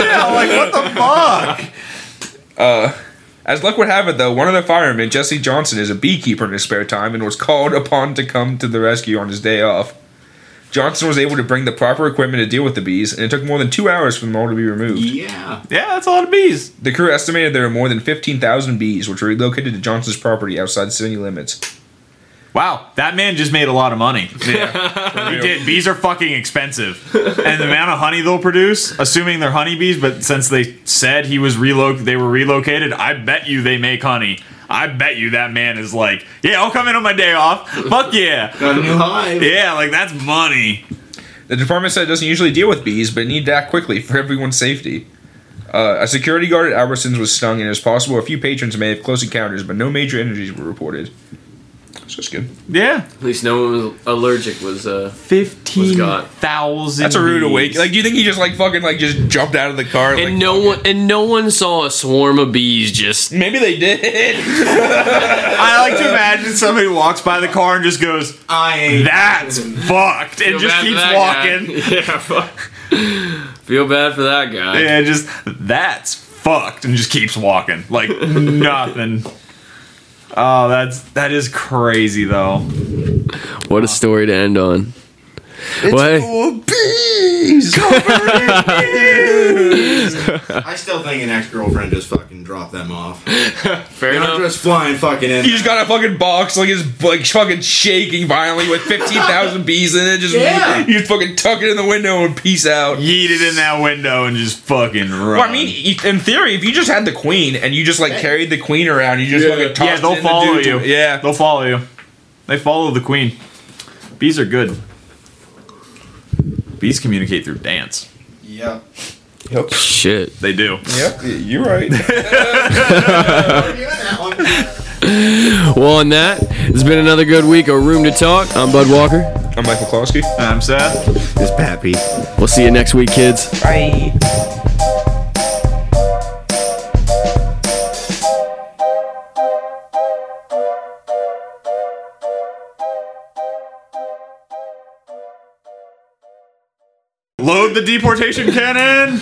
Speaker 1: yeah, like what the fuck?
Speaker 4: As luck would have it, though, one of the firemen, Jesse Johnson, is a beekeeper in his spare time and was called upon to come to the rescue on his day off. Johnson was able to bring the proper equipment to deal with the bees, and it took more than two hours for them all to be removed.
Speaker 6: Yeah.
Speaker 1: Yeah, that's a lot of bees.
Speaker 4: The crew estimated there were more than 15,000 bees, which were relocated to Johnson's property outside city limits.
Speaker 1: Wow, that man just made a lot of money.
Speaker 4: Yeah.
Speaker 1: He did. Bees are fucking expensive, and the amount of honey they'll produce, assuming they're honeybees, but since they said he was reloc, they were relocated. I bet you they make honey. I bet you that man is like, yeah, I'll come in on my day off. Fuck yeah,
Speaker 6: Got a new hive.
Speaker 1: yeah, like that's money.
Speaker 4: The department said it doesn't usually deal with bees, but it needed to act quickly for everyone's safety. Uh, a security guard at Albertsons was stung, and it is possible a few patrons may have close encounters, but no major injuries were reported. So it's good.
Speaker 1: Yeah,
Speaker 2: At least no one was allergic. Was uh,
Speaker 1: fifteen
Speaker 2: God.
Speaker 1: thousand.
Speaker 4: That's a rude awakening. Like, do you think he just like fucking like just jumped out of the car?
Speaker 2: and
Speaker 4: like,
Speaker 2: no one and no one saw a swarm of bees just.
Speaker 4: Maybe they did.
Speaker 1: I like to imagine somebody walks by the car and just goes,
Speaker 6: I ain't.
Speaker 1: "That's fucked," and
Speaker 2: Feel
Speaker 1: just
Speaker 2: bad for
Speaker 1: keeps
Speaker 2: that
Speaker 1: walking.
Speaker 2: guy. Yeah, fuck. Feel bad for that guy.
Speaker 1: Yeah, just that's fucked, and just keeps walking like nothing. Oh, that's that is crazy though.
Speaker 2: What a story to end on. What?
Speaker 6: I still think an ex-girlfriend just fucking dropped them off.
Speaker 2: Fair
Speaker 6: They're not just flying fucking in.
Speaker 4: You just got a fucking box like it's like fucking shaking violently with fifteen thousand bees in it. Just
Speaker 6: Yeah.
Speaker 4: you just fucking tuck it in the window and peace out.
Speaker 1: Yeet it in that window and just fucking run.
Speaker 4: Well, I mean, you- in theory, if you just had the queen and you just like carried the queen around, you just fucking tossed
Speaker 1: yeah,
Speaker 4: it
Speaker 1: they'll
Speaker 4: in the
Speaker 1: follow
Speaker 4: dude
Speaker 1: you.
Speaker 4: to- Yeah,
Speaker 1: they'll follow you. They follow the queen. Bees are good. Bees communicate through dance.
Speaker 6: Yep.
Speaker 2: Shit.
Speaker 1: They do.
Speaker 4: yep, you're right.
Speaker 2: Well, on that, it's been another good week of Room to Talk. I'm Bud Walker.
Speaker 4: I'm Michael Klosky.
Speaker 1: I'm Seth.
Speaker 6: This Pappy.
Speaker 2: We'll see you next week, kids.
Speaker 4: Bye.
Speaker 1: Load the deportation cannon.